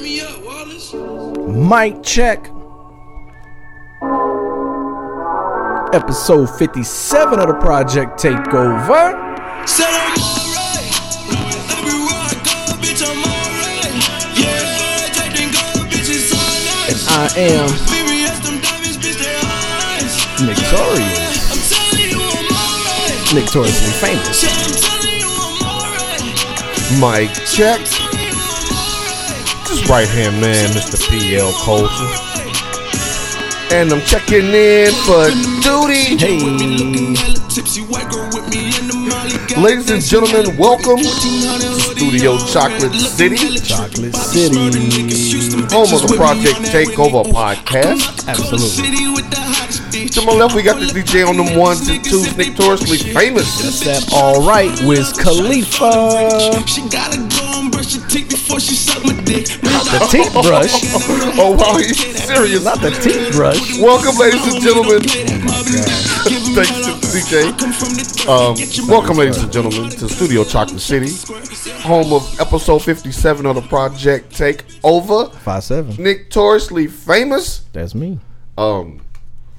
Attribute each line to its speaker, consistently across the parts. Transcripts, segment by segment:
Speaker 1: me up, Wallace.
Speaker 2: Mic check. Episode 57 of the Project Takeover.
Speaker 1: Said I'm alright. Everywhere I go, bitch, I'm alright. Yeah, Jack did go, bitch, it's
Speaker 2: And
Speaker 1: alright.
Speaker 2: I am
Speaker 1: Experience them diamonds, bitch, they alright.
Speaker 2: notorious.
Speaker 1: I'm telling you, I'm alright.
Speaker 2: Notoriously famous.
Speaker 1: Yeah, I'm telling you, I'm alright.
Speaker 3: Mike check.
Speaker 1: I'm telling you, I'm
Speaker 3: This right hand man, Mr. PL Colton.
Speaker 1: alright.
Speaker 3: And I'm checking in for duty.
Speaker 2: Hey,
Speaker 1: Hella tipsy white girl with me in the Molly.
Speaker 3: Ladies and gentlemen, welcome to Studio Chocolate City,
Speaker 2: Chocolate City.
Speaker 3: home of the Project Takeover podcast.
Speaker 2: Absolutely.
Speaker 3: To my left, we got the DJ on them ones and twos, notoriously famous.
Speaker 2: That's that all right, Wiz Khalifa.
Speaker 1: She gotta go and brush her teeth before she suck my dick. Not
Speaker 2: The teeth brush.
Speaker 3: Oh wow, he's serious.
Speaker 2: Not the teeth brush.
Speaker 3: Welcome, ladies and gentlemen. Thanks to DJ. Um, welcome, ladies and gentlemen, to Studio Chocolate City, home of episode 57 of the Project Takeover.
Speaker 2: Five seven.
Speaker 3: notoriously famous.
Speaker 2: That's me.
Speaker 3: Um,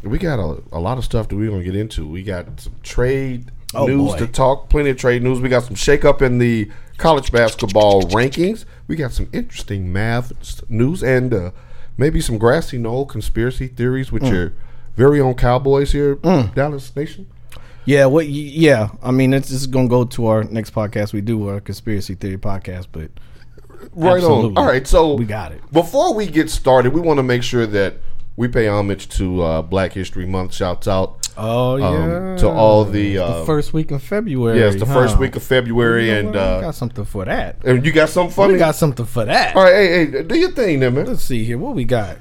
Speaker 3: we got a, a lot of stuff that we're gonna get into. We got some trade
Speaker 2: Oh,
Speaker 3: news
Speaker 2: boy.
Speaker 3: to talk, plenty of trade news. We got some shakeup in the college basketball rankings. We got some interesting math s- news and uh, maybe some grassy knoll conspiracy theories with
Speaker 2: Mm.
Speaker 3: your very own Cowboys here, Dallas Nation.
Speaker 2: Yeah, what? y- Yeah, I mean, it's just gonna go to our next podcast. We do our conspiracy theory podcast, but
Speaker 3: Right
Speaker 2: Absolutely.
Speaker 3: on. All right, so
Speaker 2: We got it.
Speaker 3: Before we get started, we want to make sure that we pay homage to uh, Black History Month. Shouts out
Speaker 2: oh
Speaker 3: um, to all the, uh,
Speaker 2: first week in February.
Speaker 3: Yeah, it's the first
Speaker 2: huh?
Speaker 3: week of February,
Speaker 2: You know
Speaker 3: and
Speaker 2: what? I
Speaker 3: uh,
Speaker 2: got something for that.
Speaker 3: and you got something funny.
Speaker 2: We got something for that.
Speaker 3: All right, hey, hey, do your thing, then, man.
Speaker 2: Let's see here. What we got?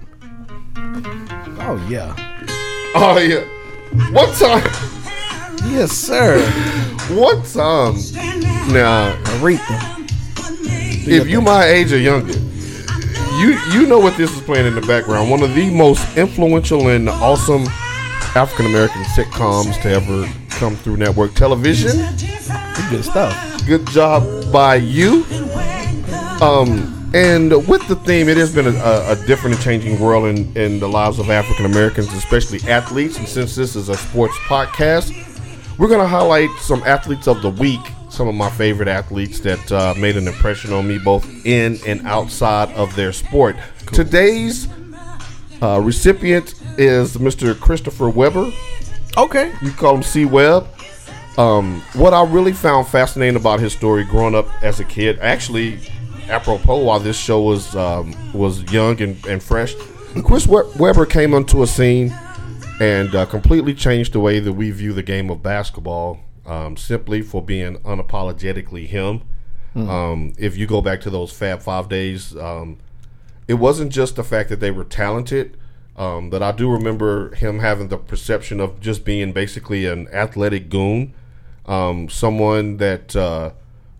Speaker 2: Oh yeah,
Speaker 3: Oh yeah. One time,
Speaker 2: yes sir.
Speaker 3: one time. Now,
Speaker 2: Aretha.
Speaker 3: if you my age or younger, you you know what this is playing in the background. One of the most influential and awesome African American sitcoms to ever come through network television.
Speaker 2: Good stuff.
Speaker 3: Good job by you. Um, and with the theme, it has been a, a, a different and changing world in, in the lives of African Americans, especially athletes. And since this is a sports podcast, we're going to highlight some athletes of the week, some of my favorite athletes that uh, made an impression on me both in and outside of their sport. Today's uh, recipient is Mr. Christopher Weber.
Speaker 2: Okay.
Speaker 3: You call him C Web. Um, what I really found fascinating about his story growing up as a kid, actually, apropos while this show was um, was young and, and fresh, Chris We- Webber came onto a scene and uh, completely changed the way that we view the game of basketball um, simply for being unapologetically him. Um, if you go back to those Fab Five days, um, it wasn't just the fact that they were talented, um, but I do remember him having the perception of just being basically an athletic goon, um, someone that uh,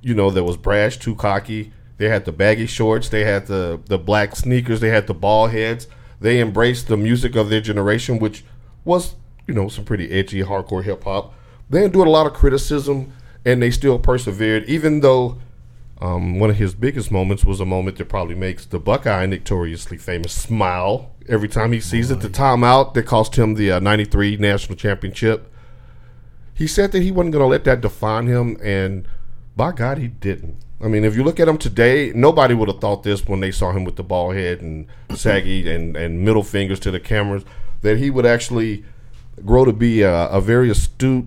Speaker 3: you know that was brash, too cocky. They had the baggy shorts, they had the the black sneakers, they had the ball heads. They embraced the music of their generation, which was you know some pretty edgy hardcore hip hop. They endured a lot of criticism, and they still persevered, even though um, one of his biggest moments was a moment that probably makes the Buckeye notoriously famous smile every time he sees it. The timeout that cost him the uh, 93 national championship. He said that he wasn't going to let that define him, and by God, he didn't. I mean, if you look at him today, nobody would have thought this when they saw him with the bald head and saggy and, and middle fingers to the cameras that he would actually grow to be uh, a, a very astute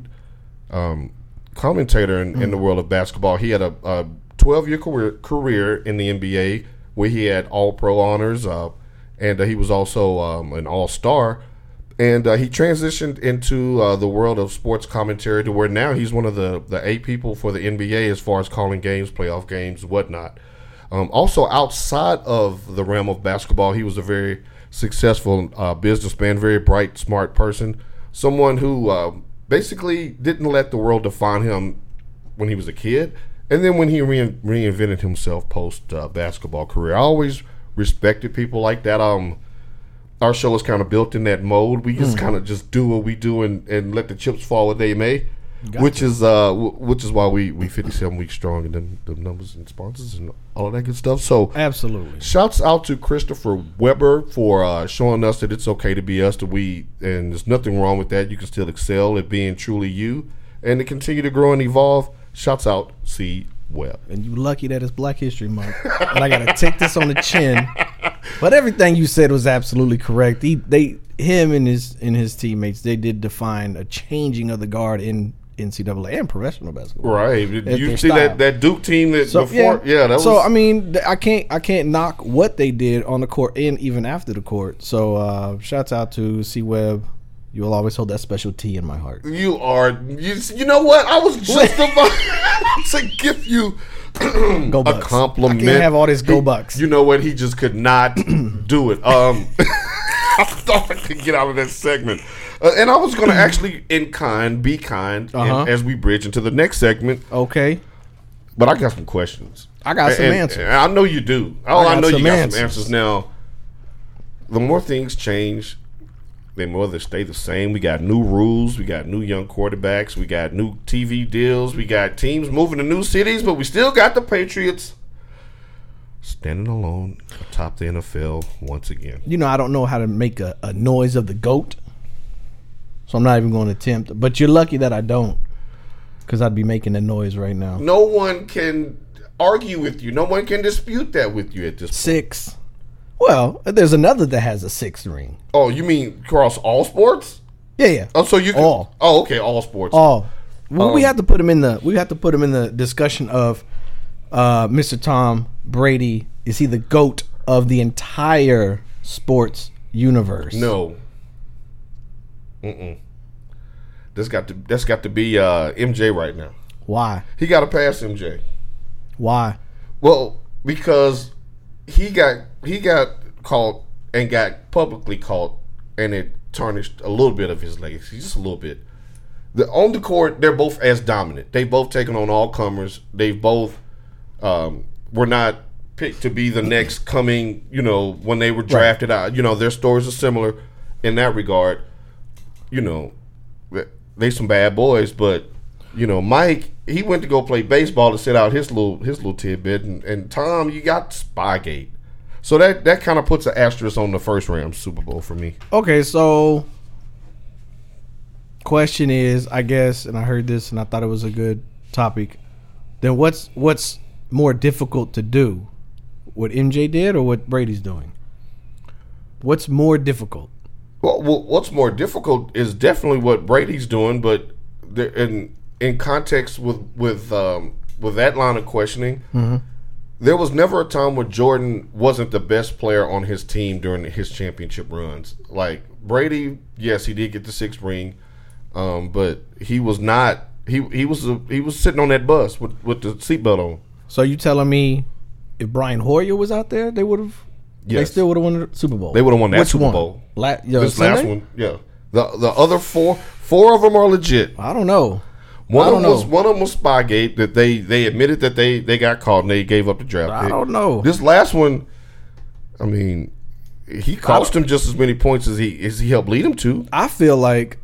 Speaker 3: um, commentator in, in the world of basketball. He had a, a 12 year career, career in the NBA where he had All Pro honors, uh, and uh, he was also um, an All Star. And uh, he transitioned into uh, the world of sports commentary to where now he's one of the, the eight people for the NBA as far as calling games, playoff games, whatnot. Um, also, outside of the realm of basketball, he was a very successful uh, businessman, very bright, smart person, someone who uh, basically didn't let the world define him when he was a kid. And then when he rein reinvented himself post uh, basketball career, I always respected people like that. Um, our show
Speaker 2: Hmm.
Speaker 3: is kind of built in that mode. We just kind of just do what we do and, and let the chips fall where they may. which is uh, w- which is why we we fifty seven weeks strong and then the numbers and sponsors and all that good stuff. So
Speaker 2: Absolutely.
Speaker 3: Shouts out to Christopher Weber for uh, showing us that it's okay to be us, that we, and there's nothing wrong with that. You can still excel at being truly you and to continue to grow and evolve. Shouts out, C. Webb.
Speaker 2: And you lucky that it's Black History Month. and I gotta take this on the chin. But everything you said was absolutely correct. He, they, him and his and his teammates, they did define a changing of the guard in NCAA and professional basketball.
Speaker 3: Right.
Speaker 2: That's
Speaker 3: you
Speaker 2: their
Speaker 3: see
Speaker 2: style.
Speaker 3: that, that Duke team that
Speaker 2: So
Speaker 3: before? Yeah,
Speaker 2: yeah,
Speaker 3: that was.
Speaker 2: so I mean, th- I can't I can't knock what they did on the court and even after the court. So uh, shouts out to C Web. You will always hold that special T in my heart.
Speaker 3: You are. You, you know what? I was just about to give you
Speaker 2: Go
Speaker 3: Mm. a
Speaker 2: Bucks.
Speaker 3: compliment.
Speaker 2: I can't have all this go
Speaker 3: He-
Speaker 2: bucks.
Speaker 3: You know what? He just could not do it. Um, I thought I could get out of that segment, uh, and I was going to actually, in kind, be kind and-
Speaker 2: Uh-huh.
Speaker 3: as we bridge into the next segment.
Speaker 2: okay.
Speaker 3: But I got some questions.
Speaker 2: I got some
Speaker 3: And-
Speaker 2: answers.
Speaker 3: and I know you do. Oh,
Speaker 2: I
Speaker 3: I,
Speaker 2: got
Speaker 3: know you
Speaker 2: some
Speaker 3: got
Speaker 2: answers.
Speaker 3: some answers. Now, the more things change, the more they stay the same. We got new rules. We got new young quarterbacks. We got new TV deals. We got teams moving to new cities, but we still got the Patriots standing alone atop the NFL once again.
Speaker 2: you know, I don't know how to make a, a noise of the goat, so I'm not even going to attempt. But you're lucky that I don't, because I'd be making a noise right now.
Speaker 3: No one can argue with you. No one can dispute that with you at this point.
Speaker 2: Six. Well, there's another that has a sixth ring.
Speaker 3: Oh, you mean across all sports?
Speaker 2: Yeah, yeah.
Speaker 3: Oh, so you can,
Speaker 2: All.
Speaker 3: Oh, okay, all sports.
Speaker 2: All. Well, we
Speaker 3: Um,
Speaker 2: have to put him in the we have to put him in the discussion of uh, Mr. Tom Brady. Is he the goat of the entire sports universe?
Speaker 3: No. Mm-mm. That's got to that's got to be uh, MJ right now.
Speaker 2: Why?
Speaker 3: He got to pass MJ.
Speaker 2: Why?
Speaker 3: Well, because he got he got caught and got publicly caught, and it tarnished a little bit of his legacy, just a little bit. The on the court, they're both as dominant. They've both taken on all comers. They've both um, were not picked to be the next coming. You know, when they were drafted out, you know their stories are similar in that regard. You know, they some bad boys, but you know, Mike he went to go play baseball to sit out his little his little tidbit, and, and Tom you got Spygate, so that that kind of puts an asterisk on the first round Super Bowl for me.
Speaker 2: Okay, so question is, I guess, and I heard this and I thought it was a good topic. Then what's what's more difficult to do? What MJ did or what Brady's doing? What's more difficult?
Speaker 3: Well, well, what's more difficult is definitely what Brady's doing, but the- in in context with with um, with that line of questioning,
Speaker 2: Mm-hmm.
Speaker 3: there was never a time where Jordan wasn't the best player on his team during his championship runs. Like Brady, yes, he did get the sixth ring, um, but he was not. He he was a, he was sitting on that bus with with the seatbelt on.
Speaker 2: So you telling me if Brian Hoyer was out there, they would have they
Speaker 3: Yes.
Speaker 2: still would have won the Super Bowl.
Speaker 3: They would've won that
Speaker 2: Which
Speaker 3: Super
Speaker 2: one?
Speaker 3: Bowl.
Speaker 2: La- yo,
Speaker 3: this
Speaker 2: Sunday?
Speaker 3: last one, yeah. The the other four four of them are legit.
Speaker 2: I don't know.
Speaker 3: One
Speaker 2: I
Speaker 3: of
Speaker 2: don't
Speaker 3: them was
Speaker 2: know.
Speaker 3: one of them was Spygate that they they admitted that they they got caught and they gave up the draft.
Speaker 2: I
Speaker 3: pick.
Speaker 2: don't know.
Speaker 3: This last one, I mean, he cost him just as many points as he as he helped lead him to.
Speaker 2: I feel like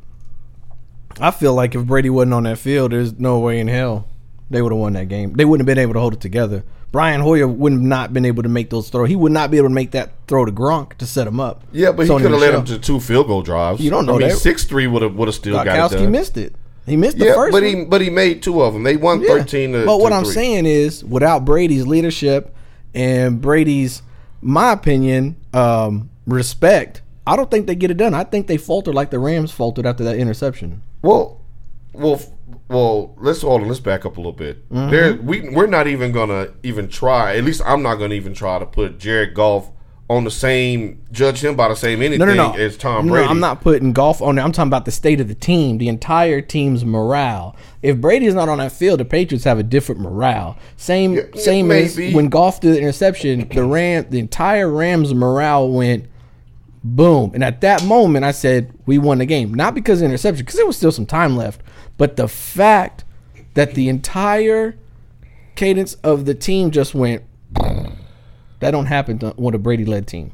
Speaker 2: I feel like if Brady wasn't on that field, there's no way in hell they would have won that game. They wouldn't have been able to hold it together. Brian Hoyer wouldn't have not been able to make those throws. He would not be able to make that throw to Gronk to set him up.
Speaker 3: Yeah, but he
Speaker 2: Sony
Speaker 3: could have led him
Speaker 2: Michel.
Speaker 3: to two field goal drives.
Speaker 2: You don't know
Speaker 3: I mean,
Speaker 2: that.
Speaker 3: six three would have would have still got it
Speaker 2: Gronkowski
Speaker 3: done.
Speaker 2: missed it. He missed the
Speaker 3: yeah,
Speaker 2: first.
Speaker 3: but
Speaker 2: one.
Speaker 3: he but he made two of them. They won
Speaker 2: Yeah.
Speaker 3: thirteen. To,
Speaker 2: But what
Speaker 3: to
Speaker 2: I'm
Speaker 3: three.
Speaker 2: saying is, without Brady's leadership and Brady's, my opinion, um, respect, I don't think they get it done. I think they faltered like the Rams faltered after that interception.
Speaker 3: Well, well, f- well. Let's hold on. Let's back up a little bit. There,
Speaker 2: Mm-hmm.
Speaker 3: we we're not even gonna even try. At least I'm not gonna even try to put Jared Goff on the same judge him by the same anything
Speaker 2: no, no, no.
Speaker 3: as Tom
Speaker 2: No,
Speaker 3: Brady.
Speaker 2: I'm not putting golf on there. I'm talking about the state of the team, the entire team's morale. If Brady's not on that field, the Patriots have a different morale. Same,
Speaker 3: Yeah, yeah,
Speaker 2: same as
Speaker 3: maybe.
Speaker 2: when golf threw the interception. The Ram, the entire Rams' morale went boom. And at that moment, I said we won the game, not because of the interception, because there was still some time left, but the fact that the entire cadence of the team just went. That don't happen to, with a Brady-led team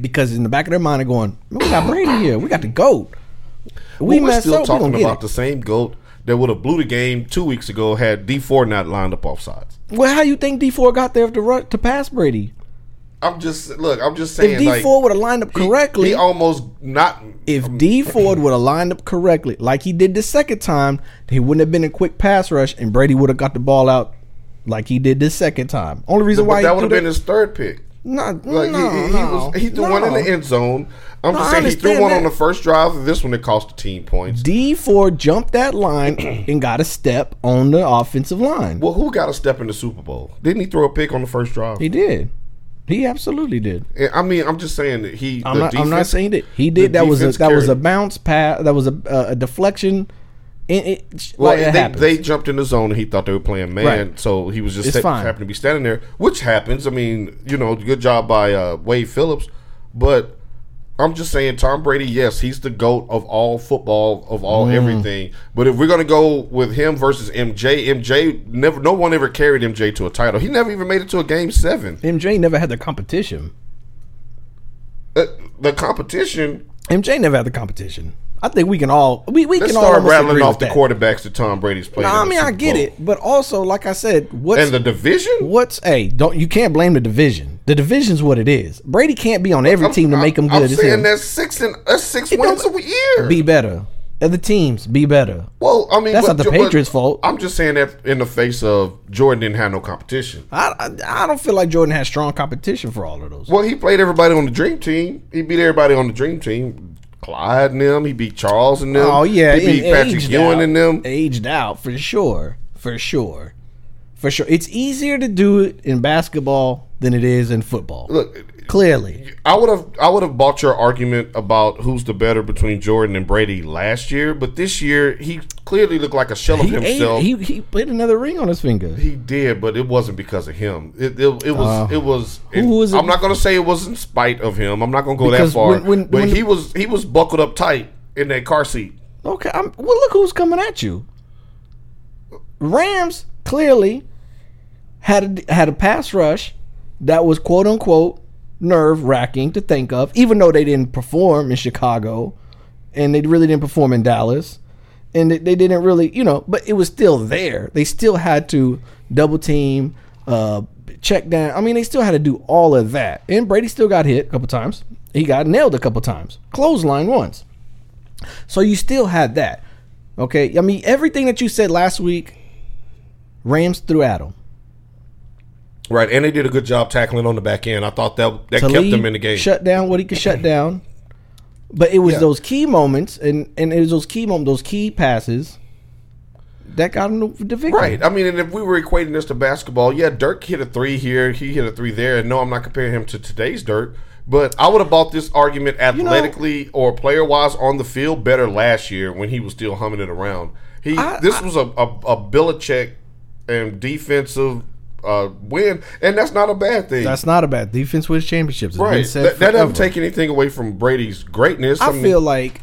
Speaker 2: because in the back of their mind they're going, "Man, we got Brady here. We got the goat.
Speaker 3: But
Speaker 2: We
Speaker 3: we're
Speaker 2: messed
Speaker 3: still
Speaker 2: up. We
Speaker 3: talking
Speaker 2: gonna get
Speaker 3: about
Speaker 2: it.
Speaker 3: the same goat that would have blew the game two weeks ago had D four not lined up offsides.
Speaker 2: Well, how you think D four got there to run, to pass Brady?
Speaker 3: I'm just look. I'm just saying.
Speaker 2: If D
Speaker 3: like,
Speaker 2: four would have lined up
Speaker 3: he-
Speaker 2: correctly,
Speaker 3: he almost not.
Speaker 2: if D Ford would have lined up correctly, like he did the second time, he wouldn't have been a quick pass rush, and Brady would have got the ball out like he did the second time. Only reason
Speaker 3: but
Speaker 2: why
Speaker 3: that
Speaker 2: he
Speaker 3: would
Speaker 2: threw
Speaker 3: have been
Speaker 2: the-
Speaker 3: his third pick.
Speaker 2: no,
Speaker 3: Like
Speaker 2: no,
Speaker 3: he, he, he
Speaker 2: no,
Speaker 3: was he threw
Speaker 2: no.
Speaker 3: one in the end zone. I'm
Speaker 2: No,
Speaker 3: just
Speaker 2: I
Speaker 3: saying he threw
Speaker 2: understand
Speaker 3: one on
Speaker 2: that.
Speaker 3: the first drive. and This one that cost the team points.
Speaker 2: D Ford jumped that line and got a step on the offensive line.
Speaker 3: well, who got a step in the Super Bowl? Didn't he throw a pick on the first drive?
Speaker 2: he did. He absolutely did.
Speaker 3: And, I mean, I'm just saying that he.
Speaker 2: I'm
Speaker 3: the
Speaker 2: not. I'm not
Speaker 3: defense-
Speaker 2: saying that he
Speaker 3: the
Speaker 2: did. That was a,
Speaker 3: defense
Speaker 2: that was a
Speaker 3: carried.
Speaker 2: bounce pass. That was a, uh, a deflection. It, it,
Speaker 3: Well,
Speaker 2: like, it happens.
Speaker 3: they, they jumped in the zone and he thought they were playing man,
Speaker 2: Right.
Speaker 3: so he was just
Speaker 2: It's
Speaker 3: sta-
Speaker 2: fine.
Speaker 3: happened to be standing there, which happens. I mean, you know, good job by uh, Wade Phillips, but I'm just saying, Tom Brady, yes, he's the goat of all football, of all
Speaker 2: Mm.
Speaker 3: everything. But if we're gonna go with him versus MJ, MJ never, no one ever carried MJ to a title. He never even made it to a game seven.
Speaker 2: MJ never had the competition.
Speaker 3: Uh, the competition.
Speaker 2: MJ never had the competition. I think we can all we, we
Speaker 3: Let's
Speaker 2: can all
Speaker 3: start
Speaker 2: almost
Speaker 3: rattling
Speaker 2: agree
Speaker 3: off
Speaker 2: with
Speaker 3: the
Speaker 2: that.
Speaker 3: quarterbacks that Tom Brady's played.
Speaker 2: No,
Speaker 3: in
Speaker 2: I
Speaker 3: the
Speaker 2: mean I
Speaker 3: Super
Speaker 2: get
Speaker 3: Bowl.
Speaker 2: it, but also like I said, what's
Speaker 3: And the division.
Speaker 2: what's hey don't you can't blame the division. The division's what it is. Brady can't be on every team to make him
Speaker 3: I'm
Speaker 2: good. It's
Speaker 3: saying
Speaker 2: him.
Speaker 3: that's six and that's six wins
Speaker 2: don't-
Speaker 3: a year.
Speaker 2: Be better. Other teams be better.
Speaker 3: well, I mean,
Speaker 2: That's not the Patriots' fault.
Speaker 3: I'm just saying that in the face of Jordan didn't have no competition.
Speaker 2: I, I I don't feel like Jordan has strong competition for all of those.
Speaker 3: Well, he played everybody on the dream team. He beat everybody on the dream team. Clyde and them. He beat Charles and them.
Speaker 2: Oh yeah,
Speaker 3: he beat
Speaker 2: and
Speaker 3: Patrick
Speaker 2: aged
Speaker 3: Ewing
Speaker 2: out.
Speaker 3: and them.
Speaker 2: Aged out for sure, for sure, for sure. It's easier to do it in basketball than it is in football.
Speaker 3: Look,
Speaker 2: Clearly,
Speaker 3: I would have I would have bought your argument about who's the better between Jordan and Brady last year, but this year he clearly looked like a shell of
Speaker 2: he, ate-
Speaker 3: himself.
Speaker 2: he he put another ring on his finger.
Speaker 3: He did, but it wasn't because of him. It it, it was
Speaker 2: Uh,
Speaker 3: it was.
Speaker 2: Who was it?
Speaker 3: I'm not gonna say it was in spite of him. I'm not gonna go
Speaker 2: Because
Speaker 3: that far.
Speaker 2: when- when-
Speaker 3: but
Speaker 2: when-
Speaker 3: he was he was buckled up tight in that car seat.
Speaker 2: Okay, I'm, well look who's coming at you. Rams clearly had a, had a pass rush that was quote unquote nerve wracking to think of, even though they didn't perform in Chicago, and they really didn't perform in Dallas, and they, they didn't really, you know, but it was still there. They still had to double team, uh, check down. I mean, they still had to do all of that, and Brady still got hit a couple times. He got nailed a couple times, clothesline once. So you still had that. Okay. I mean, everything that you said last week, Rams threw at him.
Speaker 3: Right, and they did a good job tackling on the back end. I thought that that
Speaker 2: Talib
Speaker 3: kept them in the game.
Speaker 2: Shut down what he could shut down. But it was
Speaker 3: Yeah.
Speaker 2: those key moments and, and it was those key moments, those key passes that got him the the victory.
Speaker 3: Right. I mean, and if we were equating this to basketball, yeah, Dirk hit a three here, he hit a three there, and no, I'm not comparing him to today's Dirk. But I would have bought this argument
Speaker 2: know-
Speaker 3: athletically or player wise on the field better last year when he was still humming it around. He
Speaker 2: I-
Speaker 3: this was a, a, a Belichick and defensive uh, win, and that's not a bad thing.
Speaker 2: That's not a bad defense wins championships. It's been
Speaker 3: right.
Speaker 2: said
Speaker 3: That, that doesn't
Speaker 2: forever.
Speaker 3: take anything away from Brady's greatness.
Speaker 2: I
Speaker 3: mean,
Speaker 2: feel like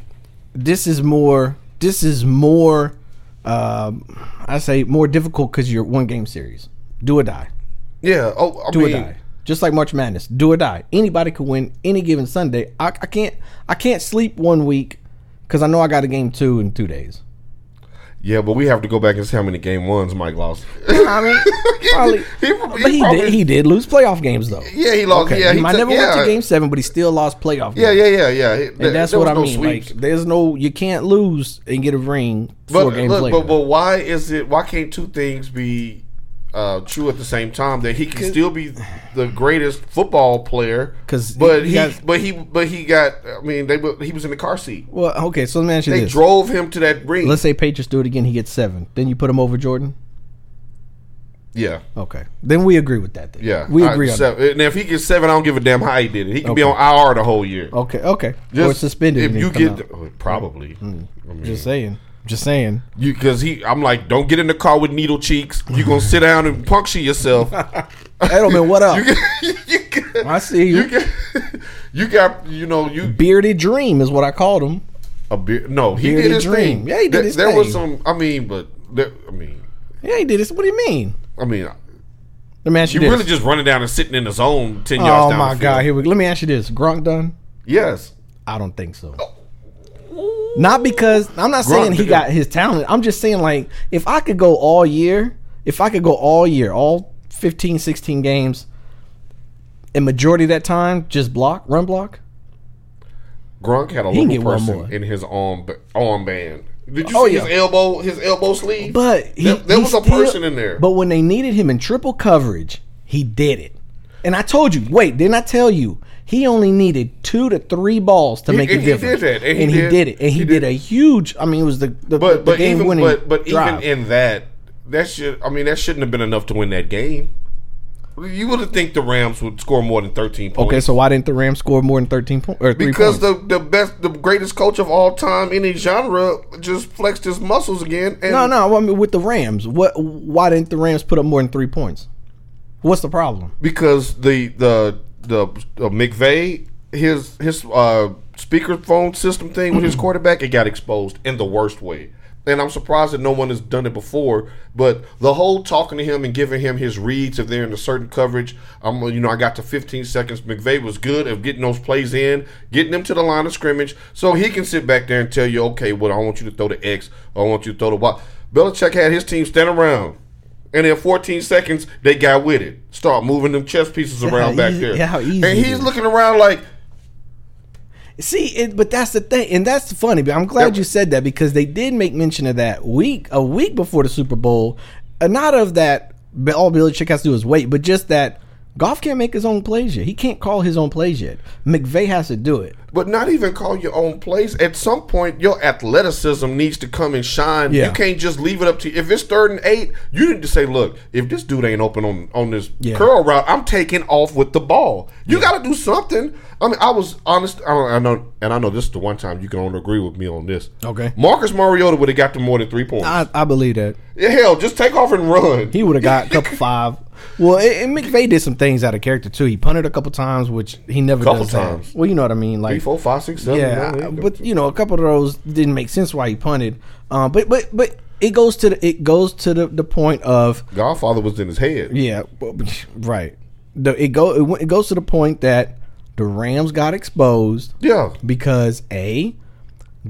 Speaker 2: this is more. This is more. Um, I say more difficult because you're one game series. Do or die.
Speaker 3: yeah. Oh, I
Speaker 2: Do
Speaker 3: mean,
Speaker 2: or die. Just like March Madness. Do or die. Anybody could win any given Sunday. I, I can't. I can't sleep one week because I know I got a game two in two days.
Speaker 3: Yeah, but we have to go back and see how many game ones Mike lost.
Speaker 2: I mean, probably.
Speaker 3: He- he
Speaker 2: but he
Speaker 3: probably-
Speaker 2: did. He did lose playoff games though.
Speaker 3: Yeah, he lost.
Speaker 2: Okay.
Speaker 3: Yeah,
Speaker 2: he,
Speaker 3: he
Speaker 2: might
Speaker 3: took-
Speaker 2: never went
Speaker 3: yeah.
Speaker 2: to game seven, but he still lost playoff.
Speaker 3: Yeah,
Speaker 2: games.
Speaker 3: yeah, yeah, yeah. Th-
Speaker 2: And that's
Speaker 3: there
Speaker 2: what
Speaker 3: was
Speaker 2: I
Speaker 3: no
Speaker 2: mean.
Speaker 3: sweeps.
Speaker 2: Like, there's no, you can't lose and get a ring
Speaker 3: but
Speaker 2: four games
Speaker 3: look,
Speaker 2: later.
Speaker 3: but but why is it? Why can't two things be uh, true at the same time? That he can still be the greatest football player,
Speaker 2: 'Cause
Speaker 3: but
Speaker 2: he
Speaker 3: he,
Speaker 2: got-
Speaker 3: but he but he got. I mean, they were- he was in the car seat.
Speaker 2: Well, okay, so let me ask you
Speaker 3: They
Speaker 2: this.
Speaker 3: drove him to that ring.
Speaker 2: Let's say Patriots do it again, he gets seven. Then you put him over Jordan?
Speaker 3: yeah,
Speaker 2: Okay. Then we agree with that then.
Speaker 3: yeah.
Speaker 2: We
Speaker 3: I-
Speaker 2: agree on that.
Speaker 3: seven, And if he gets seven, I don't give a damn how he did it. He can be
Speaker 2: Okay.
Speaker 3: on IR the whole year.
Speaker 2: Okay, okay. or
Speaker 3: Just
Speaker 2: suspended.
Speaker 3: If
Speaker 2: and
Speaker 3: you
Speaker 2: then come
Speaker 3: get
Speaker 2: out. Hmm.
Speaker 3: oh, probably, I mean,
Speaker 2: just saying. Just saying.
Speaker 3: You because he, I'm like, don't get in the car with needle cheeks. You gonna sit down and puncture yourself.
Speaker 2: Edelman, what up?
Speaker 3: you, got,
Speaker 2: I see you.
Speaker 3: you got, you got, you know, you
Speaker 2: Bearded Dream is what I called him.
Speaker 3: a beer. No, he
Speaker 2: Bearded
Speaker 3: did his
Speaker 2: dream.
Speaker 3: thing.
Speaker 2: Yeah, he did
Speaker 3: There-
Speaker 2: his
Speaker 3: There was
Speaker 2: thing.
Speaker 3: some. I mean, but there, I mean,
Speaker 2: Yeah, he did this. What do you mean?
Speaker 3: I mean,
Speaker 2: Let me ask you,
Speaker 3: you
Speaker 2: this.
Speaker 3: really just running down and sitting in the zone ten yards.
Speaker 2: oh
Speaker 3: down
Speaker 2: my
Speaker 3: the
Speaker 2: God!
Speaker 3: field.
Speaker 2: Here we. Let me ask you this: Gronk done?
Speaker 3: Yes.
Speaker 2: I don't think so. Not because I'm not saying
Speaker 3: Grunt
Speaker 2: he
Speaker 3: did.
Speaker 2: got his talent. I'm just saying like if I could go all year, if I could go all year, all 15, 16 games, and majority of that time just block, run block.
Speaker 3: Gronk had a
Speaker 2: can
Speaker 3: little
Speaker 2: get one more.
Speaker 3: person in his arm armband. Did you
Speaker 2: Oh,
Speaker 3: see
Speaker 2: yeah.
Speaker 3: his elbow? His elbow sleeve.
Speaker 2: But he,
Speaker 3: there, there
Speaker 2: he
Speaker 3: was a
Speaker 2: still-
Speaker 3: person in there.
Speaker 2: But when they needed him in triple coverage, he did it. And I told you, wait, didn't I tell you? He only needed two to three balls to
Speaker 3: He-
Speaker 2: make
Speaker 3: and
Speaker 2: a
Speaker 3: he did
Speaker 2: difference.
Speaker 3: that, and he did-
Speaker 2: did it. And he,
Speaker 3: he
Speaker 2: did,
Speaker 3: did-
Speaker 2: a huge. I mean, it was the the,
Speaker 3: but but
Speaker 2: game
Speaker 3: even
Speaker 2: winning.
Speaker 3: but, but even
Speaker 2: drive.
Speaker 3: in that that should I mean that shouldn't have been enough to win that game. You would have think the Rams would score more than thirteen points.
Speaker 2: okay, so why didn't the Rams score more than thirteen points or three
Speaker 3: because
Speaker 2: points?
Speaker 3: the the best the greatest coach of all time any genre just flexed his muscles again. And
Speaker 2: no, no. I mean, with the Rams, what? Why didn't the Rams put up more than three points? What's the problem?
Speaker 3: because the the the uh, McVay his his uh, speakerphone system thing with his quarterback it got exposed in the worst way. And I'm surprised that no one has done it before. But the whole talking to him and giving him his reads if they're in a certain coverage, I'm you know I got to 15 seconds. McVay was good of getting those plays in, getting them to the line of scrimmage, so he can sit back there and tell you, okay, well I want you to throw the X, I want you to throw the Y. Belichick had his team stand around. And in 14 seconds, they got with it. Start moving them chess pieces around
Speaker 2: how
Speaker 3: back
Speaker 2: easy-
Speaker 3: there.
Speaker 2: yeah, how easy
Speaker 3: and
Speaker 2: it
Speaker 3: he's
Speaker 2: is.
Speaker 3: looking around like,
Speaker 2: See, it, but that's the thing, and that's funny. But I'm glad
Speaker 3: That-
Speaker 2: you said that because they did make mention of that week a week before the Super Bowl, and not of that. But all Belichick has to do is wait, but just that Goff can't make his own plays yet. He can't call his own plays yet. McVay has to do it.
Speaker 3: but not even call your own plays. At some point, your athleticism needs to come and shine.
Speaker 2: Yeah.
Speaker 3: You can't just leave it up to If it's third and eight, you need to say, look, if this dude ain't open on, on this
Speaker 2: Yeah.
Speaker 3: curl route, I'm taking off with the ball. You got to do something. I mean, I was honest. I, don't, I know, and I know this is the one time you can only agree with me on this.
Speaker 2: Okay.
Speaker 3: Marcus Mariota would have got them more than three points.
Speaker 2: I, I believe that
Speaker 3: Hell, just take off and run.
Speaker 2: he would have got a couple five. Well, and, and McVay did some things out of character too. He punted a couple times, which he never
Speaker 3: Couple
Speaker 2: does. that.
Speaker 3: times.
Speaker 2: Well, you know what I mean, like
Speaker 3: Three, four, five, six, seven.
Speaker 2: yeah,
Speaker 3: nine,
Speaker 2: I-
Speaker 3: eight.
Speaker 2: but you know, a couple of those didn't make sense why he punted. Um, but but but it goes to the, it goes to the, the point of
Speaker 3: Godfather was in his head.
Speaker 2: yeah, well, right. The, it go it, went- it goes to the point that the Rams got exposed
Speaker 3: Yeah,
Speaker 2: because a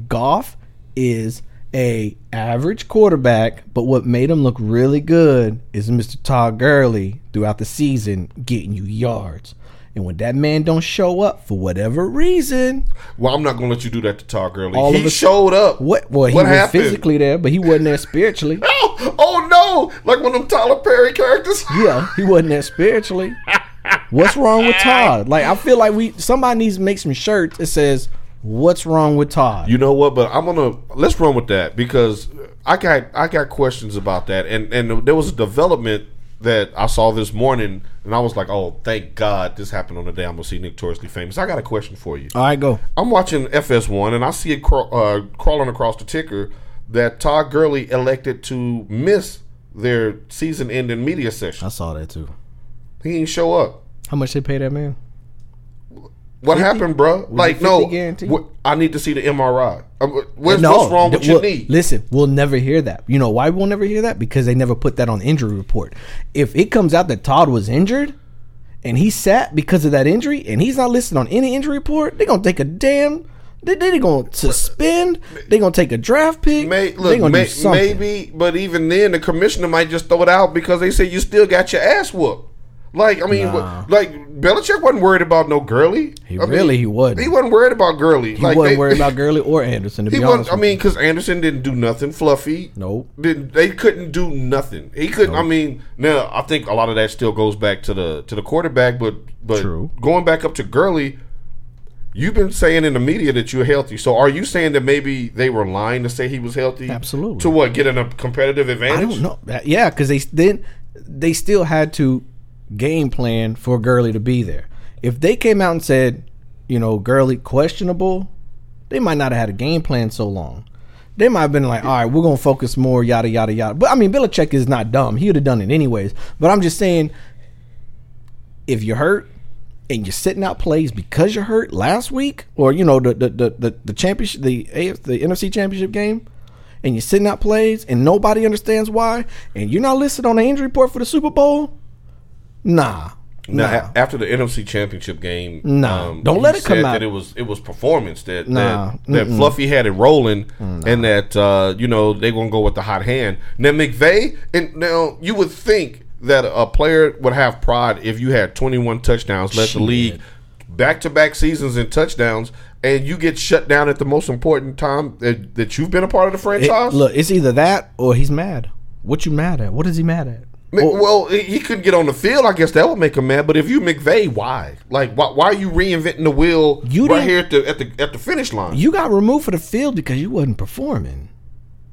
Speaker 2: Goff is a average quarterback, but what made him look really good is Mr. Todd Gurley throughout the season getting you yards. And when that man don't show up for whatever reason,
Speaker 3: well, I'm not gonna let you do that to Todd Gurley.
Speaker 2: All
Speaker 3: he
Speaker 2: of a-
Speaker 3: showed up.
Speaker 2: What? Well, he was physically there, but he wasn't there spiritually.
Speaker 3: Oh, oh no! Like one of them Tyler Perry characters.
Speaker 2: yeah, he wasn't there spiritually. What's wrong with Todd? Like, I feel like we somebody needs to make some shirts that says, "What's wrong with Todd?"
Speaker 3: You know what? But I'm gonna let's run with that because I got I got questions about that, and and there was a development that I saw this morning, and I was like, oh, thank God this happened on the day I'm gonna see notoriously famous. I got a question for you.
Speaker 2: All right, go.
Speaker 3: I'm watching FS1 and I see it craw- uh, crawling across the ticker that Todd Gurley elected to miss their season-ending media session.
Speaker 2: saw that too.
Speaker 3: He didn't show up.
Speaker 2: How much they pay that man?
Speaker 3: What happened, bro? Like,
Speaker 2: 50
Speaker 3: no,
Speaker 2: guaranteed?
Speaker 3: wh- I need to see the MRI. Um, wh- What's,
Speaker 2: No,
Speaker 3: what's wrong with
Speaker 2: th-
Speaker 3: your
Speaker 2: we'll-
Speaker 3: knee?
Speaker 2: Listen, we'll never hear that. You know why we'll never hear that? Because they never put that on the injury report. If it comes out that Todd was injured and he sat because of that injury and he's not listed on any injury report, they're gonna take a damn. They, they're gonna suspend. They're gonna take a draft pick.
Speaker 3: May,
Speaker 2: they're
Speaker 3: look,
Speaker 2: gonna
Speaker 3: may,
Speaker 2: do something.
Speaker 3: maybe, but even then, the commissioner might just throw it out because they say you still got your ass whooped. Like, I mean,
Speaker 2: Nah.
Speaker 3: wh- like Belichick wasn't worried about no Gurley.
Speaker 2: He
Speaker 3: I mean,
Speaker 2: really- he wasn't.
Speaker 3: He wasn't worried about Gurley.
Speaker 2: He wasn't
Speaker 3: they-
Speaker 2: worried about Gurley or Anderson. To
Speaker 3: He
Speaker 2: be
Speaker 3: was.
Speaker 2: honest,
Speaker 3: I
Speaker 2: with
Speaker 3: mean, because Anderson didn't do nothing fluffy.
Speaker 2: Nope.
Speaker 3: Didn't they couldn't do nothing. He couldn't. I mean, now I think a lot of that still goes back to the to the quarterback, but but
Speaker 2: True.
Speaker 3: going back up to Gurley, you've been saying in the media that you're healthy. So are you saying that maybe they were lying to say he was healthy?
Speaker 2: Absolutely.
Speaker 3: To what? Get in a competitive
Speaker 2: you. I
Speaker 3: advantage?
Speaker 2: don't know. That- Yeah, because they s- then they still had to game plan for Gurley to be there. If they came out and said, you know, Gurley questionable, they might not have had a game plan so long. They might have been like, all right, we're gonna focus more, yada yada yada. But I mean, Belichick is not dumb. He would have done it anyways. But I'm just saying, if you're hurt and you're sitting out plays because you're hurt last week, or you know the the the, the, the championship, the AF, the NFC championship game, and you're sitting out plays and nobody understands why, and you're not listed on the injury report for the Super Bowl, nah.
Speaker 3: Now, a- after the NFC Championship game, um,
Speaker 2: Nah. Don't
Speaker 3: he
Speaker 2: let it come
Speaker 3: said
Speaker 2: out.
Speaker 3: That it was it was performance that
Speaker 2: Nah.
Speaker 3: that, that Fluffy had it rolling, and that uh, you know they gonna go with the hot hand. Now McVay, and now you would think that a player would have pride if you had 21 touchdowns, led the league back to back seasons in touchdowns, and you get shut down at the most important time that, that you've been a part of the
Speaker 2: It-
Speaker 3: franchise.
Speaker 2: look, it's either that or he's mad. What you mad at? What is he mad at?
Speaker 3: Ma- Well, he he couldn't get on the field. I guess that would make him mad. But if you McVay, why? Like, why, why are you reinventing the wheel
Speaker 2: You
Speaker 3: right
Speaker 2: didn't-
Speaker 3: here at the at the at the finish line?
Speaker 2: You got removed for the field because you wasn't performing.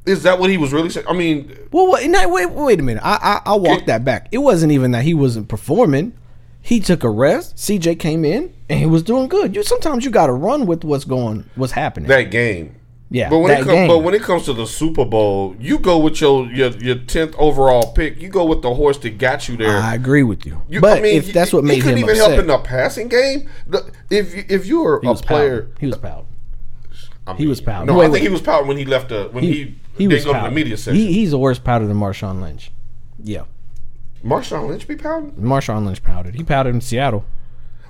Speaker 3: Is that what he was really saying? I mean,
Speaker 2: Well, wait, no, wait, wait a minute. I, I I'll walk that back. It wasn't even that he wasn't performing. He took a rest. CJ came in and he was doing good. You sometimes you got to run with what's going, what's happening.
Speaker 3: that game.
Speaker 2: yeah,
Speaker 3: But when
Speaker 2: that
Speaker 3: it comes,
Speaker 2: game.
Speaker 3: but when it comes to the Super Bowl, you go with your your your tenth overall pick. You go with the horse that got you there.
Speaker 2: I agree with you.
Speaker 3: You-
Speaker 2: but
Speaker 3: I mean,
Speaker 2: if that's
Speaker 3: he-
Speaker 2: what
Speaker 3: he
Speaker 2: made him
Speaker 3: couldn't even
Speaker 2: upset,
Speaker 3: help in the passing game. The- If you- if you were
Speaker 2: he
Speaker 3: a
Speaker 2: was
Speaker 3: player,
Speaker 2: pouting. He was pouting.
Speaker 3: I mean,
Speaker 2: he was pouting.
Speaker 3: No,
Speaker 2: Wait,
Speaker 3: I think
Speaker 2: wait.
Speaker 3: he was pouting when he left the when he,
Speaker 2: he
Speaker 3: didn't
Speaker 2: was
Speaker 3: go to the
Speaker 2: pouting.
Speaker 3: media session.
Speaker 2: He, he's a worse pouter than Marshawn Lynch. Yeah,
Speaker 3: Marshawn Lynch be pouting.
Speaker 2: Marshawn Lynch pouted. He pouted in Seattle.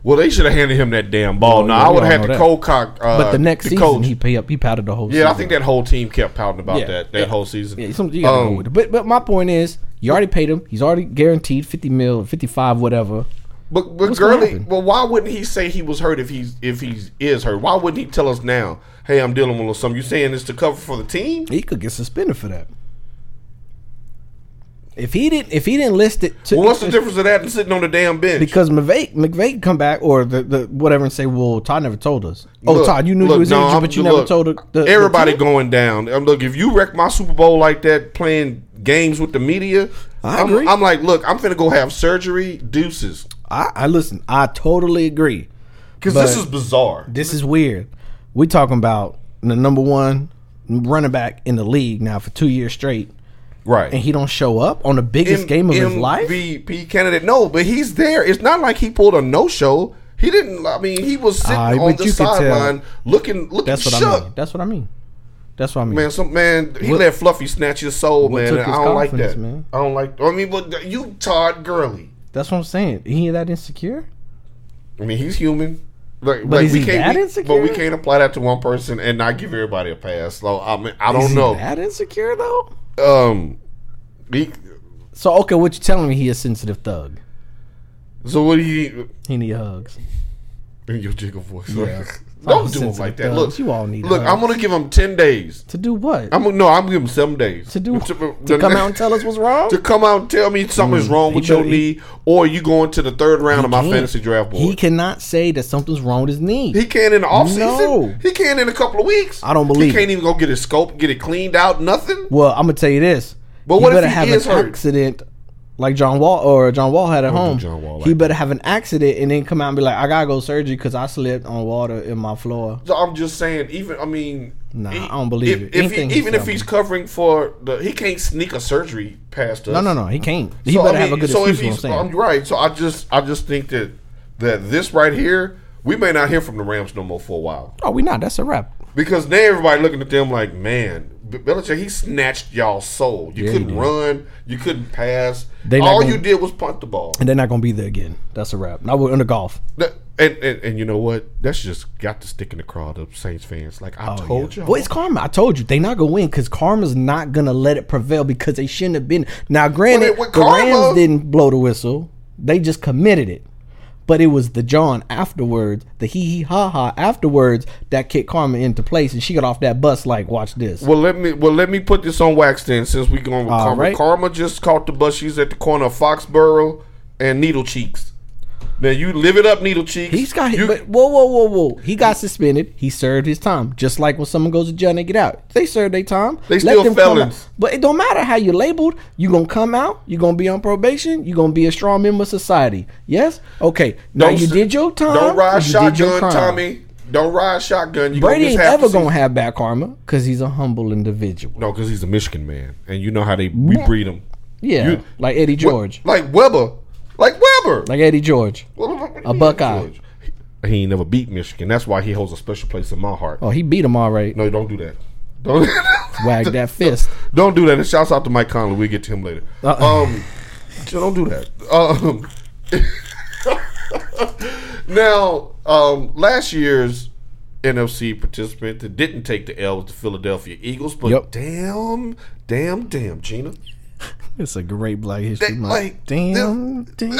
Speaker 3: Well, they should have handed him that damn ball.
Speaker 2: Oh,
Speaker 3: no,
Speaker 2: yeah,
Speaker 3: I
Speaker 2: we
Speaker 3: would
Speaker 2: all
Speaker 3: have
Speaker 2: know
Speaker 3: had the
Speaker 2: that.
Speaker 3: cold cock. Uh,
Speaker 2: But the next
Speaker 3: the
Speaker 2: season,
Speaker 3: coach.
Speaker 2: he pay up. He pouted the whole.
Speaker 3: yeah, I
Speaker 2: season.
Speaker 3: think that whole team kept pouting about
Speaker 2: Yeah,
Speaker 3: that that
Speaker 2: yeah.
Speaker 3: whole season.
Speaker 2: Yeah, some, you gotta
Speaker 3: Um,
Speaker 2: go with it. But but my point is, you already paid him. He's already guaranteed fifty mil, fifty five, whatever.
Speaker 3: But but
Speaker 2: What's gonna
Speaker 3: Gurley,
Speaker 2: happen?
Speaker 3: well, why wouldn't he say he was hurt if he's if he is hurt? Why wouldn't he tell us now? Hey, I'm dealing with a little something. You saying it's to cover for the team?
Speaker 2: He could get suspended for that. If he didn't, if he didn't list it, to,
Speaker 3: Well, what's the difference of that and sitting on the damn bench?
Speaker 2: Because McVay McVay can come back or the, the whatever and say, well, Todd never told us. Oh,
Speaker 3: Look,
Speaker 2: Todd, you knew
Speaker 3: look,
Speaker 2: he was
Speaker 3: no,
Speaker 2: injured,
Speaker 3: I'm-
Speaker 2: but you
Speaker 3: look,
Speaker 2: never told the, the
Speaker 3: everybody
Speaker 2: the team?
Speaker 3: going down. Um, look, if you wreck my Super Bowl like that, playing games with the media,
Speaker 2: I
Speaker 3: am
Speaker 2: agree.
Speaker 3: I'm like, look, I'm finna go have surgery. Deuces,
Speaker 2: I, I listen. I totally agree.
Speaker 3: because this
Speaker 2: But-
Speaker 3: is bizarre.
Speaker 2: This is weird. We talking about the number one running back in the league now for two years straight,
Speaker 3: Right.
Speaker 2: and he don't show up on the biggest game of his life.
Speaker 3: MVP candidate. No, but he's there. It's not like he pulled a no show. He didn't. I mean, he was sitting
Speaker 2: Ah,
Speaker 3: on
Speaker 2: but
Speaker 3: the
Speaker 2: you could tell.
Speaker 3: sideline looking, looking
Speaker 2: That's what I
Speaker 3: shook.
Speaker 2: mean. That's what I mean. That's what I mean.
Speaker 3: Man, some man, he
Speaker 2: What-
Speaker 3: let Fluffy snatch his soul, man.
Speaker 2: took
Speaker 3: and I
Speaker 2: his
Speaker 3: don't like
Speaker 2: confidence,
Speaker 3: that.
Speaker 2: man?
Speaker 3: I don't like. I mean, but you Todd Gurley.
Speaker 2: That's what I'm saying. He ain't that insecure.
Speaker 3: I mean, he's human. Like,
Speaker 2: But
Speaker 3: like,
Speaker 2: is
Speaker 3: we
Speaker 2: he
Speaker 3: can't,
Speaker 2: that
Speaker 3: we-
Speaker 2: insecure?
Speaker 3: But we can't apply that to one person and not give everybody a pass. So I mean, I
Speaker 2: Is
Speaker 3: don't
Speaker 2: he
Speaker 3: know.
Speaker 2: that insecure though.
Speaker 3: Um, he,
Speaker 2: So okay, what you telling me? He a sensitive thug.
Speaker 3: so what do you?
Speaker 2: He need hugs.
Speaker 3: In your jiggle voice.
Speaker 2: Yeah.
Speaker 3: Don't
Speaker 2: I'm
Speaker 3: do him
Speaker 2: sensitive
Speaker 3: like that.
Speaker 2: thugs.
Speaker 3: Look,
Speaker 2: You all need
Speaker 3: Look,
Speaker 2: hugs.
Speaker 3: I'm gonna give him ten days.
Speaker 2: To do what?
Speaker 3: I'm gonna no. I'm giving him seven days
Speaker 2: to do to,
Speaker 3: the-
Speaker 2: come out and tell us what's wrong. Mm.
Speaker 3: to come out and tell me something's wrong with
Speaker 2: He
Speaker 3: your
Speaker 2: better- he-
Speaker 3: knee, or you going to the third round of my
Speaker 2: Can't.
Speaker 3: fantasy draft board.
Speaker 2: He cannot say that something's wrong with his knee.
Speaker 3: He can in the offseason.
Speaker 2: No.
Speaker 3: He can in a couple of weeks.
Speaker 2: I don't believe
Speaker 3: He can't even go get his scope, get it cleaned out, nothing.
Speaker 2: well, I'm gonna tell you this.
Speaker 3: But
Speaker 2: he
Speaker 3: what if
Speaker 2: better
Speaker 3: he
Speaker 2: have
Speaker 3: is
Speaker 2: an
Speaker 3: hurt?
Speaker 2: accident like John Wall or John Wall had at home?
Speaker 3: John Wall
Speaker 2: he
Speaker 3: like
Speaker 2: better have an accident and then come out and be like, I gotta go surgery because I slipped on water in my floor.
Speaker 3: So I'm just saying, even I mean,
Speaker 2: Nah,
Speaker 3: he-
Speaker 2: I don't believe
Speaker 3: if-
Speaker 2: it.
Speaker 3: If he,
Speaker 2: Anything
Speaker 3: even
Speaker 2: he's
Speaker 3: if
Speaker 2: done.
Speaker 3: he's covering for the, he can't sneak a surgery past us.
Speaker 2: No, no, no. He can't. He
Speaker 3: So,
Speaker 2: better
Speaker 3: I mean,
Speaker 2: have a good
Speaker 3: so
Speaker 2: excuse.
Speaker 3: if
Speaker 2: what I'm
Speaker 3: he's,
Speaker 2: saying.
Speaker 3: I'm right. So I just, I just think that that this right here, we may not hear from the Rams no more for a while
Speaker 2: oh, we not. That's a wrap.
Speaker 3: because now everybody looking at them like, man, B- Belichick, he snatched y'all soul. You couldn't run, you couldn't pass.
Speaker 2: They not
Speaker 3: All
Speaker 2: gonna-
Speaker 3: you did was punt the ball.
Speaker 2: And they're not gonna be there again. That's a wrap. Now we're under golf.
Speaker 3: That- and, and and you know what? That's just got to stick in the crowd of Saints fans. Like
Speaker 2: Oh,
Speaker 3: I told you,
Speaker 2: Well, it's karma. I told you they not gonna win because karma's not gonna let it prevail because they shouldn't have been. Now, granted,
Speaker 3: Well, with
Speaker 2: the
Speaker 3: karma-
Speaker 2: Rams didn't blow the whistle; they just committed it. But it was the John afterwards, the hee hee ha ha afterwards that kicked Karma into place, and she got off that bus like, "Watch this."
Speaker 3: Well, let me well let me put this on wax then, since we going with
Speaker 2: All
Speaker 3: Karma.
Speaker 2: right.
Speaker 3: Karma just caught the bus. She's at the corner of Foxborough and Needle Cheeks. Now you live it up, Needle Cheeks.
Speaker 2: He's got
Speaker 3: you,
Speaker 2: but whoa whoa whoa whoa. He got suspended. He served his time. Just like when someone goes to jail and they get out. They serve their time.
Speaker 3: They
Speaker 2: Let
Speaker 3: still
Speaker 2: them come
Speaker 3: felons.
Speaker 2: out. But it don't matter how you labeled, you gonna come out, you gonna be on probation, you gonna be a strong member of society. Yes? Okay. Now
Speaker 3: Don't
Speaker 2: you
Speaker 3: s-
Speaker 2: did your time.
Speaker 3: Don't ride
Speaker 2: you did your
Speaker 3: shotgun,
Speaker 2: crime.
Speaker 3: Tommy. Don't ride shotgun.
Speaker 2: Brady
Speaker 3: You gonna miss
Speaker 2: ain't
Speaker 3: half the
Speaker 2: ever
Speaker 3: season.
Speaker 2: gonna have bad karma because he's a humble individual.
Speaker 3: No, because he's a Michigan man, and you know how they we breed them.
Speaker 2: Yeah.
Speaker 3: You-
Speaker 2: like Eddie George.
Speaker 3: like Weber, like Weber,
Speaker 2: Like Eddie George.
Speaker 3: a
Speaker 2: Buckeye.
Speaker 3: He, he ain't never beat Michigan. That's why he holds a special place in my heart.
Speaker 2: Oh, he beat him all right.
Speaker 3: No, don't do that. Don't
Speaker 2: Wag that fist.
Speaker 3: don't do that. And shouts out to Mike Oh, Conley. We'll get to him later.
Speaker 2: Uh-uh.
Speaker 3: Um, so don't do that. Um, Now, um, last year's NFC participant that didn't take the L was the Philadelphia Eagles, but
Speaker 2: Yep.
Speaker 3: damn, damn, damn, Gina.
Speaker 2: It's a great Black History
Speaker 3: They-
Speaker 2: Month.
Speaker 3: like,
Speaker 2: damn, damn,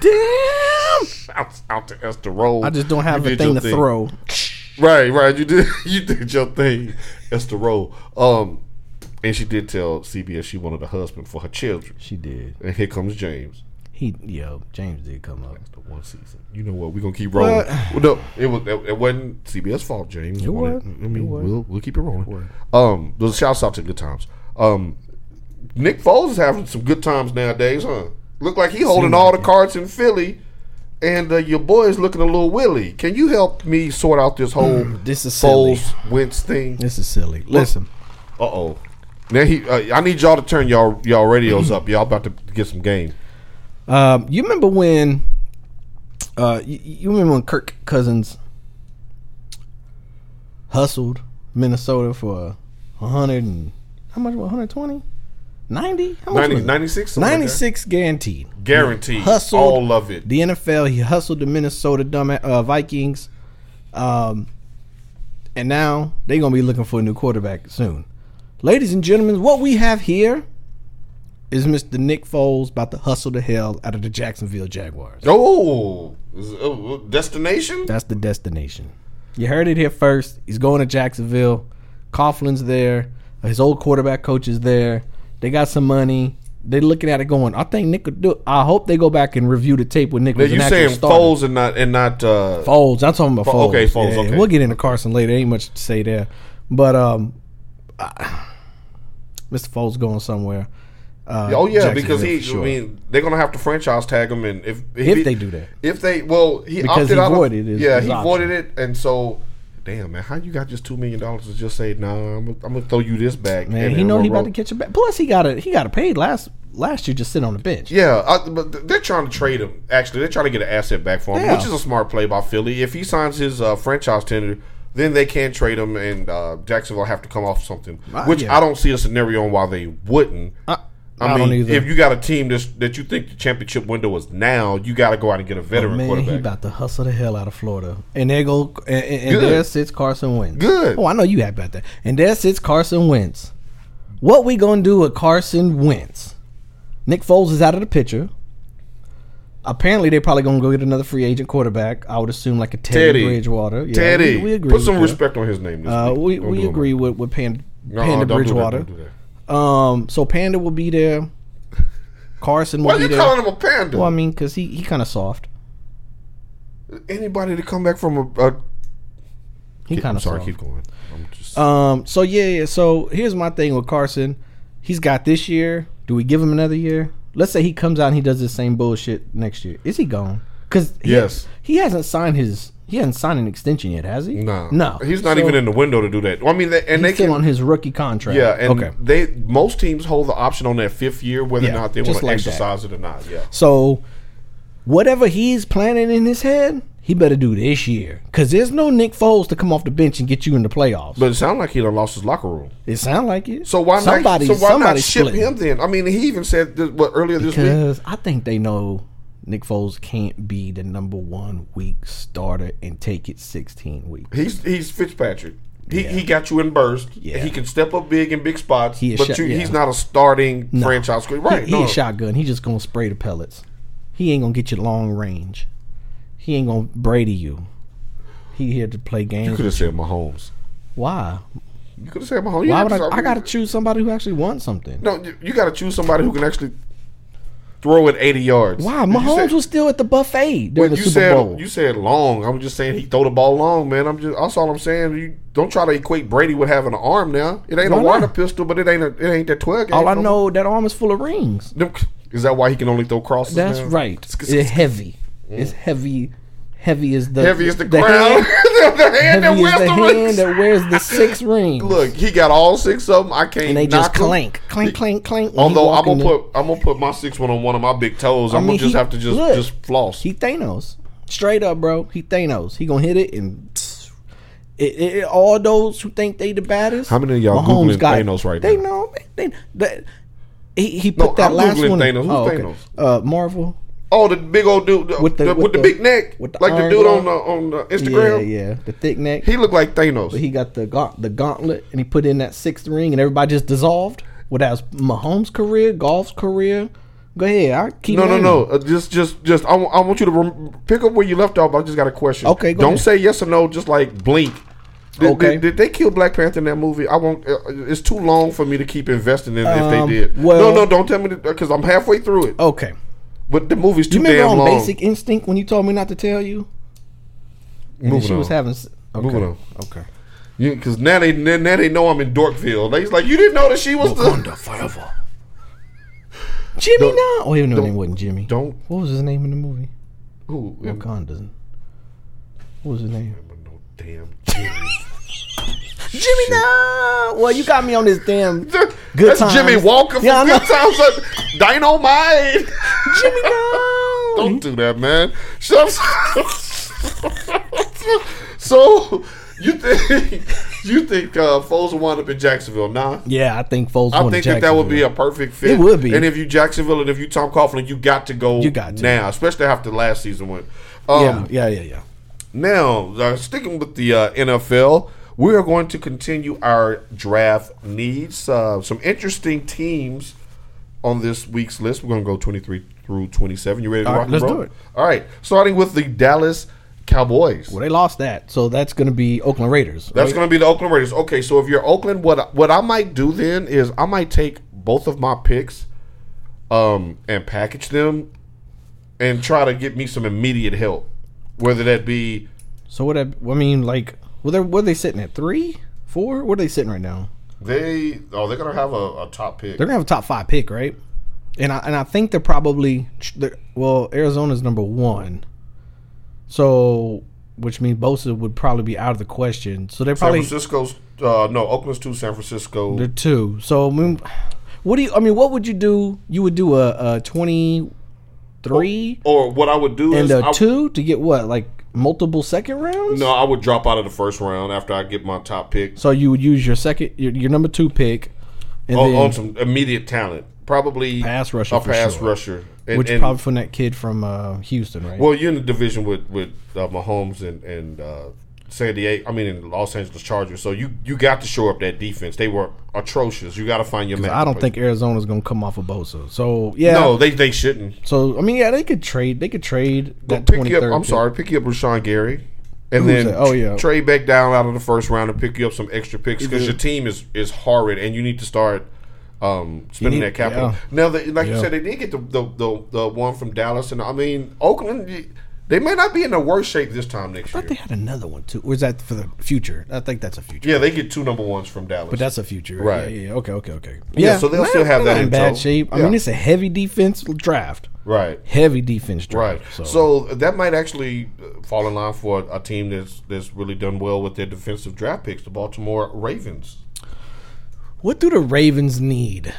Speaker 2: damn.
Speaker 3: Out, out to Esther Roll.
Speaker 2: I just don't have
Speaker 3: You
Speaker 2: a
Speaker 3: did
Speaker 2: thing
Speaker 3: your
Speaker 2: to throw.
Speaker 3: Right, right. You did you did your thing. Esther Roll. Um and she did tell CBS she wanted a husband for her children.
Speaker 2: She did.
Speaker 3: And here comes James.
Speaker 2: He, yo, James did come up.
Speaker 3: The one season. You know what? We're gonna keep rolling. Well, no, it was it, it wasn't CBS fault, James.
Speaker 2: It
Speaker 3: Wanted-
Speaker 2: was.
Speaker 3: I mean,
Speaker 2: It was.
Speaker 3: we'll we'll keep it rolling. Um, those shouts out to good times. Um, Nick Foles is having some good times nowadays, huh? Look like he holding all the cards in Philly, and uh, your boy is looking a little willy. Can you help me sort out this whole
Speaker 2: This is silly.
Speaker 3: Foles Wentz thing?
Speaker 2: This is silly. Listen,
Speaker 3: Uh oh. Now he, uh, I need y'all to turn y'all y'all radios up. Y'all about to get some game.
Speaker 2: um, you remember when? Uh, you, you remember when Kirk Cousins hustled Minnesota for a hundred and how much? One hundred twenty. 90? How much
Speaker 3: 90,
Speaker 2: was it?
Speaker 3: 96? Something like that.
Speaker 2: 96 guaranteed.
Speaker 3: Guaranteed.
Speaker 2: hustled
Speaker 3: All of it.
Speaker 2: The NFL, he hustled the Minnesota dumb uh, Vikings, um, and now they're gonna be looking for a new quarterback soon. Ladies and gentlemen, what we have here is Mr. Nick Foles about to hustle the hell out of the Jacksonville Jaguars.
Speaker 3: Oh, is- oh, destination.
Speaker 2: That's the destination. You heard it here first. He's going to Jacksonville. Coughlin's there. His old quarterback coach is there. They got some money. They're looking at it going. I think Nick could do. it." I hope they go back and review the tape when Nick
Speaker 3: Now
Speaker 2: was an
Speaker 3: you
Speaker 2: actual
Speaker 3: saying
Speaker 2: starter.
Speaker 3: Foles and not and not uh,
Speaker 2: Foles. I'm talking about
Speaker 3: Fo-
Speaker 2: Foles.
Speaker 3: okay, Foles,
Speaker 2: Yeah,
Speaker 3: okay.
Speaker 2: We'll get into Carson later. Ain't much to say there, but um, I- Mr. Foles going somewhere. Uh,
Speaker 3: oh yeah,
Speaker 2: Jacksonville
Speaker 3: because he.
Speaker 2: for sure.
Speaker 3: I mean, they're gonna have to franchise tag him, and if
Speaker 2: If
Speaker 3: he-
Speaker 2: they do that.
Speaker 3: if they well, he
Speaker 2: Because
Speaker 3: opted
Speaker 2: he
Speaker 3: out. of-
Speaker 2: voided his-
Speaker 3: yeah,
Speaker 2: his
Speaker 3: he
Speaker 2: option.
Speaker 3: voided it, and so. Damn man, how you got just two million dollars to just say nah? I'm, gonna- I'm gonna throw you this back.
Speaker 2: man,
Speaker 3: and
Speaker 2: he
Speaker 3: then
Speaker 2: know he
Speaker 3: roll-
Speaker 2: about to catch a back. Plus, he got a he got a paid last last year. Just sit on the bench.
Speaker 3: Yeah, I, but th- they're trying to trade him. Actually, they're trying to get an asset back for him,
Speaker 2: Yeah.
Speaker 3: which is a smart play by Philly. If he signs his uh, franchise tender, then they can trade him, and uh, Jacksonville have to come off something.
Speaker 2: Ah,
Speaker 3: which
Speaker 2: yeah.
Speaker 3: I don't see a scenario on why they wouldn't.
Speaker 2: I,
Speaker 3: I,
Speaker 2: I
Speaker 3: mean,
Speaker 2: don't either.
Speaker 3: if you got a team that's, that you think the championship window is now, you got to go out and get a veteran
Speaker 2: Oh, Man, he
Speaker 3: quarterback.
Speaker 2: about to hustle the hell out of Florida, and there go and, and- and
Speaker 3: Good.
Speaker 2: there sits Carson Wentz.
Speaker 3: Good.
Speaker 2: Oh, I know you happy about that. And there sits Carson Wentz. What we gonna do with Carson Wentz? Nick Foles is out of the picture. Apparently, they probably gonna go get another free agent quarterback. I would assume like a Teddy,
Speaker 3: Teddy.
Speaker 2: Bridgewater. Yeah,
Speaker 3: Teddy,
Speaker 2: we, we agree.
Speaker 3: put
Speaker 2: with
Speaker 3: some
Speaker 2: that.
Speaker 3: respect on his name. This
Speaker 2: Uh,
Speaker 3: week.
Speaker 2: we
Speaker 3: Don't
Speaker 2: we
Speaker 3: do him
Speaker 2: agree
Speaker 3: wrong.
Speaker 2: with with Panda,
Speaker 3: Nuh-uh,
Speaker 2: Panda
Speaker 3: don't do that,
Speaker 2: Bridgewater.
Speaker 3: don't do that.
Speaker 2: um, so Panda will be there. Carson will
Speaker 3: Why are
Speaker 2: be
Speaker 3: you
Speaker 2: there.
Speaker 3: calling him a panda?
Speaker 2: well, I mean, cause he he kind of soft.
Speaker 3: Anybody to come back from a, a
Speaker 2: He kind
Speaker 3: I'm
Speaker 2: of
Speaker 3: sorry,
Speaker 2: soft.
Speaker 3: keep going. I'm just
Speaker 2: Um. So yeah, yeah. So here's my thing with Carson. He's got this year. Do we give him another year? Let's say he comes out and he does the same bullshit next year. Is he gone? Because
Speaker 3: Yes.
Speaker 2: he hasn't signed his. He hasn't signed an extension yet, has he?
Speaker 3: No,
Speaker 2: no.
Speaker 3: he's not
Speaker 2: So
Speaker 3: even in the window to do that. Well, I mean, they,
Speaker 2: He's
Speaker 3: and they
Speaker 2: still
Speaker 3: can,
Speaker 2: on his rookie contract.
Speaker 3: yeah, and
Speaker 2: okay.
Speaker 3: they most teams hold the option on that fifth year, whether
Speaker 2: Yeah,
Speaker 3: or not they want
Speaker 2: just
Speaker 3: to
Speaker 2: like that.
Speaker 3: exercise it or not. Yeah,
Speaker 2: So whatever he's planning in his head, he better do this year. Because there's no Nick Foles to come off the bench and get you in the playoffs.
Speaker 3: but it sounds like he done lost his locker room.
Speaker 2: it sounds like it.
Speaker 3: So why
Speaker 2: somebody?
Speaker 3: not? So why not
Speaker 2: somebody
Speaker 3: ship
Speaker 2: splitting.
Speaker 3: him then? I mean, he even said this, what earlier this week.
Speaker 2: Because I think they know Nick Foles can't be the number one week starter and take it 16 weeks.
Speaker 3: He's he's Fitzpatrick. He, he got you in burst.
Speaker 2: Yeah.
Speaker 3: He can step up big in big spots,
Speaker 2: He a
Speaker 3: but
Speaker 2: shot-
Speaker 3: you,
Speaker 2: yeah.
Speaker 3: he's not a starting franchise. Right?
Speaker 2: He, he
Speaker 3: no.
Speaker 2: a shotgun. He just gonna spray the pellets. He ain't gonna get you long range. He ain't gonna Brady you. He here to play
Speaker 3: You
Speaker 2: games.
Speaker 3: could have said Mahomes.
Speaker 2: Why?
Speaker 3: You could have said Mahomes. You
Speaker 2: Why
Speaker 3: had
Speaker 2: would
Speaker 3: to-
Speaker 2: I? I
Speaker 3: mean-
Speaker 2: gotta choose somebody who actually wants something.
Speaker 3: No, you, you got to choose somebody who can actually throw it 80 yards.
Speaker 2: Why?
Speaker 3: You
Speaker 2: Mahomes
Speaker 3: said-
Speaker 2: was still at the buffet during
Speaker 3: when
Speaker 2: the
Speaker 3: you
Speaker 2: Super
Speaker 3: said
Speaker 2: Bowl.
Speaker 3: you said long. I'm just saying he throw the ball long, man. I'm just that's all I'm saying. You don't try to equate Brady with having an arm now. It ain't
Speaker 2: Why
Speaker 3: a water
Speaker 2: not?
Speaker 3: pistol, but it ain't a, it ain't that 12.
Speaker 2: All
Speaker 3: gauge
Speaker 2: I
Speaker 3: no
Speaker 2: know that arm is full of rings.
Speaker 3: more. Them- Is that why he can only throw crosses?
Speaker 2: That's
Speaker 3: now?
Speaker 2: right. It's heavy. It's heavy. Heavy as the
Speaker 3: Mm. Heavy as the,
Speaker 2: hand-
Speaker 3: ground. the hand that
Speaker 2: heavy is
Speaker 3: wears
Speaker 2: the
Speaker 3: the
Speaker 2: hand
Speaker 3: rings.
Speaker 2: that wears the six rings.
Speaker 3: Look, he got all six of them. I can't.
Speaker 2: and they just
Speaker 3: knock 'em.
Speaker 2: clank, clank, clank, clank. when he
Speaker 3: Although I'm
Speaker 2: walk in
Speaker 3: gonna
Speaker 2: the-
Speaker 3: put I'm gonna put my six one on one of my big toes. I'm
Speaker 2: mean,
Speaker 3: gonna just
Speaker 2: he-
Speaker 3: have to just
Speaker 2: look,
Speaker 3: just floss.
Speaker 2: he Thanos straight up, bro. He Thanos. He gonna hit it and. It, it, it- all those who think they the baddest.
Speaker 3: How many of y'all
Speaker 2: Mahomes
Speaker 3: Googling
Speaker 2: got it.
Speaker 3: Thanos right
Speaker 2: they
Speaker 3: now?
Speaker 2: Know, they know. They, he, he
Speaker 3: No,
Speaker 2: put that
Speaker 3: I'm
Speaker 2: last
Speaker 3: Googling
Speaker 2: one. Oh,
Speaker 3: Thanos. Who's
Speaker 2: okay.
Speaker 3: Thanos?
Speaker 2: Uh, Marvel.
Speaker 3: Oh, the big old dude the- the- with the, big neck,
Speaker 2: with the
Speaker 3: like the
Speaker 2: iron
Speaker 3: dude
Speaker 2: glove.
Speaker 3: on the, on the
Speaker 2: Yeah,
Speaker 3: Instagram.
Speaker 2: yeah. The thick neck.
Speaker 3: He looked like Thanos.
Speaker 2: But he got the gaunt, the gauntlet, and he put in that sixth ring, and everybody just dissolved. Well, that was Mahomes' career, golf's career. Go ahead, I keep.
Speaker 3: no, no,
Speaker 2: naming.
Speaker 3: no. Uh, just, just, just. I wa- I want you to rem- pick up where you left off. I just got a question.
Speaker 2: Okay, go
Speaker 3: Don't
Speaker 2: ahead.
Speaker 3: say yes or no. Just like blink. Did,
Speaker 2: Okay.
Speaker 3: did, did they kill Black Panther in that movie? I won't. uh, It's too long for me to keep investing in if
Speaker 2: Um,
Speaker 3: they did.
Speaker 2: well-
Speaker 3: no, no, don't tell me because I'm halfway through it.
Speaker 2: Okay,
Speaker 3: But the movie's
Speaker 2: you
Speaker 3: too
Speaker 2: remember
Speaker 3: damn
Speaker 2: on
Speaker 3: long.
Speaker 2: Basic Instinct when you told me not to tell you? And
Speaker 3: Moving
Speaker 2: she was
Speaker 3: on.
Speaker 2: having. s- Okay.
Speaker 3: Moving on.
Speaker 2: Okay.
Speaker 3: Because now they now now they know I'm in Dorkville. They was like, you didn't know that she was the.
Speaker 2: forever. Jimmy,
Speaker 3: Don't-
Speaker 2: no. Oh, even though his
Speaker 3: don't-
Speaker 2: name wasn't Jimmy.
Speaker 3: Don't.
Speaker 2: What was his name in the movie?
Speaker 3: Who?
Speaker 2: Wakanda. What was his name?
Speaker 3: No damn. Jimmy.
Speaker 2: Jimmy, no. Well, you got me on this damn.
Speaker 3: That's
Speaker 2: times.
Speaker 3: Jimmy Walker from
Speaker 2: Yeah, I know.
Speaker 3: Good Times. Like, Dynamite.
Speaker 2: Jimmy, no.
Speaker 3: Don't do that, man. So, so you think you think uh, Foles will wind up in Jacksonville? Nah.
Speaker 2: Yeah, I think Foles.
Speaker 3: I
Speaker 2: won
Speaker 3: think
Speaker 2: the
Speaker 3: that that would be
Speaker 2: Jacksonville.
Speaker 3: a perfect fit.
Speaker 2: It would be.
Speaker 3: And if you Jacksonville and if you Tom Coughlin, you got to go
Speaker 2: You got to.
Speaker 3: now, especially after last season win. Um,
Speaker 2: yeah, yeah, yeah, yeah.
Speaker 3: Now, uh, sticking with the uh, NFL, we are going to continue our draft needs. Uh, some interesting teams on this week's list. We're going to go 23 through 27. You ready to
Speaker 2: All
Speaker 3: rock
Speaker 2: right,
Speaker 3: and
Speaker 2: let's
Speaker 3: roll?
Speaker 2: do it.
Speaker 3: All right. Starting with the Dallas Cowboys.
Speaker 2: Well, they lost that, so that's going to be Oakland Raiders.
Speaker 3: That's
Speaker 2: right?
Speaker 3: going to be the Oakland Raiders. Okay, so if you're Oakland, what what I might do then is I might take both of my picks um, and package them and try to get me some immediate help, whether that be
Speaker 2: so what? I, I mean, like, what they what are they sitting at three, four? What are they sitting right now?
Speaker 3: They oh they're gonna have a, a top pick.
Speaker 2: They're going to have a top five pick, right? And I and I think they're probably they're, well, Arizona's number one, so which means Bosa would probably be out of the question. So they're
Speaker 3: San
Speaker 2: probably
Speaker 3: Francisco's uh, no Oakland's two. San Francisco.
Speaker 2: they're two. So I mean, what do you? I mean, what would you do? You would do a, a twenty three.
Speaker 3: or what I would do
Speaker 2: and
Speaker 3: is
Speaker 2: a
Speaker 3: I-
Speaker 2: two to get what like multiple second rounds.
Speaker 3: no I would drop out of the first round after I get my top pick
Speaker 2: So you would use your second, your, your number two pick, and
Speaker 3: on,
Speaker 2: then
Speaker 3: on some immediate talent. Probably
Speaker 2: Pass rusher
Speaker 3: a
Speaker 2: for
Speaker 3: pass
Speaker 2: sure.
Speaker 3: rusher. And,
Speaker 2: which
Speaker 3: and-
Speaker 2: probably from that kid from uh, Houston, right?
Speaker 3: well you're in the division with with uh, Mahomes and and uh, San Diego. I mean in Los Angeles Chargers. So you you got to shore up that defense. They were atrocious. You got to find your man.
Speaker 2: I don't think Arizona's gonna come off of Bosa. So yeah.
Speaker 3: no they they shouldn't.
Speaker 2: So I mean, yeah, they could trade. They could trade that
Speaker 3: pick
Speaker 2: twenty
Speaker 3: you up.
Speaker 2: third.
Speaker 3: I'm sorry, pick you up Rashawn Gary, and
Speaker 2: Who's
Speaker 3: then
Speaker 2: that? Oh, yeah.
Speaker 3: trade back down out of the first round and pick you up some extra picks because
Speaker 2: Either-
Speaker 3: your team is is horrid, and you need to start um, spending
Speaker 2: need-
Speaker 3: that capital.
Speaker 2: yeah.
Speaker 3: Now, they, like you
Speaker 2: Yeah.
Speaker 3: said, they did get the, the the the one from Dallas, and I mean Oakland. y- They may not be in the worst shape this time next
Speaker 2: I
Speaker 3: year.
Speaker 2: thought they had another one too. Or is that for the future? I think that's a future.
Speaker 3: yeah, they get two number ones from Dallas.
Speaker 2: But that's a future,
Speaker 3: Right.
Speaker 2: Yeah, yeah, okay, okay, okay.
Speaker 3: Yeah, so they'll still have that
Speaker 2: in
Speaker 3: in
Speaker 2: bad
Speaker 3: tow.
Speaker 2: shape. I
Speaker 3: Yeah.
Speaker 2: mean, it's a heavy defense draft.
Speaker 3: right.
Speaker 2: Heavy defense
Speaker 3: Right.
Speaker 2: draft.
Speaker 3: So. that might actually uh, fall in line for a team that's that's really done well with their defensive draft picks, the Baltimore Ravens.
Speaker 2: What do the Ravens need?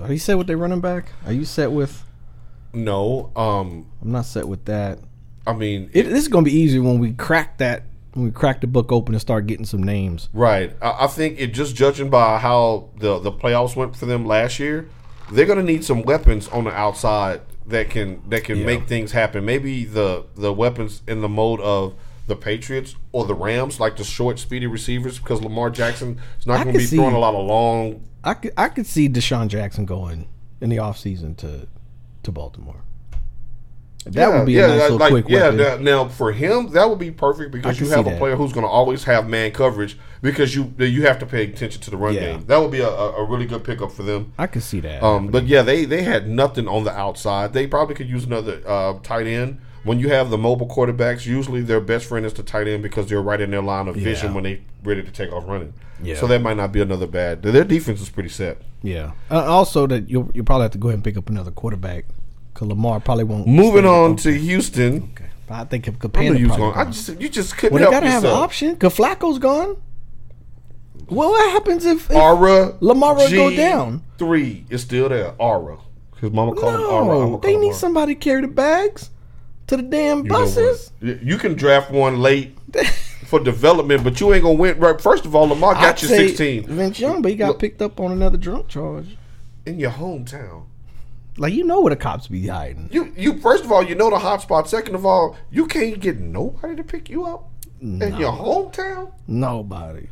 Speaker 2: Are you set with their running back? Are you set with?
Speaker 3: No, um,
Speaker 2: I'm not set with that.
Speaker 3: I mean,
Speaker 2: It, this is gonna be easy when we crack that. When we crack the book open and start getting some names.
Speaker 3: Right. I, I think it just judging by how the the playoffs went for them last year, they're going to need some weapons on the outside that can that can make things happen. Maybe the the weapons in the mode of the Patriots or the Rams, like the short, speedy receivers, because Lamar Jackson is
Speaker 2: I
Speaker 3: not going
Speaker 2: can
Speaker 3: to be
Speaker 2: see-
Speaker 3: throwing a lot of long.
Speaker 2: I could I could see Deshaun Jackson going in the offseason to to Baltimore. That would be a nice little
Speaker 3: like-
Speaker 2: quick
Speaker 3: yeah.
Speaker 2: weapon.
Speaker 3: that- now for him, that would be perfect because
Speaker 2: can
Speaker 3: you have
Speaker 2: see
Speaker 3: a
Speaker 2: that.
Speaker 3: player who's going to always have man coverage because you you have to pay attention to the run
Speaker 2: Yeah.
Speaker 3: game. That would be a, a a really good pickup for them.
Speaker 2: I could see that.
Speaker 3: Um, but yeah, they they had nothing on the outside. They probably could use another uh, tight end. When you have the mobile quarterbacks, usually their best friend is the tight end because they're right in their line of vision
Speaker 2: Yeah.
Speaker 3: when they ready to take off running.
Speaker 2: Yeah.
Speaker 3: So that might not be another bad. Their defense is pretty set.
Speaker 2: yeah. Uh, also, that you'll you'll probably have to go ahead and pick up another quarterback because Lamar probably won't.
Speaker 3: Moving on to Houston.
Speaker 2: Okay. But I think if
Speaker 3: I knew
Speaker 2: Capella
Speaker 3: you was
Speaker 2: probably
Speaker 3: going. I
Speaker 2: gone.
Speaker 3: just you just couldn't
Speaker 2: Well, they
Speaker 3: help
Speaker 2: gotta have an
Speaker 3: yourself.
Speaker 2: option. Cause Flacco's gone. Well, what happens if, if
Speaker 3: Aura
Speaker 2: Lamar will go down.
Speaker 3: Three is still there. Aura. His mama called him Aura. I'ma
Speaker 2: no?
Speaker 3: call
Speaker 2: They
Speaker 3: him
Speaker 2: need
Speaker 3: Aura.
Speaker 2: somebody to carry the bags to the damn
Speaker 3: You know what?
Speaker 2: buses.
Speaker 3: You you can draft one late for development, but you ain't gonna win. Right, first of all, Lamar got
Speaker 2: I'd
Speaker 3: you
Speaker 2: say
Speaker 3: sixteen
Speaker 2: Vince Young, but he got
Speaker 3: Look.
Speaker 2: picked up on another drunk charge.
Speaker 3: in your hometown.
Speaker 2: Like you know where the cops be hiding.
Speaker 3: You you first of all, you know the hot spot. Second of all, you can't get nobody to pick you up in your hometown.
Speaker 2: Nobody.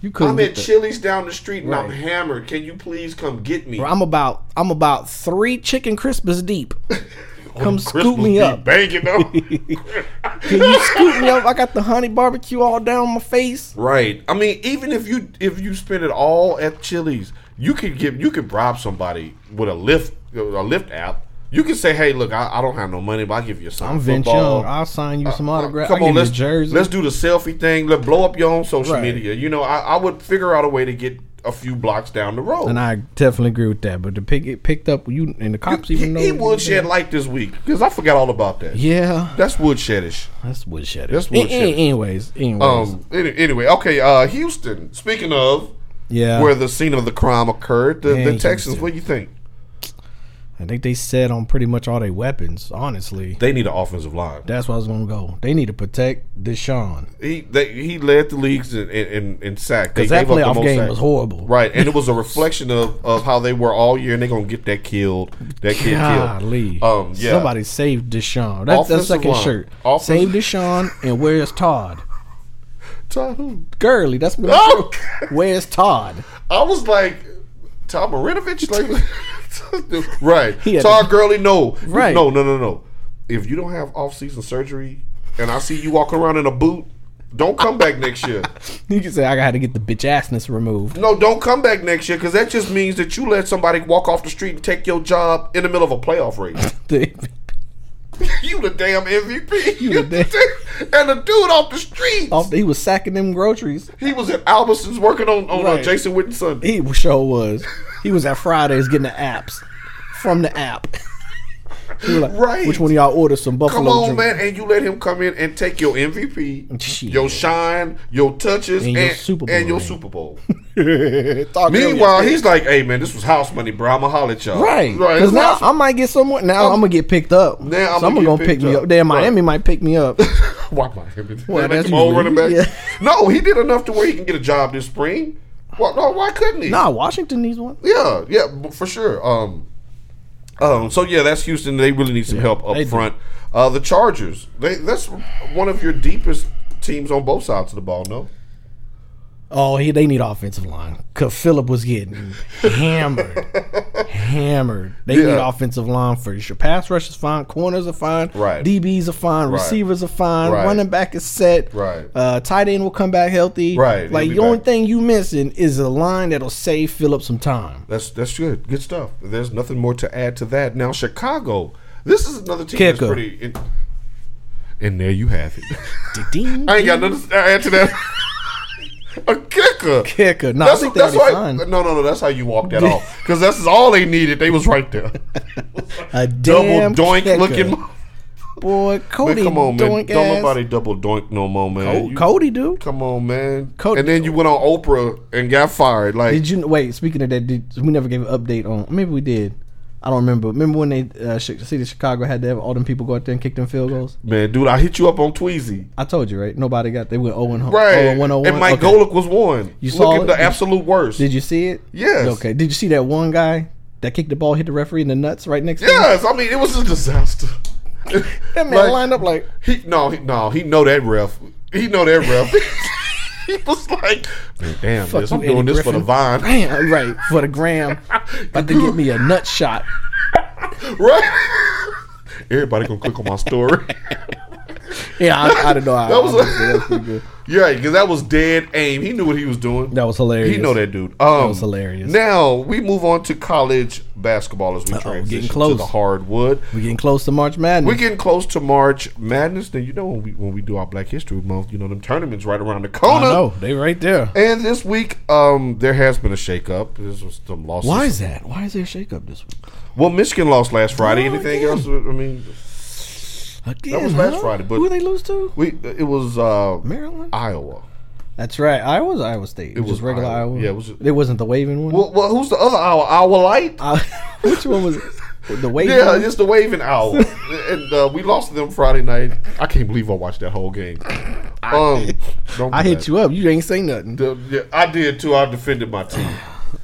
Speaker 2: You couldn't.
Speaker 3: I'm
Speaker 2: get
Speaker 3: at
Speaker 2: the-
Speaker 3: Chili's down the street and I'm
Speaker 2: Right.
Speaker 3: hammered. Can you please come get me?
Speaker 2: Bro, I'm about I'm about three chicken crispers deep. Come scoop me up.
Speaker 3: banging
Speaker 2: Can you scoop me up? I got the honey barbecue all down my face.
Speaker 3: right. I mean, even if you if you spend it all at Chili's, you could give you could bribe somebody with a lift a Lyft app. You can say, "Hey, look, I, I don't have no money, but I'll give you some
Speaker 2: I'm Vince
Speaker 3: football." Uh,
Speaker 2: Young. I'll sign you some autographs.
Speaker 3: Come
Speaker 2: I'll give
Speaker 3: on,
Speaker 2: you a
Speaker 3: let's
Speaker 2: jersey.
Speaker 3: let's do the selfie thing. Let blow up your own social
Speaker 2: Right.
Speaker 3: media. You know, I, I would figure out a way to get a few blocks down the road.
Speaker 2: and I definitely agree with that. But to pick it picked up, you and the cops
Speaker 3: he,
Speaker 2: even know.
Speaker 3: he
Speaker 2: what you
Speaker 3: woodshed
Speaker 2: did.
Speaker 3: light this week because I forgot all about that.
Speaker 2: Yeah,
Speaker 3: That's woodshedish.
Speaker 2: that's woodshed.
Speaker 3: That's
Speaker 2: An- an-
Speaker 3: woodshed.
Speaker 2: Anyways, anyways,
Speaker 3: Um. any- Anyway, okay. Uh, Houston. Speaking of
Speaker 2: yeah.
Speaker 3: where the scene of the crime occurred, the,
Speaker 2: Man,
Speaker 3: the
Speaker 2: Houston.
Speaker 3: Texans. What do you think?
Speaker 2: I think they said on pretty much all their weapons. Honestly,
Speaker 3: They need an offensive line.
Speaker 2: that's where I was gonna go. They need to protect Deshaun
Speaker 3: He they, he led the leagues in in, in, in sack. They
Speaker 2: because that
Speaker 3: gave up the
Speaker 2: playoff
Speaker 3: most
Speaker 2: game
Speaker 3: sacks.
Speaker 2: was horrible.
Speaker 3: Right, and it was a reflection of, of how they were all year, and they're gonna get that killed, that kid
Speaker 2: Golly.
Speaker 3: killed. Um, yeah,
Speaker 2: Somebody save Deshaun. That, that's
Speaker 3: Offensive
Speaker 2: second
Speaker 3: line.
Speaker 2: shirt.
Speaker 3: Offensive-
Speaker 2: Save Deshaun and where's Todd?
Speaker 3: Todd who?
Speaker 2: Gurley, that's what I'm
Speaker 3: Oh!
Speaker 2: saying. Where's Todd?
Speaker 3: I was like, Todd Marinovich, like, right?
Speaker 2: He had-
Speaker 3: Todd Gurley, no,
Speaker 2: Right.
Speaker 3: no, no, no, no. If you don't have off season surgery, and I see you walking around in a boot, don't come back next year.
Speaker 2: You can say I had to get the bitch assness removed.
Speaker 3: No, don't come back next year because that just means that you let somebody walk off the street and take your job in the middle of a playoff race.
Speaker 2: The-
Speaker 3: you the damn MVP.
Speaker 2: You the Um,
Speaker 3: and the dude off the street.
Speaker 2: off- he was sacking them groceries.
Speaker 3: He was at Albertsons working on, on uh,
Speaker 2: Right.
Speaker 3: Jason Witten Sunday.
Speaker 2: He sure was. He was at Fridays getting the apps from the app. He was like,
Speaker 3: Right.
Speaker 2: Which one of y'all ordered some buffalo?
Speaker 3: Come on,
Speaker 2: drink?"
Speaker 3: man, and you let him come in and take your MVP,
Speaker 2: Shit.
Speaker 3: your shine, your touches, and,
Speaker 2: And your Super Bowl
Speaker 3: and your
Speaker 2: ring.
Speaker 3: Super Bowl.
Speaker 2: Talk to him.
Speaker 3: Meanwhile, he's like, "Hey, man, this was house money, bro. I'ma holler at y'all."
Speaker 2: Right.
Speaker 3: right.
Speaker 2: Because now
Speaker 3: House-
Speaker 2: I might get someone. Now I'm, gonna get picked up.
Speaker 3: Now
Speaker 2: so
Speaker 3: I'ma
Speaker 2: I'm
Speaker 3: get
Speaker 2: gonna
Speaker 3: picked
Speaker 2: pick me
Speaker 3: up.
Speaker 2: up. Then
Speaker 3: Right.
Speaker 2: Miami might pick me up.
Speaker 3: Why Miami?
Speaker 2: Well,
Speaker 3: They make
Speaker 2: that's
Speaker 3: him all running
Speaker 2: usually-
Speaker 3: back.
Speaker 2: yeah.
Speaker 3: No, he did enough to where he can get a job this spring. Well, no, why couldn't he?
Speaker 2: nah, Washington needs one.
Speaker 3: Yeah, yeah, b- for sure. Um, um, so yeah, that's Houston. They really need some help up
Speaker 2: they do.
Speaker 3: front. Uh, the Chargers. They that's one of your deepest teams on both sides of the ball. No,
Speaker 2: Oh, he, they need offensive line. Cause Phillip was getting hammered, hammered. They need
Speaker 3: Yeah.
Speaker 2: offensive line for sure. Pass rush is fine. Corners are fine.
Speaker 3: Right.
Speaker 2: DBs are fine. Receivers are fine.
Speaker 3: Right.
Speaker 2: Running back is set.
Speaker 3: Right.
Speaker 2: Uh, tight end will come back healthy.
Speaker 3: Right, he'll
Speaker 2: Like
Speaker 3: be
Speaker 2: the only
Speaker 3: back.
Speaker 2: thing you missing is a line that'll save Phillip some time.
Speaker 3: that's that's good. Good stuff. There's nothing more to add to that. Now Chicago. This is another team
Speaker 2: Kicker.
Speaker 3: that's pretty. In- and there you have it.
Speaker 2: Ding,
Speaker 3: I ain't got
Speaker 2: ding.
Speaker 3: nothing to add to that. a kicker.
Speaker 2: kicker. No,
Speaker 3: That's,
Speaker 2: I think
Speaker 3: that's
Speaker 2: that's
Speaker 3: why.
Speaker 2: fine.
Speaker 3: No, no, no. That's how you walk that off. Because that's all they needed. They was right there.
Speaker 2: A
Speaker 3: Double
Speaker 2: damn
Speaker 3: doink
Speaker 2: kicker.
Speaker 3: looking.
Speaker 2: boy. Cody,
Speaker 3: Man, come on, man.
Speaker 2: doink
Speaker 3: Don't
Speaker 2: ass.
Speaker 3: nobody double doink no more, man.
Speaker 2: Oh,
Speaker 3: You-
Speaker 2: Cody, do.
Speaker 3: Come on, man.
Speaker 2: Cody-
Speaker 3: and then you went on Oprah and got fired. Like,
Speaker 2: Did you wait? Speaking of that, did, we never gave an update on. Maybe we did. I don't remember. Remember when they uh, Chi- city of Chicago had to have all them people go out there and kick them field goals?
Speaker 3: man, dude, I hit you up on Tweezy.
Speaker 2: I told you right. Nobody got. They went zero and right.
Speaker 3: Right.
Speaker 2: Oh, one
Speaker 3: And Mike Golick was one.
Speaker 2: You saw
Speaker 3: Looking
Speaker 2: it?
Speaker 3: the
Speaker 2: Did-
Speaker 3: absolute worst.
Speaker 2: Did you see it?
Speaker 3: Yes.
Speaker 2: Okay. Did you see that one guy that kicked the ball, hit the referee in the nuts right next? to him?
Speaker 3: yes. I mean, it was a disaster.
Speaker 2: That man lined up like.
Speaker 3: He no, he, no, he know that ref. He know that ref. he was like, damn,
Speaker 2: "Fuck
Speaker 3: this,
Speaker 2: you,
Speaker 3: I'm doing
Speaker 2: Eddie
Speaker 3: this for
Speaker 2: Griffin."
Speaker 3: the vine,
Speaker 2: Damn, right for the gram. About to get me a nut shot.
Speaker 3: right? Everybody gonna click on my story.
Speaker 2: Yeah, I, I don't know. I,
Speaker 3: That was
Speaker 2: I- that was pretty good.
Speaker 3: Yeah, because that was dead aim. He knew what he was doing.
Speaker 2: That was hilarious.
Speaker 3: He know that dude. Um,
Speaker 2: was hilarious.
Speaker 3: Now we move on to college basketball as we transition
Speaker 2: getting close.
Speaker 3: to the hardwood.
Speaker 2: We're getting close to March Madness.
Speaker 3: We're getting close to March Madness. Now you know when we when we do our Black History Month, you know them tournaments right around the corner.
Speaker 2: they right there.
Speaker 3: And this week, um, there has been a shakeup. This was some losses.
Speaker 2: Why is that? Why is there a shakeup this week?
Speaker 3: Well, Michigan lost last Friday.
Speaker 2: Oh,
Speaker 3: Anything
Speaker 2: yeah.
Speaker 3: else? I mean,
Speaker 2: Again,
Speaker 3: That was last Friday, but-
Speaker 2: who they lose to?
Speaker 3: we it was uh,
Speaker 2: Maryland.
Speaker 3: Iowa.
Speaker 2: That's right. Iowa was Iowa State. It was
Speaker 3: was
Speaker 2: just regular
Speaker 3: Iowa.
Speaker 2: Iowa.
Speaker 3: Yeah, it was-
Speaker 2: It wasn't the waving one.
Speaker 3: Well, well, who's the other Iowa? Iowa Light.
Speaker 2: I- which one was it? the waving?
Speaker 3: Yeah,
Speaker 2: one?
Speaker 3: it's the waving owl, and uh, we lost to them Friday night. I can't believe I watched that whole game. Um, don't
Speaker 2: I hit you up. You ain't say nothing.
Speaker 3: yeah, I oh. did too. I defended my team.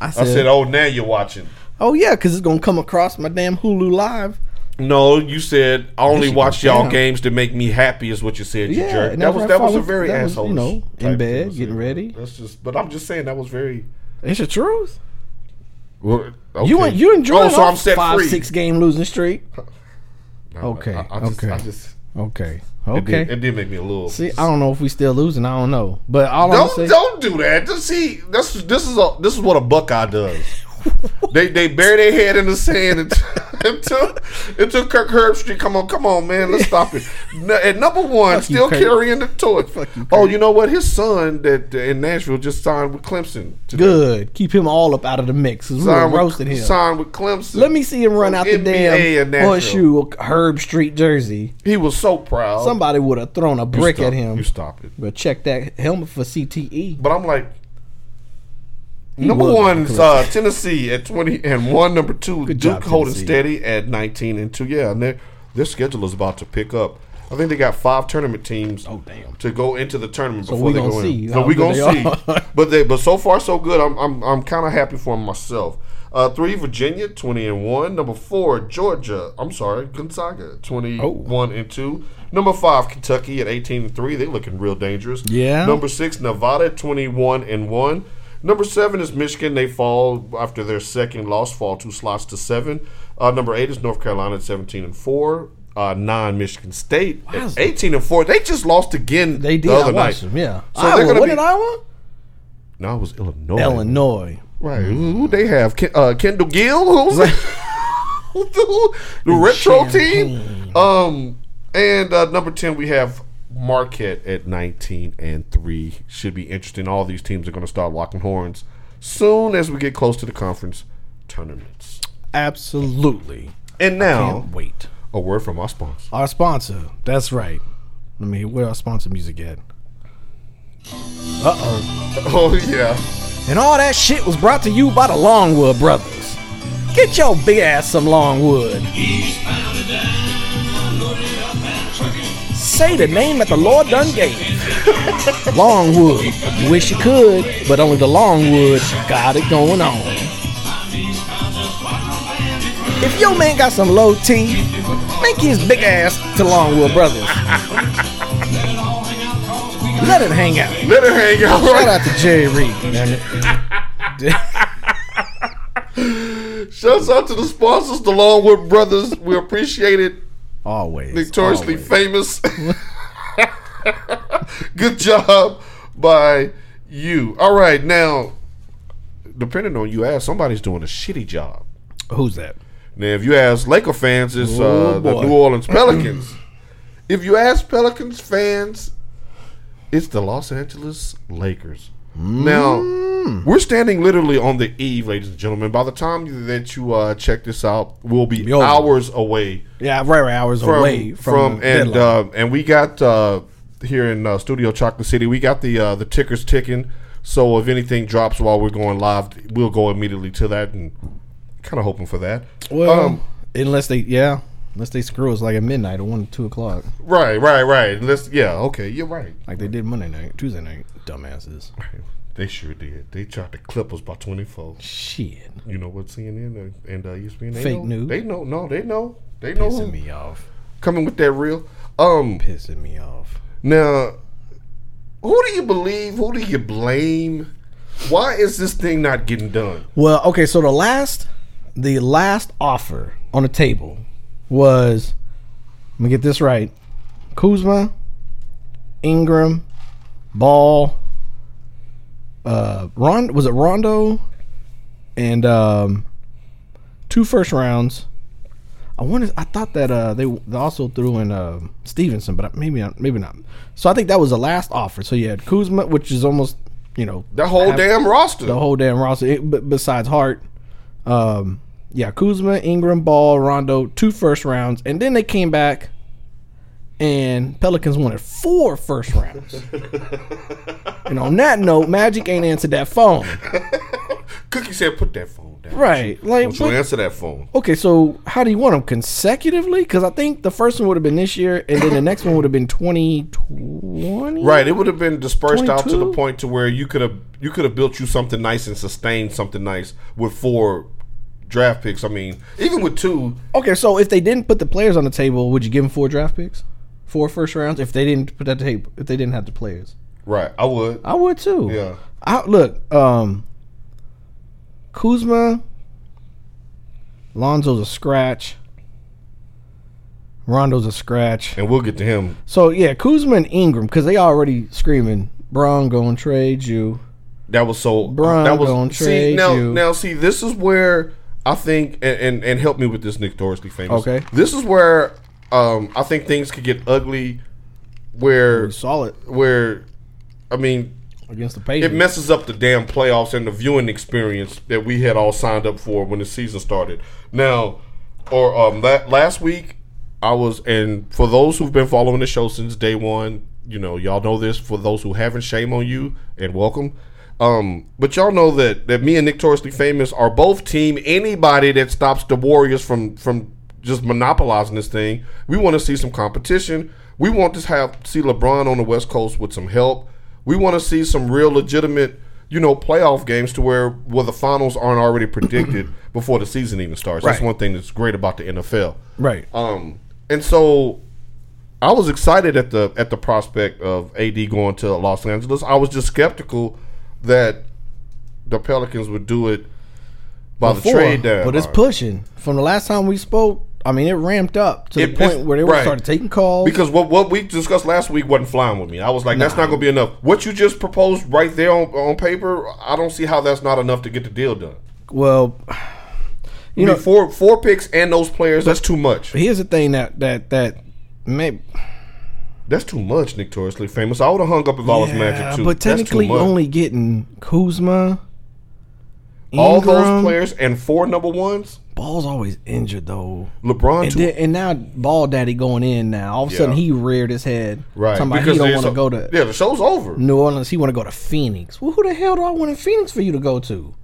Speaker 2: I said,
Speaker 3: I said, "Oh, now you're watching."
Speaker 2: Oh yeah, because it's gonna come across my damn Hulu Live.
Speaker 3: No, you said I only
Speaker 2: she
Speaker 3: watch
Speaker 2: goes
Speaker 3: y'all
Speaker 2: down.
Speaker 3: games to make me happy. Is what you said, you
Speaker 2: Yeah,
Speaker 3: jerk.
Speaker 2: and
Speaker 3: That
Speaker 2: that's
Speaker 3: was
Speaker 2: what
Speaker 3: that
Speaker 2: I
Speaker 3: was a
Speaker 2: was-
Speaker 3: very
Speaker 2: that was, you
Speaker 3: asshole.
Speaker 2: know, in
Speaker 3: type
Speaker 2: bed,
Speaker 3: of
Speaker 2: getting
Speaker 3: thing.
Speaker 2: ready.
Speaker 3: That's just. But I'm just saying that was very.
Speaker 2: It's the truth.
Speaker 3: Well,
Speaker 2: You
Speaker 3: okay.
Speaker 2: you enjoy
Speaker 3: Oh, so I'm set
Speaker 2: five
Speaker 3: free.
Speaker 2: six game losing streak. Okay,
Speaker 3: I, I just,
Speaker 2: okay.
Speaker 3: I just,
Speaker 2: Okay,
Speaker 3: it
Speaker 2: okay.
Speaker 3: Did, it did make me a little.
Speaker 2: See, I don't know if we still losing. I don't know, but all I'm
Speaker 3: don't
Speaker 2: saying,
Speaker 3: don't do that. Just see, this this is a this is what a Buckeye does. they they bury their head in the sand and until until Kirk Herbstreit come on come on man let's stop it. No, and number one
Speaker 2: Fuck you,
Speaker 3: still
Speaker 2: Kirk.
Speaker 3: carrying the torch.
Speaker 2: you,
Speaker 3: oh, you know what? His son that uh, in Nashville just signed with Clemson. Today.
Speaker 2: good. Keep him all up out of the mix. 'cause we were
Speaker 3: Signed with,
Speaker 2: roasting him.
Speaker 3: Signed with Clemson.
Speaker 2: Let me see him run
Speaker 3: From
Speaker 2: out the
Speaker 3: NBA in
Speaker 2: damn
Speaker 3: Nashville.
Speaker 2: horseshoe Herb Street jersey.
Speaker 3: He was so proud.
Speaker 2: Somebody would have thrown a
Speaker 3: Oh. You
Speaker 2: brick
Speaker 3: stop-
Speaker 2: at him.
Speaker 3: You stop it.
Speaker 2: But check that helmet for E. CTE.
Speaker 3: But I'm like, number
Speaker 2: was
Speaker 3: one's
Speaker 2: correct.
Speaker 3: uh, Tennessee at 20 and one. Number two,
Speaker 2: Good
Speaker 3: Duke
Speaker 2: job,
Speaker 3: holding
Speaker 2: Tennessee.
Speaker 3: steady at 19 and two. Yeah, and their their schedule is about to pick up. I think they got five tournament teams.
Speaker 2: Oh, damn.
Speaker 3: To go into the tournament
Speaker 2: So
Speaker 3: before
Speaker 2: we
Speaker 3: they
Speaker 2: gonna
Speaker 3: go
Speaker 2: see
Speaker 3: in.
Speaker 2: how
Speaker 3: So we
Speaker 2: good
Speaker 3: gonna
Speaker 2: they
Speaker 3: see.
Speaker 2: are.
Speaker 3: but they but so far so good. I'm I'm I'm kind of happy for myself. Uh, three Virginia 20 and one. Number four Georgia. I'm sorry Gonzaga 21
Speaker 2: Oh.
Speaker 3: and two. Number five Kentucky at 18 and three. They looking real dangerous.
Speaker 2: Yeah.
Speaker 3: Number six, Nevada, twenty-one and one. Number seven is Michigan. They fall after their second loss, fall two slots to seven. Uh, number eight is North Carolina at seventeen and four. Uh, nine, Michigan State
Speaker 2: Wow.
Speaker 3: at eighteen and four. They just lost again.
Speaker 2: They did.
Speaker 3: the
Speaker 2: I
Speaker 3: other
Speaker 2: watched
Speaker 3: night.
Speaker 2: them. Yeah.
Speaker 3: So they're
Speaker 2: Iowa.
Speaker 3: gonna
Speaker 2: What
Speaker 3: be-
Speaker 2: did Iowa?
Speaker 3: No, it was Illinois.
Speaker 2: Illinois.
Speaker 3: Right. Who who they have? Ken, uh, Kendall Gill, who's who- who- the retro team. Um, and uh, number ten, we have Marquette at nineteen and three. Should be interesting. All these teams are going to start locking horns soon as we get close to the conference tournaments.
Speaker 2: Absolutely.
Speaker 3: And now,
Speaker 2: Wait.
Speaker 3: a word from our sponsor.
Speaker 2: Our sponsor. That's right. Let me. Where our sponsor music at? Uh oh.
Speaker 3: Oh yeah,
Speaker 2: And all that shit was brought to you by the Longwood Brothers. Get your big ass some Longwood. Say the name that the Lord done gave. Longwood. You wish you could, but only the Longwood got it going on. If your man got some low T, make his big ass to Longwood Brothers. Let it hang out.
Speaker 3: let her hang out.
Speaker 2: Shout out to Jerry Reed, damn it.
Speaker 3: Shouts out to the sponsors, the Longwood Brothers. We appreciate it.
Speaker 2: Always. Oh
Speaker 3: victoriously famous. Good job by you. All right, now, depending on you ask, somebody's doing a shitty job.
Speaker 2: Uh, Who's that?
Speaker 3: Now, if you ask Laker fans, it's uh,
Speaker 2: Oh,
Speaker 3: the
Speaker 2: boy.
Speaker 3: New Orleans Pelicans. if you ask Pelicans fans, it's the Los Angeles Lakers.
Speaker 2: Mm.
Speaker 3: Now, we're standing literally on the eve, ladies and gentlemen. By the time that you uh, check this out, we'll be
Speaker 2: Be over.
Speaker 3: hours away
Speaker 2: Yeah, right, right. I was
Speaker 3: from,
Speaker 2: away from,
Speaker 3: from,
Speaker 2: the
Speaker 3: and
Speaker 2: deadline.
Speaker 3: uh, and we got uh, here in uh, Studio Chocolate City. We got the uh, the tickers ticking. So if anything drops while we're going live, we'll go immediately to that. And kind of hoping for that.
Speaker 2: well,
Speaker 3: um,
Speaker 2: unless they, yeah, unless they screw us like at midnight or one, two o'clock,
Speaker 3: right, right, right. Let's yeah, okay, you're right.
Speaker 2: like they did Monday night, Tuesday night, dumbasses.
Speaker 3: They sure did. They tried to clip us by twenty four.
Speaker 2: Shit,
Speaker 3: You know what CNN and- and uh, ESPN they
Speaker 2: Fake
Speaker 3: know.
Speaker 2: news.
Speaker 3: They know. No, they know. They know
Speaker 2: pissing
Speaker 3: who
Speaker 2: me off,
Speaker 3: coming with that real. Um,
Speaker 2: pissing me off.
Speaker 3: Now, who do you believe? Who do you blame? Why is this thing not getting done?
Speaker 2: Well, okay, so the last, the last offer on the table was, let me get this right, Kuzma, Ingram, Ball, uh, Ron was it Rondo, and um, two first rounds. I wanted, I thought that uh, they, they also threw in uh, Stevenson, but I- maybe not, maybe not. So I think that was the last offer. So you had Kuzma, which is almost, you know,
Speaker 3: The whole
Speaker 2: half-
Speaker 3: damn roster.
Speaker 2: the whole damn roster. It, b- besides Hart, um, yeah, Kuzma, Ingram, Ball, Rondo, two first rounds, and then they came back, and Pelicans wanted four first rounds. and on that note, Magic ain't answered that phone,
Speaker 3: Cookie said, "Put that phone down."
Speaker 2: right? Like,
Speaker 3: Don't you
Speaker 2: what-
Speaker 3: answer that phone?
Speaker 2: okay, so how do you want them consecutively? Because I think the first one would have been this year, and then the next one would have been twenty twenty,
Speaker 3: Right, it would have been dispersed out to the
Speaker 2: 22?
Speaker 3: point to where you could have you could have built you something nice and sustained something nice with four draft picks. I mean, even with two,
Speaker 2: Okay, so if they didn't put the players on the table, would you give them four draft picks, four first rounds? If they didn't put that table, if they didn't have the players,
Speaker 3: right? I would.
Speaker 2: I would too.
Speaker 3: Yeah.
Speaker 2: I look. Um, Kuzma, Lonzo's a scratch. Rondo's a scratch.
Speaker 3: And we'll get to him.
Speaker 2: So yeah, Kuzma and Ingram because they already screaming. Braun going trade you.
Speaker 3: That was so.
Speaker 2: Bron
Speaker 3: that was
Speaker 2: gonna
Speaker 3: see,
Speaker 2: trade
Speaker 3: now.
Speaker 2: you.
Speaker 3: Now see, this is where I think and, and and help me with this Nick Dorsley famous.
Speaker 2: Okay.
Speaker 3: This is where um I think things could get ugly. Where
Speaker 2: Solid
Speaker 3: where, I mean,
Speaker 2: against the
Speaker 3: it
Speaker 2: Patriots.
Speaker 3: messes up the damn playoffs and the viewing experience that we had all signed up for when the season started. Now, or um, that last week, I was, and for those who've been following the show since day one, you know, y'all know this. For those who haven't, shame on you and welcome. Um, but y'all know that that me and Nick Torsley Famous are both team. Anybody that stops the Warriors from from just monopolizing this thing, we want to see some competition. We want to have see LeBron on the West Coast with some help. We want to see some real legitimate, you know, playoff games to where where the finals aren't already predicted before the season even starts. That's
Speaker 2: Right.
Speaker 3: one thing that's great about the NFL.
Speaker 2: right.
Speaker 3: Um, and so I was excited at the at the prospect of AD going to Los Angeles. I was just skeptical that the Pelicans would do it by
Speaker 2: Before,
Speaker 3: the trade down.
Speaker 2: but it's pushing from the last time we spoke. I mean, it ramped up to
Speaker 3: It-
Speaker 2: the point
Speaker 3: it's-
Speaker 2: where they
Speaker 3: right.
Speaker 2: started taking calls.
Speaker 3: because what what we discussed last week wasn't flying with me. I was like, that's not going to be enough. What you just proposed right there on, on paper, I don't see how that's not enough to get the deal done.
Speaker 2: well, you
Speaker 3: I mean,
Speaker 2: know,
Speaker 3: four four picks and those players, that's too much.
Speaker 2: here's the thing that that that may
Speaker 3: That's too much, notoriously famous. I would have hung up if I was Magic too.
Speaker 2: but
Speaker 3: That's too
Speaker 2: technically
Speaker 3: much.
Speaker 2: only getting Kuzma.
Speaker 3: all those
Speaker 2: Ingram.
Speaker 3: players and four number ones.
Speaker 2: Ball's always injured though.
Speaker 3: LeBron
Speaker 2: And,
Speaker 3: too.
Speaker 2: then, and now ball daddy going in now. All of a sudden
Speaker 3: Yeah.
Speaker 2: he reared his head.
Speaker 3: right.
Speaker 2: Talking about he don't
Speaker 3: there's
Speaker 2: want to go
Speaker 3: a-
Speaker 2: to
Speaker 3: Yeah, the show's over.
Speaker 2: New Orleans. He want to go to Phoenix. Well, who the hell do I want in Phoenix for you to go to?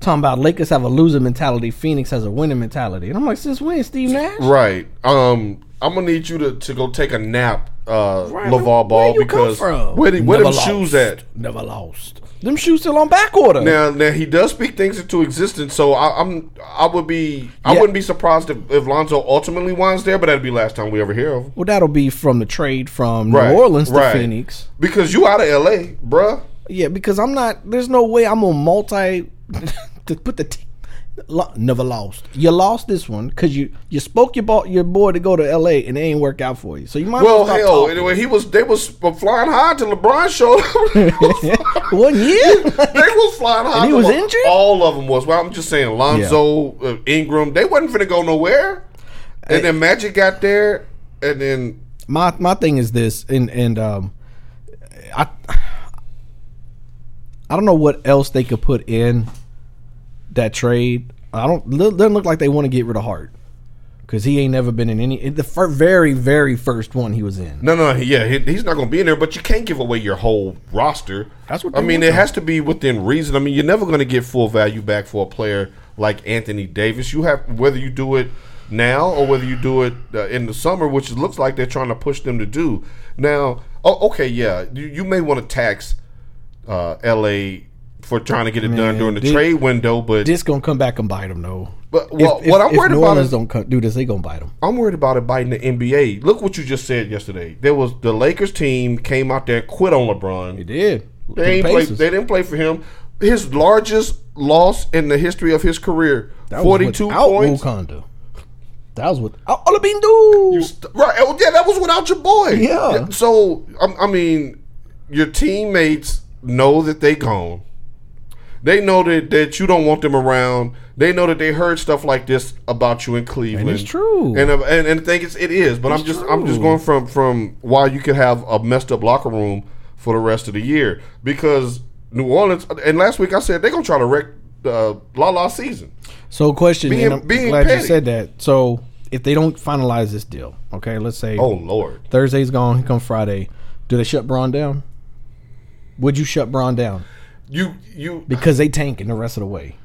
Speaker 2: Talking about Lakers have a loser mentality. Phoenix has a winning mentality. And I'm like, since when, Steve Nash?
Speaker 3: Right. Um I'm gonna need you to, to go take a nap, uh
Speaker 2: Right,
Speaker 3: LeVar
Speaker 2: where
Speaker 3: Ball,
Speaker 2: you come
Speaker 3: because
Speaker 2: from?
Speaker 3: where, the, where
Speaker 2: Never
Speaker 3: them
Speaker 2: lost.
Speaker 3: shoes at?
Speaker 2: Never lost. Them shoes still on back order.
Speaker 3: Now, now he does speak things into existence, so I, I'm I would be I
Speaker 2: Yeah.
Speaker 3: wouldn't be surprised if, if Lonzo ultimately winds there, but that'd be last time we ever hear of him.
Speaker 2: well, that'll be from the trade from
Speaker 3: Right,
Speaker 2: New Orleans to
Speaker 3: right.
Speaker 2: Phoenix.
Speaker 3: Because you out of LA, bruh.
Speaker 2: Yeah, because I'm not. There's no way I'm gonna multi to put the. T- lo- never lost. You lost this one because you you spoke your ball, your boy to go to L.A. and it ain't work out for you. So you might
Speaker 3: Well,
Speaker 2: as well
Speaker 3: hell,
Speaker 2: stop
Speaker 3: anyway, he was they was flying high till LeBron showed up.
Speaker 2: talking. one year.
Speaker 3: they was flying high.
Speaker 2: And he
Speaker 3: to
Speaker 2: was
Speaker 3: all-
Speaker 2: injured?
Speaker 3: All of them was. Well, I'm just saying, Lonzo, uh, Ingram, they wasn't finna go nowhere. And then Magic got there, and then
Speaker 2: my my thing is this, and and um, I I don't know what else they could put in that trade. I don't lo- doesn't look like they want to get rid of Hart because he ain't never been in any the fir- very very first one he was in.
Speaker 3: no, no, he- yeah, he, he's not gonna be in there. But you can't give away your whole roster.
Speaker 2: That's what
Speaker 3: I
Speaker 2: they
Speaker 3: mean.
Speaker 2: want,
Speaker 3: It
Speaker 2: though.
Speaker 3: has to be within reason. I mean, you're never gonna get full value back for a player like Anthony Davis. You have whether you do it now or whether you do it uh, in the summer, which it looks like they're trying to push them to do now. Oh, okay, yeah, you, you may want to tax uh, L.A. for trying to get it done
Speaker 2: Man,
Speaker 3: during the
Speaker 2: did-
Speaker 3: trade window, but
Speaker 2: This gonna come back and bite him though.
Speaker 3: But well,
Speaker 2: If- if-
Speaker 3: what I'm
Speaker 2: if
Speaker 3: worried
Speaker 2: New
Speaker 3: about
Speaker 2: Orleans
Speaker 3: is
Speaker 2: don't co- do this. They gonna bite them.
Speaker 3: I'm worried about it biting the NBA. Look what you just said yesterday. There was the Lakers team came out there and quit on LeBron.
Speaker 2: They did.
Speaker 3: They ain't play, they didn't play for him. His largest loss in the history of his career, forty-two points.
Speaker 2: Wakanda. That was without Olabindu.
Speaker 3: You st- right? Oh, yeah, that was without your boy.
Speaker 2: Yeah.
Speaker 3: So I, I mean, your teammates know that they gone. They know that that you don't want them around. They know that they heard stuff like this about you in Cleveland.
Speaker 2: it's true.
Speaker 3: And uh, and, and the thing is, it is. But I'm just I'm just
Speaker 2: true.
Speaker 3: going from from why you could have a messed up locker room for the rest of the year because New Orleans. And last week I said they're gonna try to wreck uh, La La season.
Speaker 2: So, question.
Speaker 3: Being-
Speaker 2: and I'm
Speaker 3: being
Speaker 2: glad
Speaker 3: petty.
Speaker 2: you said that. So, if they don't finalize this deal, okay, let's say
Speaker 3: Oh Lord.
Speaker 2: Thursday's gone, here come Friday. Do they shut Braun down? Would you shut Braun down
Speaker 3: You you
Speaker 2: because they tanking the rest of the way?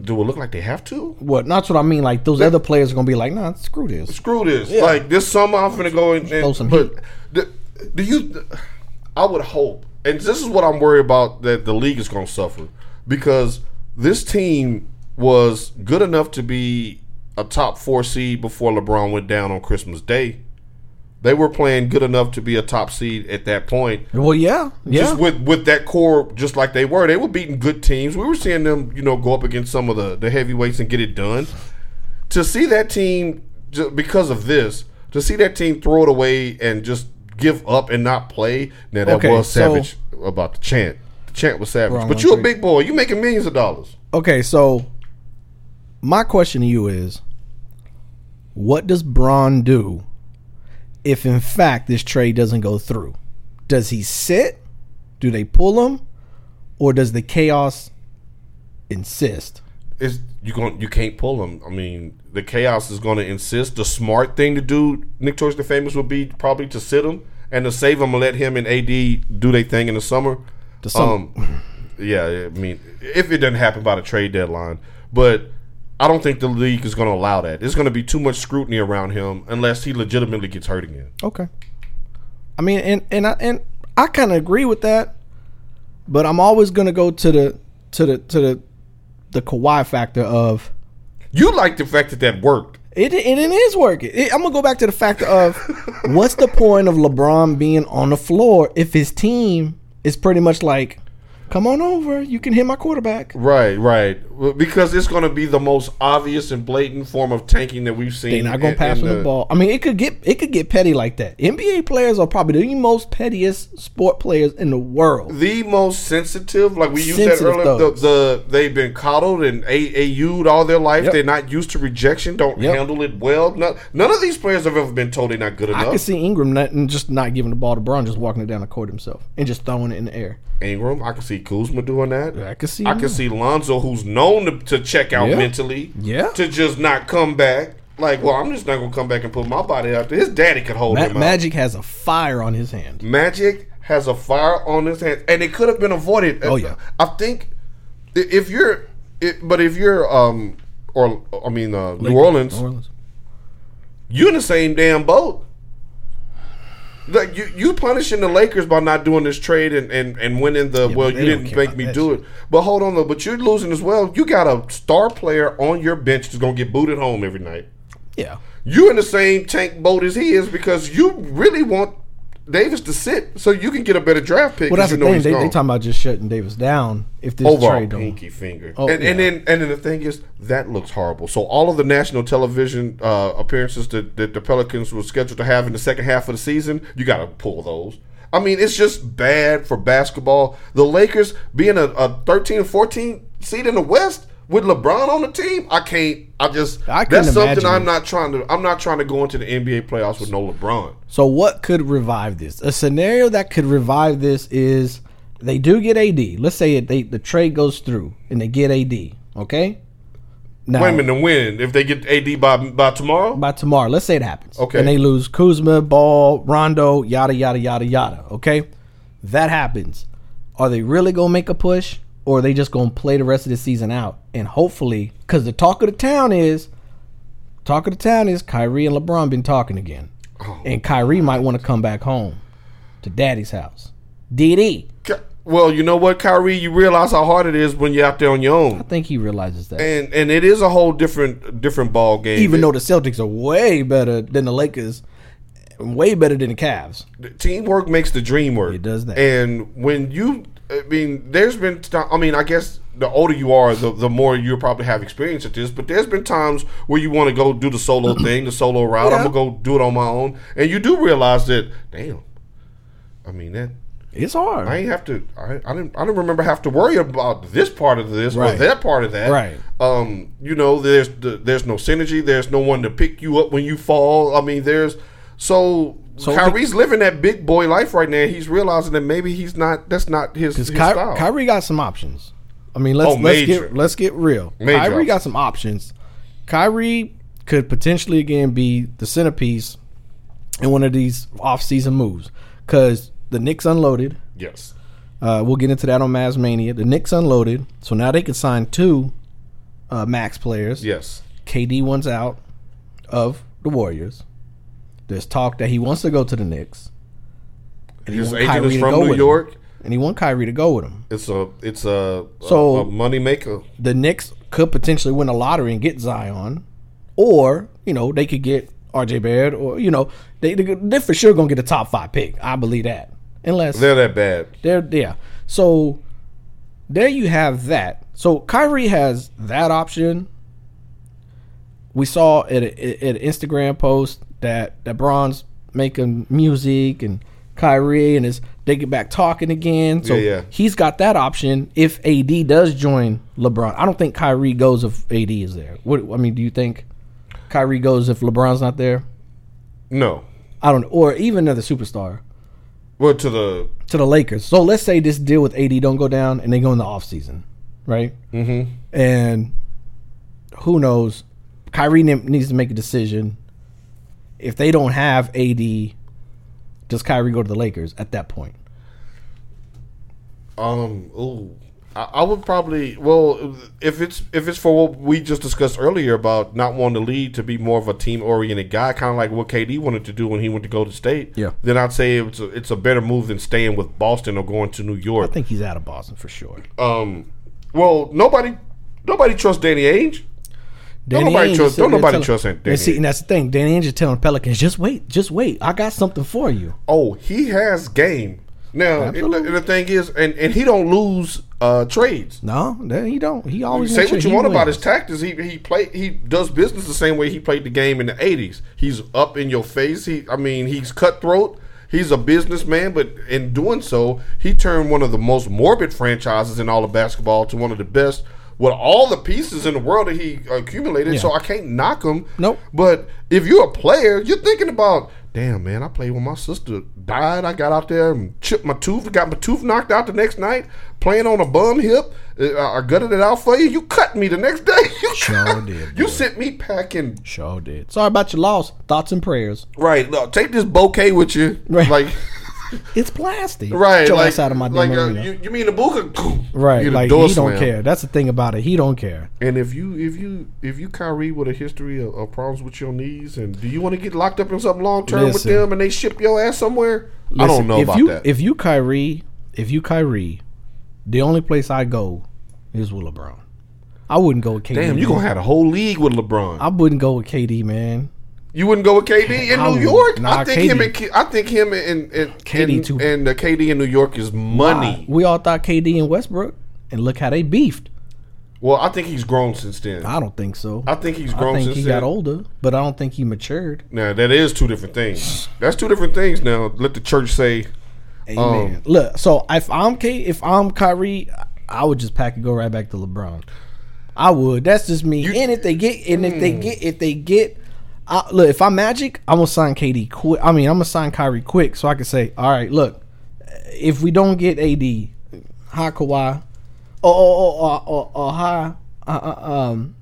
Speaker 3: do it look like they have to?
Speaker 2: What? That's what I mean. Like those other players are gonna be like, nah, screw this.
Speaker 3: screw this. Like this summer, I'm finna go and,
Speaker 2: Throw some
Speaker 3: and but do, do you? I would hope, and this is what I'm worried about that the league is gonna suffer because this team was good enough to be a top four seed before LeBron went down on Christmas Day. They were playing good enough to be a top seed at that point.
Speaker 2: Well, yeah, yeah.
Speaker 3: Just with with that core, just like they were, they were beating good teams. We were seeing them, you know, go up against some of the the heavyweights and get it done. To see that team, ju- because of this, to see that team throw it away and just give up and not play, now that
Speaker 2: Okay,
Speaker 3: was
Speaker 2: so-
Speaker 3: savage about the chant. The chant was savage,
Speaker 2: Wrong
Speaker 3: but
Speaker 2: one,
Speaker 3: you a
Speaker 2: three.
Speaker 3: big boy. You making millions of dollars.
Speaker 2: okay, so my question to you is, what does Braun do if, in fact, this trade doesn't go through? Does he sit? Do they pull him, or does the chaos insist?
Speaker 3: is you going you can't pull him. I mean, the chaos is going to insist. The smart thing to do, Nick Torch the famous, would be probably to sit him and to save him and let him and AD do their thing in the summer.
Speaker 2: The summer.
Speaker 3: Um, yeah, I mean, if it doesn't happen by the trade deadline, but I don't think the league is going to allow that. It's going to be too much scrutiny around him unless he legitimately gets hurt again.
Speaker 2: Okay. I mean, and and I and I kind of agree with that, but I'm always gonna go to the to the to the the Kawhi factor of
Speaker 3: You like the fact that that worked.
Speaker 2: it. It, it is working. It- I'm gonna go back to the factor of what's the point of LeBron being on the floor if his team is pretty much like, come on over, you can hit my quarterback.
Speaker 3: Right, right. Well, Because it's going to be the most obvious and blatant form of tanking that we've seen.
Speaker 2: They're not gonna
Speaker 3: in-
Speaker 2: pass
Speaker 3: in
Speaker 2: him the ball. I mean, it could get it could get petty like that. NBA players are probably the most pettiest sport players in the world.
Speaker 3: the most sensitive. Like we used
Speaker 2: Sensitive
Speaker 3: that earlier. The,
Speaker 2: thugs.
Speaker 3: the they've been coddled and AAU'd all their life.
Speaker 2: Yep.
Speaker 3: They're not used to rejection. Don't
Speaker 2: Yep.
Speaker 3: handle it well. No, none of these players have ever been told they're not good
Speaker 2: I could
Speaker 3: enough.
Speaker 2: see Ingram not, and just not giving the ball to Braun, just walking it down the court himself and just throwing it in the air.
Speaker 3: Ingram, I can see Kuzma doing that.
Speaker 2: I could see
Speaker 3: I can
Speaker 2: him.
Speaker 3: see Lonzo, who's known to, to check out
Speaker 2: Yeah.
Speaker 3: mentally.
Speaker 2: Yeah.
Speaker 3: To just not come back. Like, well, I'm just not gonna come back and put my body out there. His daddy could hold
Speaker 2: Ma-
Speaker 3: him out.
Speaker 2: Magic has a fire on his hand.
Speaker 3: Magic has a fire on his hands, and it could have been avoided.
Speaker 2: Oh, yeah.
Speaker 3: I think i- if you're, i but if you're, um, or I mean, uh, New Orleans, you're in the same damn boat. Like you, you punishing the Lakers by not doing this trade and and, and winning the well,
Speaker 2: they
Speaker 3: you
Speaker 2: don't
Speaker 3: didn't
Speaker 2: care
Speaker 3: make
Speaker 2: about
Speaker 3: me
Speaker 2: that
Speaker 3: do it. But hold on though, but you're losing as well. You got a star player on your bench that's gonna get booted home every night
Speaker 2: Yeah.
Speaker 3: you're in the same tank boat as he is because you really want Davis to sit so you can get a better draft pick.
Speaker 2: Well, that's
Speaker 3: 'cause
Speaker 2: the
Speaker 3: you know
Speaker 2: thing.
Speaker 3: he's
Speaker 2: They, they
Speaker 3: gone.
Speaker 2: talking about just shutting Davis down if this
Speaker 3: overall
Speaker 2: trade don't.
Speaker 3: pinky finger.
Speaker 2: Oh,
Speaker 3: and, and
Speaker 2: yeah.
Speaker 3: then and then the thing is that looks horrible. So all of the national television uh, appearances that, that the Pelicans were scheduled to have in the second half of the season, you got to pull those. I mean, it's just bad for basketball. The Lakers being a, a 13 14 seed in the West with LeBron on the team, I can't. I just
Speaker 2: I couldn't
Speaker 3: that's something
Speaker 2: imagine
Speaker 3: I'm
Speaker 2: it.
Speaker 3: not trying to. I'm not trying to go into the NBA playoffs with no LeBron.
Speaker 2: So what could revive this? A scenario that could revive this is they do get AD. Let's say it, they the trade goes through and they get AD. Okay. Now
Speaker 3: Women to win if they get AD by by tomorrow.
Speaker 2: by tomorrow. Let's say it happens.
Speaker 3: Okay.
Speaker 2: And they lose Kuzma, Ball, Rondo, yada yada yada yada. Okay, that happens. Are they really gonna make a push, or are they just gonna play the rest of the season out and hopefully? Because the talk of the town is, talk of the town is Kyrie and LeBron been talking again,
Speaker 3: Oh,
Speaker 2: and Kyrie might want to come back home to Daddy's house. DD,
Speaker 3: Ky- Well, you know what, Kyrie, you realize how hard it is when you're out there on your own.
Speaker 2: I think he realizes that.
Speaker 3: and and it is a whole different different ball game.
Speaker 2: Even though the Celtics are way better than the Lakers, way better than the Cavs.
Speaker 3: The teamwork makes the dream work,
Speaker 2: It does that.
Speaker 3: And when you, I mean, there's been. ti- I mean, I guess the older you are, the the more you will probably have experience at this. But there's been times where you want to go do the solo thing, the solo route.
Speaker 2: Yeah.
Speaker 3: I'm gonna go do it on my own, and you do realize that, damn. I mean that
Speaker 2: It's hard.
Speaker 3: I ain't have to. I, I didn't. I don't remember have to worry about this part of this
Speaker 2: Right.
Speaker 3: or that part of that.
Speaker 2: Right.
Speaker 3: Um. You know, there's the, there's no synergy. There's no one to pick you up when you fall. I mean, there's so.
Speaker 2: So
Speaker 3: Kyrie's living that big boy life right now. He's realizing that maybe he's not. That's not his, his
Speaker 2: Because Ky-
Speaker 3: style.
Speaker 2: Kyrie got some options. I mean, let's
Speaker 3: Oh,
Speaker 2: let's
Speaker 3: major.
Speaker 2: get let's get real.
Speaker 3: Major
Speaker 2: Kyrie
Speaker 3: options.
Speaker 2: got some options. Kyrie could potentially again be the centerpiece in one of these off-season moves because the Knicks unloaded.
Speaker 3: yes.
Speaker 2: Uh, we'll get into that on Mavs Mania. The Knicks unloaded, so now they can sign two uh, max players.
Speaker 3: Yes.
Speaker 2: KD wants out of the Warriors. There's talk that he wants to go to the Knicks, you
Speaker 3: His
Speaker 2: want
Speaker 3: agent
Speaker 2: Kyrie
Speaker 3: is
Speaker 2: to
Speaker 3: from
Speaker 2: go
Speaker 3: New
Speaker 2: with him.
Speaker 3: York.
Speaker 2: and he want Kyrie to go with him.
Speaker 3: It's a it's a
Speaker 2: So-
Speaker 3: a, a money maker.
Speaker 2: the Knicks could potentially win a lottery and get Zion, or you know they could get R.J. Barrett, or you know they they- they're for sure gonna get a top five pick. I believe that, unless
Speaker 3: They're that bad.
Speaker 2: they're yeah. So there you have that. So Kyrie has that option. We saw at a, at an Instagram post that that Bron's making music and Kyrie and his they get back talking again. So
Speaker 3: Yeah, yeah.
Speaker 2: he's got that option if AD does join LeBron. I don't think Kyrie goes if AD is there. What I mean, do you think Kyrie goes if LeBron's not there?
Speaker 3: No.
Speaker 2: I don't or even another superstar
Speaker 3: Well, to the
Speaker 2: to the Lakers. So let's say this deal with AD don't go down and they go in the offseason, right? Mm-hmm. And who knows? Kyrie ne- needs to make a decision. If they don't have AD, does Kyrie go to the Lakers at that point?
Speaker 3: Um. Ooh. I, I would probably. Well, if it's if it's for what we just discussed earlier about not wanting to lead to be more of a team oriented guy, kind of like what KD wanted to do when he went to Golden State.
Speaker 2: Yeah.
Speaker 3: Then I'd say it's a, it's a better move than staying with Boston or going to New York.
Speaker 2: I think he's out of Boston for sure.
Speaker 3: um. Well, nobody nobody trusts Danny Ainge. nobody
Speaker 2: Ainge
Speaker 3: trust-
Speaker 2: is sitting
Speaker 3: don't
Speaker 2: there
Speaker 3: nobody
Speaker 2: telling-
Speaker 3: trust Danny
Speaker 2: And see,
Speaker 3: Ainge.
Speaker 2: and that's the thing. Danny Ainge is telling Pelicans, just wait, just wait. I got something for you.
Speaker 3: Oh, he has game now. and the-
Speaker 2: Absolutely.
Speaker 3: And the thing is, and and he don't lose uh trades.
Speaker 2: No, then he don't. He always
Speaker 3: Say
Speaker 2: makes
Speaker 3: what
Speaker 2: sure he
Speaker 3: you want about
Speaker 2: wins.
Speaker 3: his tactics. He he play he does business the same way he played the game in the eighties. He's up in your face. He I mean he's cutthroat. He's a businessman, but in doing so, he turned one of the most morbid franchises in all of basketball to one of the best with all the pieces in the world that he accumulated. So I can't knock him.
Speaker 2: Nope.
Speaker 3: But if you're a player, you're thinking about, damn man, I played when my sister died. I got out there and chipped my tooth, got my tooth knocked out the next night, playing on a bum hip. Uh, I I gutted it out for you. You cut me the next day. You
Speaker 2: Sure
Speaker 3: cut-
Speaker 2: did,
Speaker 3: You sent me packing.
Speaker 2: Sure did. Sorry about your loss. Thoughts and prayers.
Speaker 3: Right. Look, take this bouquet with you.
Speaker 2: Right.
Speaker 3: Like.
Speaker 2: It's plastic.
Speaker 3: Right,
Speaker 2: Get your
Speaker 3: like,
Speaker 2: ass out of my damn
Speaker 3: like uh,
Speaker 2: arena.
Speaker 3: you, you mean the buka?
Speaker 2: Right,
Speaker 3: You the
Speaker 2: like he
Speaker 3: door
Speaker 2: don't
Speaker 3: slam.
Speaker 2: care. That's the thing about it. He don't care.
Speaker 3: And if you if you if you Kyrie with a history of, of problems with your knees, and do you want to get locked up in something long term with
Speaker 2: Listen.
Speaker 3: them, and they ship your ass somewhere? I
Speaker 2: Listen,
Speaker 3: don't know
Speaker 2: if
Speaker 3: about
Speaker 2: you,
Speaker 3: that.
Speaker 2: If you Kyrie, if you Kyrie, the only place I go is with LeBron. I wouldn't go with KD.
Speaker 3: Damn, you
Speaker 2: man.
Speaker 3: gonna have a whole league with LeBron.
Speaker 2: I wouldn't go with KD, man.
Speaker 3: you wouldn't go with KD in
Speaker 2: I
Speaker 3: New
Speaker 2: would-
Speaker 3: York.
Speaker 2: nah,
Speaker 3: I think
Speaker 2: KD.
Speaker 3: him and K- I think him and and
Speaker 2: KD
Speaker 3: and,
Speaker 2: too.
Speaker 3: and uh, KD in New York is money.
Speaker 2: We all thought KD and Westbrook, and look how they beefed.
Speaker 3: Well, I think he's grown since then. I,
Speaker 2: I don't think so.
Speaker 3: think he's
Speaker 2: I
Speaker 3: grown
Speaker 2: think
Speaker 3: since
Speaker 2: he
Speaker 3: then.
Speaker 2: got older, but I don't think he matured.
Speaker 3: Now that is two different things. That's two different things. Now let the church say.
Speaker 2: Amen. Um, Look, so if I'm K, if I'm Kyrie, I would just pack and go right back to LeBron. I would. That's just me. and if they get, and if they get, if they get, I, look, if I'm Magic, I'm gonna sign KD quick. I mean, I'm gonna sign Kyrie quick, so I can say, all right, look, if we don't get AD, hi Kawhi, or or or, or, or hi, uh, uh, um,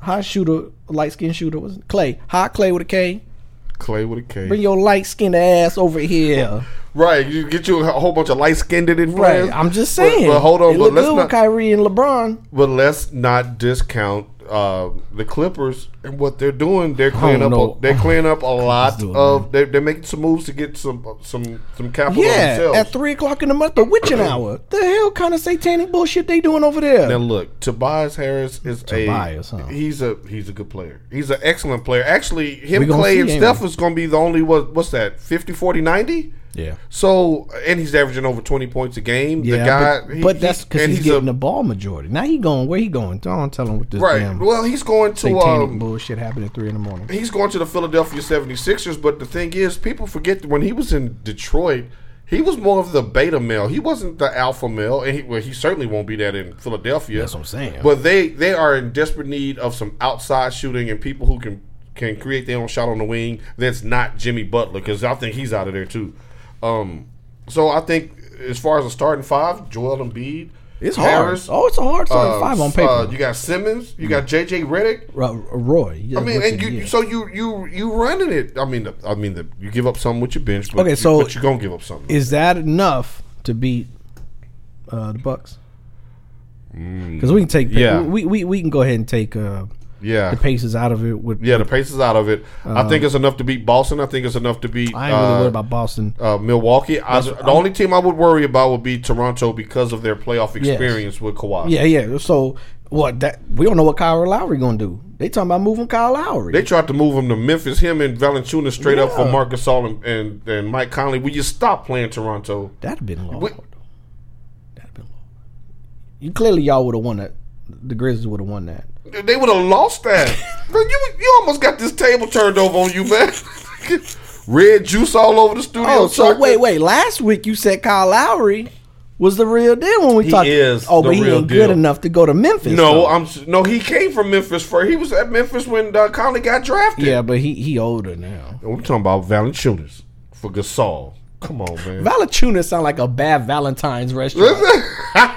Speaker 2: high shooter, light skin shooter, was Clay, high Clay with a K.
Speaker 3: Clay with a K.
Speaker 2: Bring your light skinned ass over here.
Speaker 3: Right, you get you a whole bunch of light skinned in
Speaker 2: Right. I'm just saying.
Speaker 3: But, but hold on,
Speaker 2: It
Speaker 3: but
Speaker 2: looked
Speaker 3: let's
Speaker 2: good
Speaker 3: not.
Speaker 2: with Kyrie and LeBron.
Speaker 3: but let's not discount uh, the Clippers and what they're doing. They're cleaning up.
Speaker 2: know.
Speaker 3: A, they're cleaning up a lot
Speaker 2: doing, man.
Speaker 3: of. They're, they're making some moves to get some some some capital
Speaker 2: Yeah,
Speaker 3: themselves.
Speaker 2: at three o'clock in the month, the witching hour. The hell kind of satanic bullshit they doing over
Speaker 3: now
Speaker 2: there?
Speaker 3: look, Tobias Harris is
Speaker 2: Tobias,
Speaker 3: a
Speaker 2: huh?
Speaker 3: he's a he's a good player. He's an excellent player. Actually, him
Speaker 2: We gonna
Speaker 3: Clay
Speaker 2: see,
Speaker 3: and
Speaker 2: ain't
Speaker 3: Steph
Speaker 2: we?
Speaker 3: is going to be the only what, what's that 50 40 90?
Speaker 2: Yeah,
Speaker 3: So and he's averaging over 20 points a game.
Speaker 2: yeah.
Speaker 3: the guy
Speaker 2: but,
Speaker 3: he-
Speaker 2: but
Speaker 3: he-
Speaker 2: that's because
Speaker 3: and
Speaker 2: he's,
Speaker 3: a-
Speaker 2: getting the ball majority. Now he going where he going? Don't tell him what this
Speaker 3: Right.
Speaker 2: damn
Speaker 3: well, he's going to
Speaker 2: satanic
Speaker 3: um,
Speaker 2: bullshit happened at three in the morning.
Speaker 3: he's going to the Philadelphia 76ers, but the thing is, people forget that when he was in Detroit, he was more of the beta male. He wasn't the alpha male, and he, well, he certainly won't be that in Philadelphia.
Speaker 2: That's what I'm saying.
Speaker 3: But they they are in desperate need of some outside shooting and people who can can create their own shot on the wing. That's not Jimmy Butler because I think he's out of there too. Um, so I think as far as a starting five, Joel Embiid,
Speaker 2: It's hard. oh, it's a hard starting
Speaker 3: uh,
Speaker 2: five on paper.
Speaker 3: uh, you got Simmons, you got JJ Redick.
Speaker 2: Ro- Roy. yeah,
Speaker 3: I mean,
Speaker 2: rookie
Speaker 3: and
Speaker 2: of the
Speaker 3: you,
Speaker 2: year.
Speaker 3: so you you you running it. I mean, the, I mean, the, you give up some with your bench. But
Speaker 2: Okay,
Speaker 3: you,
Speaker 2: so-
Speaker 3: but you're gonna give up something.
Speaker 2: is that enough to beat uh, the Bucks? Because we can take.
Speaker 3: yeah.
Speaker 2: we, we we can go ahead and take uh,
Speaker 3: yeah,
Speaker 2: the paces out of it with
Speaker 3: yeah. The pace is out of it. I think it's enough to beat Boston. I think it's enough to beat.
Speaker 2: I ain't really
Speaker 3: uh,
Speaker 2: worried about Boston.
Speaker 3: uh, Milwaukee. I, the only team I would worry about would be Toronto because of their playoff experience with Kawhi.
Speaker 2: Yeah, yeah. So What that we don't know what Kyle Lowry gonna do. They talking about moving Kyle Lowry.
Speaker 3: They tried to move him to Memphis. Him and Valanciunas straight up for
Speaker 2: Yeah.
Speaker 3: Marcus All and, and, and Mike Conley. Will you stop playing Toronto?
Speaker 2: That'd been long.
Speaker 3: Wait.
Speaker 2: That'd been long. You clearly y'all would have won that. The Grizzlies would have won that.
Speaker 3: They would have lost that. man, you you almost got this table turned over on you, man. Red juice all over the studio.
Speaker 2: Oh, so
Speaker 3: sucker.
Speaker 2: wait, wait. Last week you said Kyle Lowry was the real deal when we
Speaker 3: He
Speaker 2: talked.
Speaker 3: is
Speaker 2: oh,
Speaker 3: the
Speaker 2: but he
Speaker 3: real
Speaker 2: ain't
Speaker 3: deal.
Speaker 2: good enough to go to Memphis.
Speaker 3: No,
Speaker 2: though.
Speaker 3: I'm s- no. He came from Memphis first. He was at Memphis when uh, Conley got drafted.
Speaker 2: yeah, but he he older now.
Speaker 3: And we're talking about Valanciunas for Gasol. Come on, man.
Speaker 2: Valachunas sound like a bad Valentine's restaurant.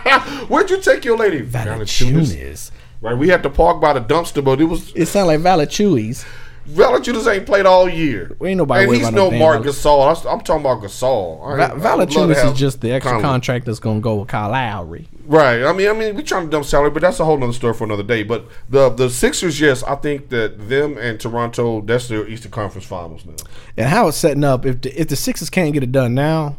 Speaker 3: Where'd you take your lady? Valanciunas.
Speaker 2: Valachunas.
Speaker 3: Right, we had to park by the dumpster, but it was
Speaker 2: It sound like Valachuis.
Speaker 3: Valanciunas ain't played all year.
Speaker 2: We ain't nobody
Speaker 3: And
Speaker 2: worried
Speaker 3: he's
Speaker 2: about no
Speaker 3: no
Speaker 2: damn
Speaker 3: Mark
Speaker 2: Val-
Speaker 3: Gasol. I was- I'm talking about Gasol. I
Speaker 2: Va-
Speaker 3: ain't- I would love to
Speaker 2: Valachunas
Speaker 3: have
Speaker 2: is just the extra
Speaker 3: Conley.
Speaker 2: contract that's gonna go with Kyle Lowry.
Speaker 3: Right. I mean, I mean, we trying to dump salary, but that's a whole nother story for another day. But the the Sixers, yes, I think that them and Toronto, that's their Eastern Conference Finals now.
Speaker 2: And how it's setting up, if the, if the Sixers can't get it done now,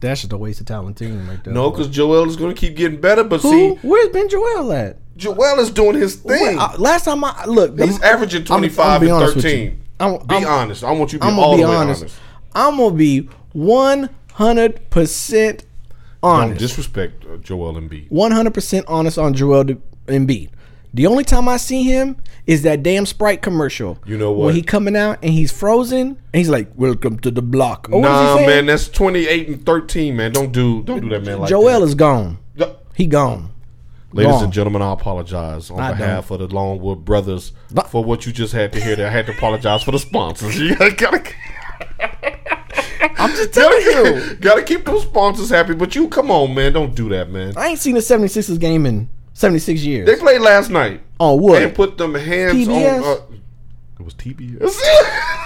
Speaker 2: that's just a waste of talent team right there.
Speaker 3: No, because Joel is going to keep getting better. But
Speaker 2: Who?
Speaker 3: see,
Speaker 2: Where's Ben Joel at?
Speaker 3: Joel is doing his thing.
Speaker 2: Wait, I- last time I look,
Speaker 3: He's averaging 25
Speaker 2: be
Speaker 3: and
Speaker 2: honest with
Speaker 3: 13.
Speaker 2: you. I'm,
Speaker 3: be
Speaker 2: I'm-
Speaker 3: honest. I want you to be
Speaker 2: I'm gonna
Speaker 3: all
Speaker 2: be
Speaker 3: the way
Speaker 2: honest.
Speaker 3: honest.
Speaker 2: I'm gonna be 100 percent
Speaker 3: Don't
Speaker 2: honest.
Speaker 3: disrespect uh, Joel Embiid.
Speaker 2: 100 percent honest on Joel De- Embiid. The only time I see him is that damn Sprite commercial.
Speaker 3: You know
Speaker 2: When
Speaker 3: what?
Speaker 2: he coming out and he's frozen and he's like, "Welcome to the block." Oh, what is he
Speaker 3: Nah,
Speaker 2: saying?
Speaker 3: man, that's twenty eight and thirteen, man. Don't do don't do that, man. Like
Speaker 2: Joel
Speaker 3: that.
Speaker 2: is gone.
Speaker 3: Yo-
Speaker 2: He gone.
Speaker 3: Ladies
Speaker 2: gone.
Speaker 3: and gentlemen, I apologize on
Speaker 2: I
Speaker 3: behalf of the Longwood Brothers
Speaker 2: No.
Speaker 3: for what you just had to hear. There, I had to apologize for the sponsors. You gotta,
Speaker 2: I'm just telling you.
Speaker 3: gotta keep those sponsors happy. But you, come on, man, don't do that, man.
Speaker 2: I ain't seen a 76ers game in 76 years.
Speaker 3: They played last night.
Speaker 2: on
Speaker 3: They
Speaker 2: wood.
Speaker 3: put them hands
Speaker 2: TBS?
Speaker 3: on. Uh, it was TBS.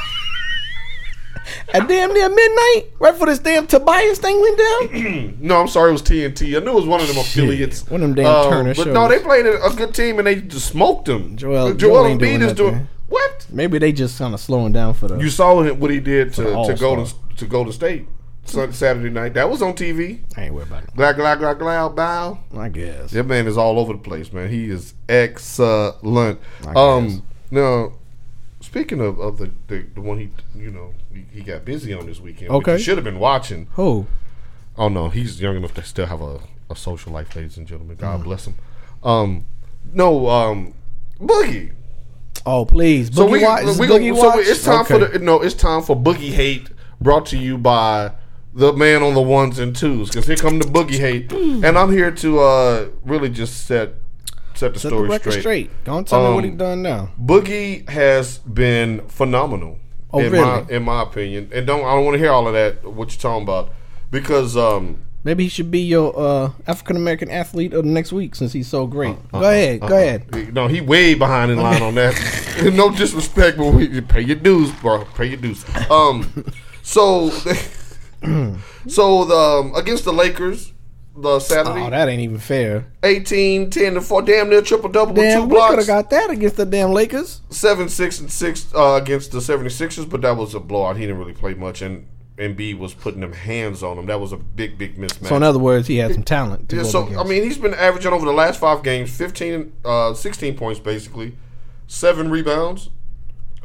Speaker 2: At damn near midnight, right before this damn Tobias thing went down.
Speaker 3: No, I'm sorry, it was TNT. I knew it was one of them affiliates.
Speaker 2: One of them damn
Speaker 3: Uh,
Speaker 2: Turner
Speaker 3: But no,
Speaker 2: shows.
Speaker 3: they played a a good team and they just smoked them.
Speaker 2: Joel- Joel
Speaker 3: Joel
Speaker 2: ain't
Speaker 3: Embiid
Speaker 2: doing
Speaker 3: is doing
Speaker 2: nothing.
Speaker 3: what?
Speaker 2: Maybe they just kind of slowing down for the.
Speaker 3: You saw him, what he did to,
Speaker 2: the
Speaker 3: to
Speaker 2: All-Star.
Speaker 3: Golden to Golden State Sun- Saturday night. That was on TV.
Speaker 2: I ain't worried about it.
Speaker 3: Glad, glad, glad, glad, bow.
Speaker 2: I guess.
Speaker 3: That man is all over the place, man. He is excellent.
Speaker 2: I guess.
Speaker 3: Um, now, speaking of, of the, the the one he you know he, he got busy on this weekend. which you
Speaker 2: Okay.
Speaker 3: should have been watching.
Speaker 2: Who?
Speaker 3: Oh no, he's young enough to still have a, a social life, ladies and gentlemen. God bless him. Um, no, um, Boogie.
Speaker 2: Oh, please. Boogie
Speaker 3: So we,
Speaker 2: Watch.
Speaker 3: we,
Speaker 2: Boogie
Speaker 3: so
Speaker 2: Watch?
Speaker 3: it's time
Speaker 2: Okay.
Speaker 3: for the no, it's time for Boogie Hate, brought to you by the man on the ones and twos. Because here come the Boogie Hate,
Speaker 2: Hmm.
Speaker 3: and I'm here to uh, really just set set the
Speaker 2: Set the
Speaker 3: story
Speaker 2: record
Speaker 3: straight.
Speaker 2: straight. Don't tell me what he
Speaker 3: Um,
Speaker 2: done now.
Speaker 3: Boogie has been phenomenal.
Speaker 2: Oh,
Speaker 3: in my
Speaker 2: really?
Speaker 3: in my opinion, and don't I don't want to hear all of that what you're talking about because um.
Speaker 2: Maybe he should be your uh, African American athlete of the next week since he's so great.
Speaker 3: Uh-huh.
Speaker 2: go ahead. Go ahead.
Speaker 3: No, he way behind in line on that. no disrespect, but we you pay your dues, bro. Pay your dues. Um, so, so the um, against the Lakers, the
Speaker 2: Oh,
Speaker 3: Saturday,
Speaker 2: that ain't even fair.
Speaker 3: 18, 10, and four, damn near triple double with two
Speaker 2: Damn, we could
Speaker 3: blocks,
Speaker 2: have got that against the damn Lakers.
Speaker 3: seven, six, and six uh, against the 76ers, but that was a blowout. He didn't really play much, and Embiid was putting them hands on him. That was a big, big mismatch.
Speaker 2: So, in other words, he had some talent. To
Speaker 3: Yeah,
Speaker 2: go
Speaker 3: so
Speaker 2: against.
Speaker 3: I mean, he's been averaging over the last five games 15, uh, 16 points basically, seven rebounds,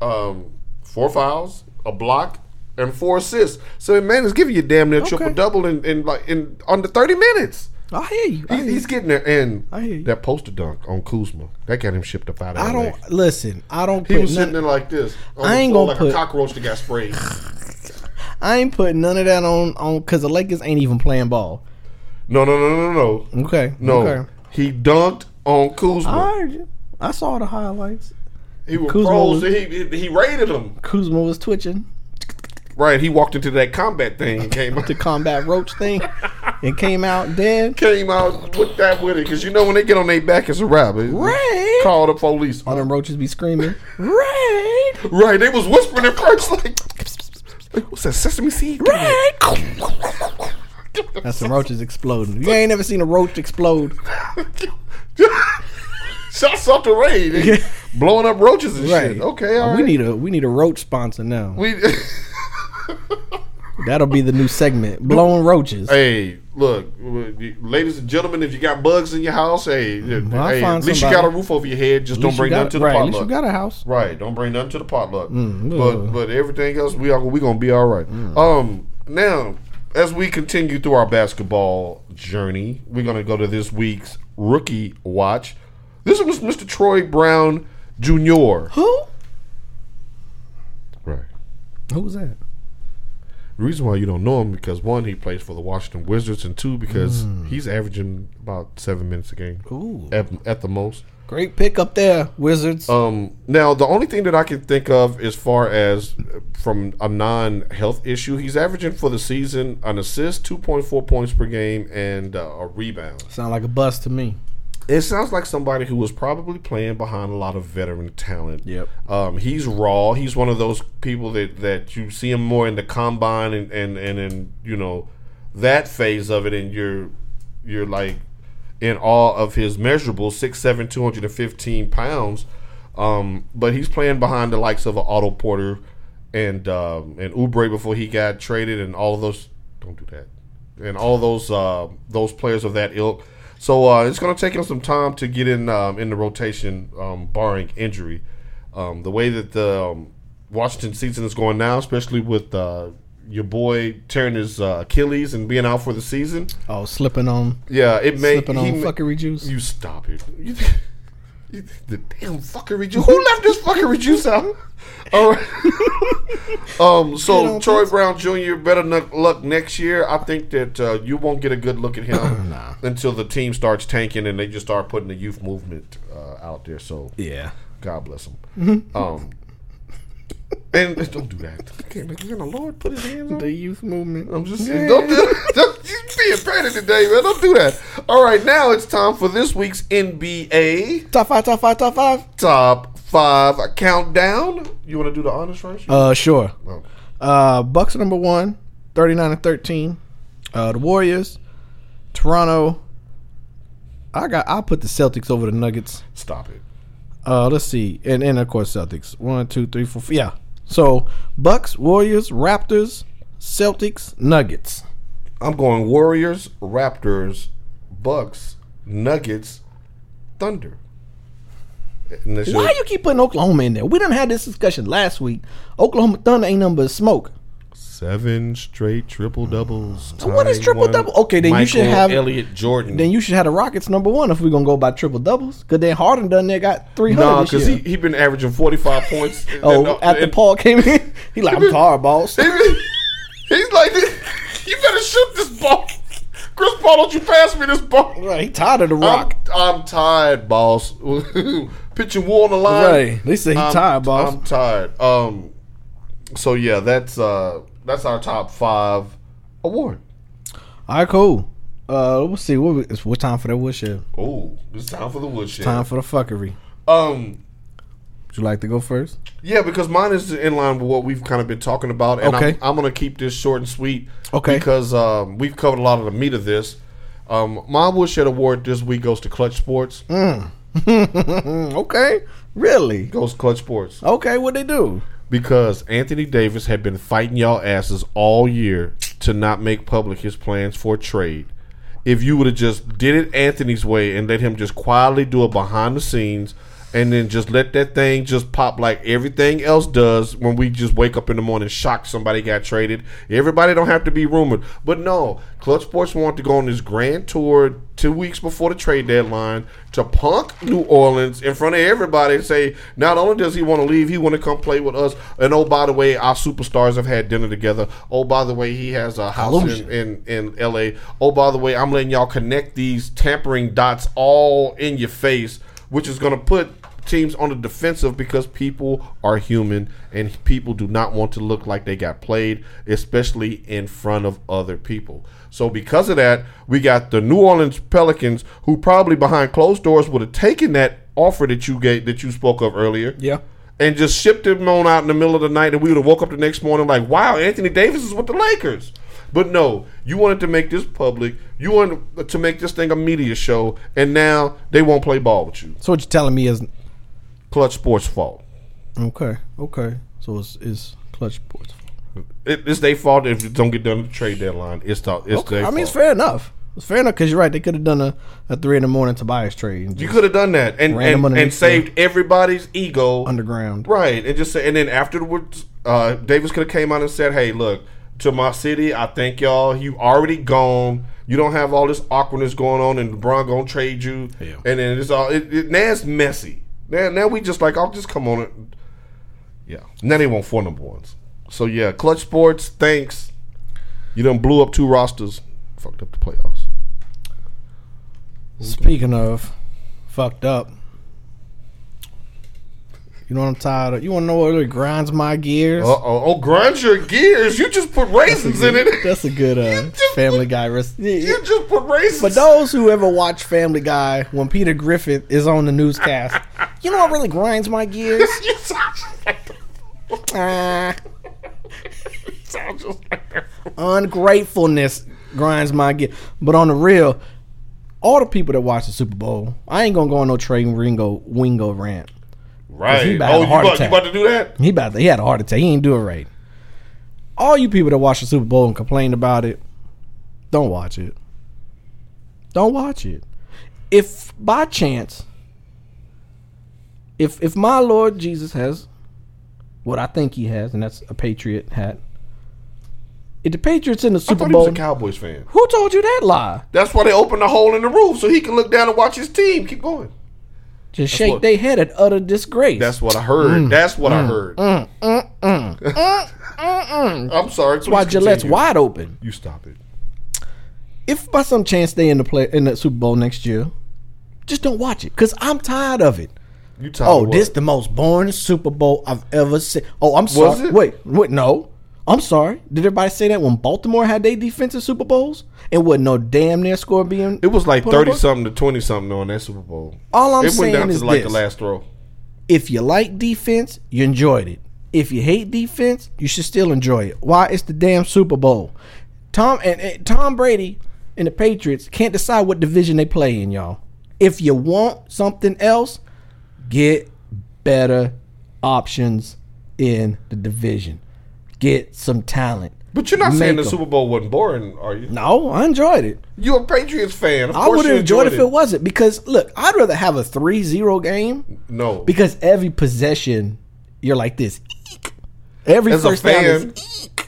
Speaker 3: um, four fouls, a block, and four assists. So man is giving you damn near triple double in, in like in under thirty minutes.
Speaker 2: I hear you. I
Speaker 3: He,
Speaker 2: hear you.
Speaker 3: he's getting there, and
Speaker 2: I hear you.
Speaker 3: that poster dunk on Kuzma that got him shipped up out of.
Speaker 2: I
Speaker 3: LA.
Speaker 2: don't listen. I don't
Speaker 3: He
Speaker 2: put
Speaker 3: was sitting
Speaker 2: none,
Speaker 3: there like this. on
Speaker 2: I
Speaker 3: the
Speaker 2: ain't
Speaker 3: floor
Speaker 2: gonna
Speaker 3: like
Speaker 2: put-
Speaker 3: a cockroach that got sprayed.
Speaker 2: I ain't putting none of that on on because the Lakers ain't even playing ball.
Speaker 3: No, no, no, no, no, no.
Speaker 2: Okay,
Speaker 3: No.
Speaker 2: Okay.
Speaker 3: He dunked on Kuzma.
Speaker 2: I heard you. I saw the highlights.
Speaker 3: He was
Speaker 2: Kuzma
Speaker 3: froze.
Speaker 2: was-
Speaker 3: He, he he raided him.
Speaker 2: Kuzma was twitching
Speaker 3: Right, he walked into that combat thing and came out,
Speaker 2: the combat roach thing and came out dead.
Speaker 3: came out with that with it. Because you know when they get on their back, it's a wrap. It-
Speaker 2: Right.
Speaker 3: Call the police.
Speaker 2: All them roaches be screaming. Raid!
Speaker 3: Right, they was whispering at first like, like what's that sesame seed?
Speaker 2: Raid! That's some roaches exploding. You ain't never seen a roach explode.
Speaker 3: Shots off the raid, They blowing up roaches and
Speaker 2: Right. Uh,
Speaker 3: shit. Okay, all right.
Speaker 2: we need a we need a roach sponsor now.
Speaker 3: We,
Speaker 2: That'll be the new segment. Blowing roaches.
Speaker 3: hey, look, well, you- ladies and gentlemen, if you got bugs in your house, hey,
Speaker 2: I
Speaker 3: hey
Speaker 2: find
Speaker 3: at least you
Speaker 2: somebody-
Speaker 3: got a roof over your head. Just don't
Speaker 2: least you
Speaker 3: bring
Speaker 2: got-
Speaker 3: nothing to the
Speaker 2: right, at least
Speaker 3: potluck.
Speaker 2: you got a house.
Speaker 3: Right. Don't bring nothing to the potluck.
Speaker 2: ugh.
Speaker 3: But but everything else, we are we gonna be all right. Um. Now, as we continue through our basketball journey, we're gonna go to this week's rookie watch. This was Mr. Troy Brown Jr.
Speaker 2: Who?
Speaker 3: Right.
Speaker 2: Who was that?
Speaker 3: The reason why you don't know him because one, he plays for the Washington Wizards, and two, because he's averaging about seven minutes a game
Speaker 2: Ooh.
Speaker 3: at, at the most.
Speaker 2: Great pick up there, Wizards.
Speaker 3: Um, now, the only thing that I can think of as far as uh, from a non health issue, he's averaging for the season an assist, 2.4 points per game, and uh, a rebound.
Speaker 2: Sound like a bust to me.
Speaker 3: It sounds like somebody who was probably playing behind a lot of veteran talent.
Speaker 2: Yep.
Speaker 3: Um, he's raw. He's one of those people that, that you see him more in the combine and, and, and in, you know, that phase of it and you're you're like in awe of his measurables, 6'7", 215 pounds. Um, but he's playing behind the likes of an Otto Porter and um, and Oubre before he got traded and all of those don't do that. And all those uh, those players of that ilk. So uh, it's going to take him some time to get in um, in the rotation, um, barring injury. Um, the way that the um, Washington season is going now, especially with uh, your boy tearing his uh, Achilles and being out for the season,
Speaker 2: Oh, slipping on,
Speaker 3: yeah, it may
Speaker 2: slipping
Speaker 3: he
Speaker 2: on
Speaker 3: may-
Speaker 2: fuckery juice.
Speaker 3: You stop it. You, you- the damn fuckery juice. Who left this fuckery juice out? All right. um. So Troy Brown Jr. Better luck- luck next year. I think that uh, you won't get a good look at him until the team starts tanking and they just start putting the youth movement uh, out there. So
Speaker 2: yeah.
Speaker 3: God bless him. um. And don't do that. Can the Lord put his hands on
Speaker 2: The youth movement.
Speaker 3: I'm just saying, don't do that. You being petty today, man. Don't do that. All right, now it's time for this week's NBA
Speaker 2: Top five, top five, top five.
Speaker 3: top five countdown. You want to do the honors first?
Speaker 2: Uh, sure.
Speaker 3: Oh.
Speaker 2: Uh, Bucks are number one, 39 and 13. Uh, the Warriors, Toronto. I got. I put the Celtics over the Nuggets.
Speaker 3: Stop it.
Speaker 2: Uh, let's see, and and of course Celtics. One, two, three, four. f- Yeah. So Bucks, Warriors, Raptors, Celtics, Nuggets.
Speaker 3: I'm going Warriors, Raptors, Bucks, Nuggets, Thunder. Unless you're-
Speaker 2: Why you keep putting Oklahoma in there? We done had this discussion last week. Oklahoma Thunder ain't number smoke.
Speaker 3: Seven straight triple doubles.
Speaker 2: What is
Speaker 3: tying
Speaker 2: triple
Speaker 3: one
Speaker 2: double? Okay, then you should
Speaker 3: Michael
Speaker 2: have-
Speaker 3: Elliott Jordan.
Speaker 2: Then you should have the Rockets number one if we're gonna go by triple doubles. Cause then Harden done there got three hundred.
Speaker 3: Nah,
Speaker 2: because
Speaker 3: because he he been averaging 45 points.
Speaker 2: Oh,
Speaker 3: And-
Speaker 2: after
Speaker 3: and-
Speaker 2: Paul came in, he like I'm tired, boss.
Speaker 3: He be- he's like, you better shoot this ball. Chris Paul, don't you pass me this ball.
Speaker 2: Right, he tired of the
Speaker 3: I'm,
Speaker 2: Rock.
Speaker 3: I'm tired, boss. Pitching war on the line.
Speaker 2: Right. They
Speaker 3: um,
Speaker 2: say he tired, boss.
Speaker 3: I'm tired. Um. So yeah, that's uh that's our top five award.
Speaker 2: All right, cool. Uh, we'll see. What we- it's what time for that woodshed?
Speaker 3: Oh, it's time for the woodshed.
Speaker 2: Time for the fuckery.
Speaker 3: Um.
Speaker 2: Would you like to go first?
Speaker 3: Yeah, because mine is in line with what we've kind of been talking about, and
Speaker 2: Okay.
Speaker 3: I'm, I'm going to keep this short and sweet.
Speaker 2: Okay.
Speaker 3: Because um, we've covered a lot of the meat of this. Um, my Woodshed Award this week goes to Clutch Sports.
Speaker 2: Mm, okay, really?
Speaker 3: Goes to Clutch Sports
Speaker 2: Okay, what they do?
Speaker 3: because Anthony Davis had been fighting y'all asses all year to not make public his plans for trade. If you would have just did it Anthony's way and let him just quietly do it behind the scenes and then just let that thing just pop like everything else does when we just wake up in the morning shocked somebody got traded. Everybody don't have to be rumored. But no, Clutch Sports wanted to go on this grand tour two weeks before the trade deadline to punk New Orleans in front of everybody and say, not only does he want to leave, he want to come play with us. And oh, by the way, our superstars have had dinner together. Oh, by the way, he has a house in, in, in L.A. Oh, by the way, I'm letting y'all connect these tampering dots all in your face, which is going to put teams on the defensive because people are human and people do not want to look like they got played, especially in front of other people. So because of that, we got the New Orleans Pelicans who probably behind closed doors would have taken that offer that you gave that you spoke of earlier.
Speaker 2: Yeah.
Speaker 3: And just shipped him on out in the middle of the night and we would have woke up the next morning like, wow, Anthony Davis is with the Lakers. But no, you wanted to make this public. You wanted to make this thing a media show, and now they won't play ball with you.
Speaker 2: So what you're telling me is
Speaker 3: Clutch Sports' fault.
Speaker 2: okay, okay. So it's it's clutch sports.
Speaker 3: It, it's their fault if it don't get done at the trade deadline. It's the, it's
Speaker 2: Okay,
Speaker 3: their
Speaker 2: I mean, it's
Speaker 3: fault.
Speaker 2: fair enough. It's fair enough because you're right. They could have done a, a three in the morning Tobias trade and
Speaker 3: You
Speaker 2: just
Speaker 3: could have done that and
Speaker 2: Ran him
Speaker 3: and, and
Speaker 2: underneath
Speaker 3: saved everybody's ego
Speaker 2: underground.
Speaker 3: Right, and just say, and then afterwards, uh, Davis could have came out and said, "Hey, look, to my city, I thank y'all. You already gone. You don't have all this awkwardness going on, and LeBron gonna trade you.
Speaker 2: Yeah.
Speaker 3: And then it's all it, it, now it's messy. Now, now we just like, I'll just come on it. Yeah, now they want four number ones. So yeah, Clutch Sports, thanks. You done blew up two rosters, fucked up the playoffs.
Speaker 2: Speaking of fucked up, you know what I'm tired of? You want to know what really grinds my gears?
Speaker 3: Uh oh, oh, grind your gears. You just put raisins in it.
Speaker 2: That's a good uh,
Speaker 3: just-
Speaker 2: Family Guy. Rest-
Speaker 3: You just put raisins.
Speaker 2: But those who ever watch Family Guy, when Peter Griffith is on the newscast, you know what really grinds my gears?
Speaker 3: You sound just like the-
Speaker 2: Ah,
Speaker 3: you sound just like the-
Speaker 2: ungratefulness grinds my gears. But on the real, all the people that watch the Super Bowl, I ain't gonna go on no Trey Ringo Wingo rant.
Speaker 3: Right.
Speaker 2: he about to
Speaker 3: oh, you
Speaker 2: heart
Speaker 3: about, you
Speaker 2: attack.
Speaker 3: about to do that?
Speaker 2: He about to, he had a heart attack. He ain't do it right. All you people that watch the Super Bowl and complain about it, don't watch it. Don't watch it. If by chance, if if my Lord Jesus has what I think he has, and that's a Patriot hat, if the Patriots in the
Speaker 3: I
Speaker 2: Super
Speaker 3: thought he was
Speaker 2: Bowl,
Speaker 3: a Cowboys fan.
Speaker 2: who told you that lie?
Speaker 3: That's why they opened the hole in the roof so he can look down and watch his team. Keep going.
Speaker 2: Just shake
Speaker 3: what-
Speaker 2: their head at utter disgrace.
Speaker 3: That's what I heard.
Speaker 2: Mm.
Speaker 3: That's what I heard.
Speaker 2: Mm.
Speaker 3: I'm sorry. That's
Speaker 2: why Gillette's wide open.
Speaker 3: You stop it.
Speaker 2: if by some chance they in the play in the Super Bowl next year, just don't watch it because I'm tired of it.
Speaker 3: You tired
Speaker 2: Oh,
Speaker 3: of
Speaker 2: this
Speaker 3: what?
Speaker 2: the most boring Super Bowl I've ever seen. Oh, I'm sorry.
Speaker 3: it?
Speaker 2: Wait, wait, no. I'm sorry. Did everybody say that when Baltimore had their defensive Super Bowls and wasn't no damn near score being?
Speaker 3: It was like
Speaker 2: put on the
Speaker 3: thirty
Speaker 2: book?
Speaker 3: something to twenty something on that Super Bowl.
Speaker 2: All I'm
Speaker 3: it
Speaker 2: saying
Speaker 3: went down
Speaker 2: is
Speaker 3: to like
Speaker 2: this.
Speaker 3: the last throw.
Speaker 2: If you like defense, you enjoyed it. If you hate defense, you should still enjoy it. Why? It's the damn Super Bowl. Tom and, and Tom Brady and the Patriots can't decide what division they play in, y'all. If you want something else, get better options in the division. Get some talent.
Speaker 3: But you're not
Speaker 2: Make
Speaker 3: saying the
Speaker 2: 'em.
Speaker 3: Super Bowl wasn't boring, are you?
Speaker 2: No, I enjoyed it.
Speaker 3: You're a Patriots fan. Of
Speaker 2: I
Speaker 3: course
Speaker 2: would have
Speaker 3: you
Speaker 2: enjoyed it if
Speaker 3: it
Speaker 2: it wasn't because look, I'd rather have a 3-0 game
Speaker 3: No,
Speaker 2: because every possession, you're like this. Eek. Every
Speaker 3: as a
Speaker 2: first down is
Speaker 3: fan,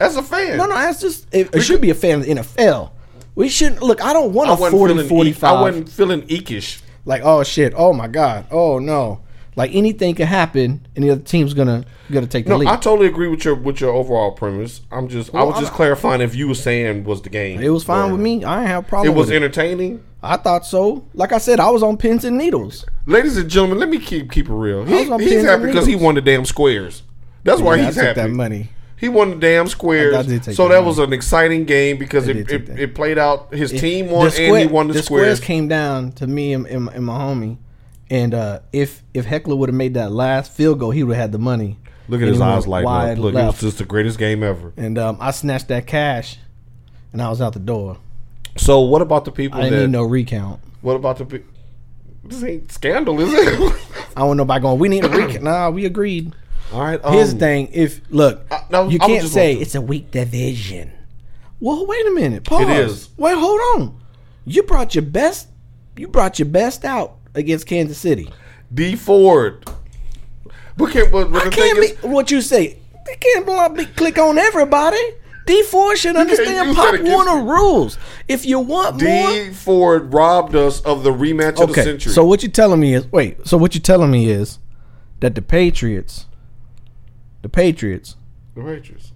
Speaker 3: as a fan,
Speaker 2: no, no. That's just it, it should be a fan of the NFL. We shouldn't look. I don't want
Speaker 3: I
Speaker 2: a
Speaker 3: wasn't
Speaker 2: 40,
Speaker 3: feeling. Eek, I
Speaker 2: 45.
Speaker 3: wasn't feeling eekish.
Speaker 2: like oh shit, oh my god, oh no. Like anything can happen, and the other team's gonna gonna take the
Speaker 3: No,
Speaker 2: lead.
Speaker 3: I totally agree with your with your overall premise. I'm just I was
Speaker 2: I-
Speaker 3: just clarifying if you were saying was the game.
Speaker 2: it was fine
Speaker 3: boring.
Speaker 2: with me. I didn't have a
Speaker 3: It
Speaker 2: problem.
Speaker 3: was
Speaker 2: with it.
Speaker 3: entertaining.
Speaker 2: I thought so. Like I said, I was on pins and needles.
Speaker 3: Ladies and gentlemen, let me keep keep it real. He-
Speaker 2: was on pins
Speaker 3: he's
Speaker 2: and
Speaker 3: happy because he
Speaker 2: needles.
Speaker 3: won the damn squares. That's why
Speaker 2: Yeah,
Speaker 3: he's
Speaker 2: I took
Speaker 3: happy.
Speaker 2: that money.
Speaker 3: He won the damn
Speaker 2: I
Speaker 3: squares.
Speaker 2: did take
Speaker 3: So
Speaker 2: that
Speaker 3: that was an exciting game because
Speaker 2: did
Speaker 3: it,
Speaker 2: take
Speaker 3: it,
Speaker 2: that.
Speaker 3: it played out. His team
Speaker 2: It-
Speaker 3: won and he
Speaker 2: square-
Speaker 3: won the,
Speaker 2: the
Speaker 3: squares.
Speaker 2: came down to me and, and, my- and my homie. And uh, if if Heckler would have made that last field goal, he would have had the money.
Speaker 3: Look at
Speaker 2: And
Speaker 3: his
Speaker 2: he
Speaker 3: eyes
Speaker 2: went
Speaker 3: lighting up.
Speaker 2: wide
Speaker 3: Look, it was
Speaker 2: left.
Speaker 3: just the greatest game ever.
Speaker 2: and um, I snatched that cash, and I was out the door.
Speaker 3: So what about the people
Speaker 2: I didn't
Speaker 3: that?
Speaker 2: need no recount.
Speaker 3: What about the? pe- This ain't scandal, is it?
Speaker 2: I want nobody going. We need a recount. nah, we agreed.
Speaker 3: All right.
Speaker 2: Here's
Speaker 3: um,
Speaker 2: the thing: if look,
Speaker 3: I- no,
Speaker 2: you
Speaker 3: I was
Speaker 2: can't
Speaker 3: just
Speaker 2: say
Speaker 3: gonna-
Speaker 2: it's a weak division. Well, wait a minute. Pause. It
Speaker 3: is.
Speaker 2: is. Wait, hold on. You brought your best. You brought your best out against Kansas City.
Speaker 3: D Ford. But can but, but
Speaker 2: I
Speaker 3: the thing
Speaker 2: can't be
Speaker 3: is,
Speaker 2: what you say. They can't bl- be, click on everybody. D four should understand
Speaker 3: use that
Speaker 2: Pop
Speaker 3: against
Speaker 2: Warner rules. If you want more,
Speaker 3: D Ford robbed us of the rematch of the
Speaker 2: okay.
Speaker 3: century.
Speaker 2: So what you telling me is wait. So what you telling me is that the Patriots, the Patriots,
Speaker 3: the Patriots.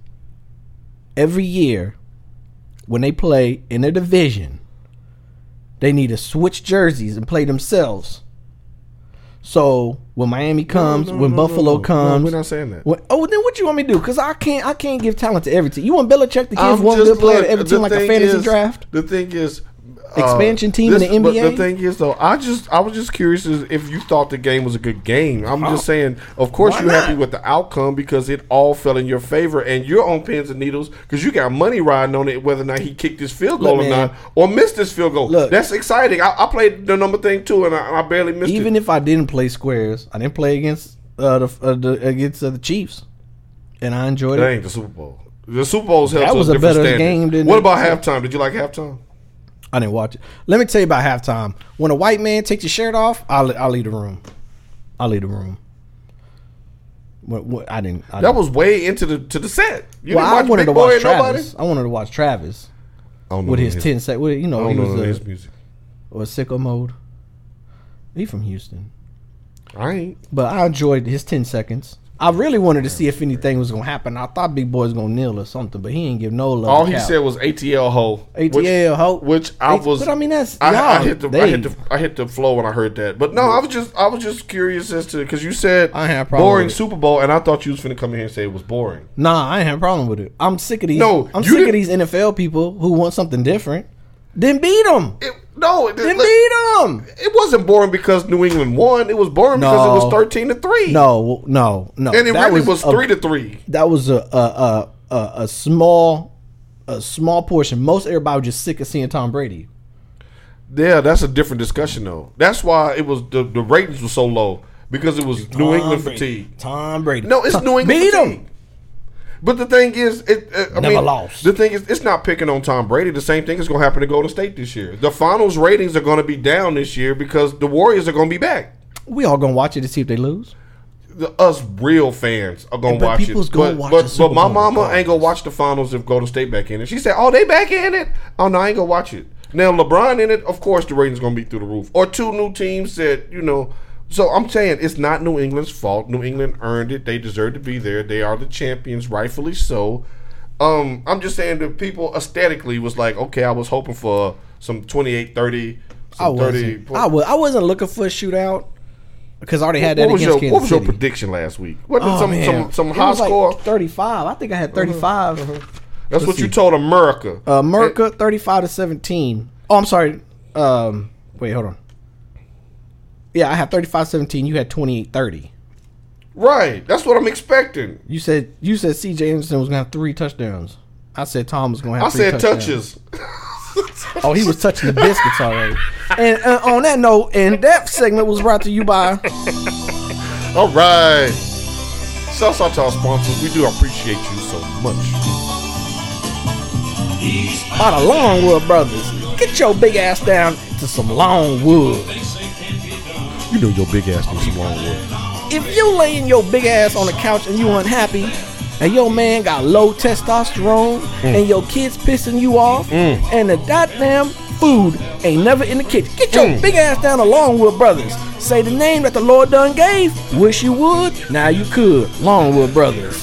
Speaker 2: every year when they play in a division, they need to switch jerseys and play themselves. So when Miami comes,
Speaker 3: no,
Speaker 2: when
Speaker 3: no, no,
Speaker 2: Buffalo
Speaker 3: no. No,
Speaker 2: comes,
Speaker 3: we're not saying that.
Speaker 2: When, oh, then what you want me to do? Because I can't, I can't give talent to every team. You want Belichick to give
Speaker 3: I'm
Speaker 2: one
Speaker 3: just-
Speaker 2: good player
Speaker 3: look,
Speaker 2: to every
Speaker 3: the
Speaker 2: team like a
Speaker 3: thing
Speaker 2: fantasy
Speaker 3: is-
Speaker 2: draft?
Speaker 3: The thing is, uh,
Speaker 2: Expansion team in the
Speaker 3: but
Speaker 2: NBA?
Speaker 3: the thing is, though, I just I was just curious as if you thought the game was a good game. I'm just saying, of course,
Speaker 2: Oh. Why
Speaker 3: you're happy
Speaker 2: not?
Speaker 3: with the outcome because it all fell in your favor, and you're on pins and needles because you got money riding on it whether or not he kicked his field
Speaker 2: Look,
Speaker 3: goal or
Speaker 2: man.
Speaker 3: not, or missed his field goal.
Speaker 2: Look.
Speaker 3: that's exciting. I, I played the number thing too, and I, I barely missed it.
Speaker 2: Even if I didn't play squares, I didn't play against uh, the, uh, the against uh, the Chiefs, and I enjoyed
Speaker 3: That
Speaker 2: it.
Speaker 3: ain't the Super Bowl. The Super Bowl's held
Speaker 2: That
Speaker 3: to
Speaker 2: was
Speaker 3: a
Speaker 2: a
Speaker 3: different
Speaker 2: better
Speaker 3: standard.
Speaker 2: game than
Speaker 3: what
Speaker 2: the-
Speaker 3: about halftime? Did you like halftime?
Speaker 2: I didn't watch it. Let me tell you about halftime. When a white man takes his shirt off, I'll I'll leave the room. I'll leave the room. What, what I didn't. I
Speaker 3: That
Speaker 2: didn't.
Speaker 3: was way into the to the set. You
Speaker 2: well, I
Speaker 3: didn't watch
Speaker 2: wanted
Speaker 3: Big
Speaker 2: to
Speaker 3: Boy
Speaker 2: watch
Speaker 3: and nobody.
Speaker 2: Travis. I wanted to watch Travis
Speaker 3: I don't know
Speaker 2: with
Speaker 3: none
Speaker 2: his
Speaker 3: of
Speaker 2: ten sec. With, you
Speaker 3: I
Speaker 2: know,
Speaker 3: don't
Speaker 2: he
Speaker 3: know none
Speaker 2: was
Speaker 3: of
Speaker 2: a,
Speaker 3: his music.
Speaker 2: or sicko mode. He from Houston.
Speaker 3: I ain't.
Speaker 2: But I enjoyed his 10 seconds. I really wanted to see if anything was going to happen. I thought Big Boy was going to kneel or something, but he ain't give no love.
Speaker 3: All
Speaker 2: to
Speaker 3: he
Speaker 2: Cal.
Speaker 3: said was ATL ho.
Speaker 2: ATL ho.
Speaker 3: Which I
Speaker 2: It's-
Speaker 3: was.
Speaker 2: but I mean, that's-
Speaker 3: I, I
Speaker 2: y'all,
Speaker 3: hit the I
Speaker 2: they-
Speaker 3: hit the I hit the flow when I heard that. But no, I was just I was just curious as to because you said
Speaker 2: I ain't have a problem
Speaker 3: boring
Speaker 2: with it.
Speaker 3: Super Bowl, and I thought you was finna come here and say it was boring.
Speaker 2: Nah, I ain't have a problem with it. I'm sick of these.
Speaker 3: No,
Speaker 2: I'm
Speaker 3: you
Speaker 2: sick of
Speaker 3: didn't-
Speaker 2: these NFL people who want something different. Then beat them.
Speaker 3: It, no, it,
Speaker 2: Then
Speaker 3: didn't.
Speaker 2: beat them.
Speaker 3: it wasn't boring because New England won. It was boring
Speaker 2: No.
Speaker 3: because it was thirteen to three.
Speaker 2: No, no, no.
Speaker 3: and it
Speaker 2: That
Speaker 3: really was,
Speaker 2: a-
Speaker 3: three to three.
Speaker 2: that was a a, a a a small a small portion. Most everybody was just sick of seeing Tom Brady.
Speaker 3: Yeah, that's a different discussion though. That's why it was the, the ratings were so low because it was New England fatigue.
Speaker 2: Tom Brady.
Speaker 3: No, it's
Speaker 2: Tom-
Speaker 3: New England.
Speaker 2: Beat
Speaker 3: fatigue.
Speaker 2: him.
Speaker 3: But the thing is, it uh, I
Speaker 2: Never
Speaker 3: mean,
Speaker 2: lost.
Speaker 3: The thing is, it's not picking on Tom Brady. The same thing is going to happen to Golden State this year. The finals ratings are going to be down this year because the Warriors are going to be back.
Speaker 2: We all gonna watch it to see if they lose.
Speaker 3: The, us real fans are going
Speaker 2: Yeah,
Speaker 3: to
Speaker 2: but
Speaker 3: watch
Speaker 2: people's
Speaker 3: it.
Speaker 2: gonna
Speaker 3: but
Speaker 2: watch
Speaker 3: but,
Speaker 2: the Super
Speaker 3: but my
Speaker 2: Bowl
Speaker 3: mama ain't going
Speaker 2: regardless.
Speaker 3: to watch the finals if Golden State back in it. She said, "Oh, they back in it." Oh no, I ain't going to watch it. Now LeBron in it, of course, the ratings going to be through the roof. Or two new teams that you know. So I'm saying it's not New England's fault. New England earned it. They deserve to be there. They are the champions, rightfully so. Um, I'm just saying that people aesthetically was like, okay, I was hoping for some 28, 30, some
Speaker 2: I
Speaker 3: 30.
Speaker 2: wasn't.
Speaker 3: point-
Speaker 2: I was. I wasn't looking for a shootout because I already had that
Speaker 3: what was
Speaker 2: against
Speaker 3: your
Speaker 2: Kansas
Speaker 3: What was your
Speaker 2: City.
Speaker 3: prediction last week? Wasn't it
Speaker 2: Oh,
Speaker 3: some,
Speaker 2: man.
Speaker 3: some some
Speaker 2: It
Speaker 3: high
Speaker 2: was like
Speaker 3: score? Mm-hmm,
Speaker 2: Thirty-five. I think I had 35
Speaker 3: That's what
Speaker 2: Let's
Speaker 3: you
Speaker 2: see.
Speaker 3: told America.
Speaker 2: Uh, America, thirty-five to seventeen. Oh, I'm sorry. Um, wait, hold on. Yeah, I had 35-17. You had 28-30.
Speaker 3: right. That's what I'm expecting.
Speaker 2: You said you said C.J. Anderson was gonna have three touchdowns. I said Tom was gonna have.
Speaker 3: I
Speaker 2: three
Speaker 3: said
Speaker 2: touchdowns.
Speaker 3: touches.
Speaker 2: Oh, he was touching the biscuits already. And uh, on that note, and that segment was brought to you by.
Speaker 3: All right. Shouts out to our sponsors. We do appreciate you so much.
Speaker 2: by the Longwood Brothers. Get your big ass down to some Longwood.
Speaker 3: You know your big ass needs some long work.
Speaker 2: If you laying your big ass on the couch and you unhappy, and your man got low testosterone, and your kids pissing you off, and the goddamn food ain't never in the kitchen, get your big ass down to Longwood Brothers. Say the name that the Lord done gave. Wish you would. Now you could. Longwood Brothers.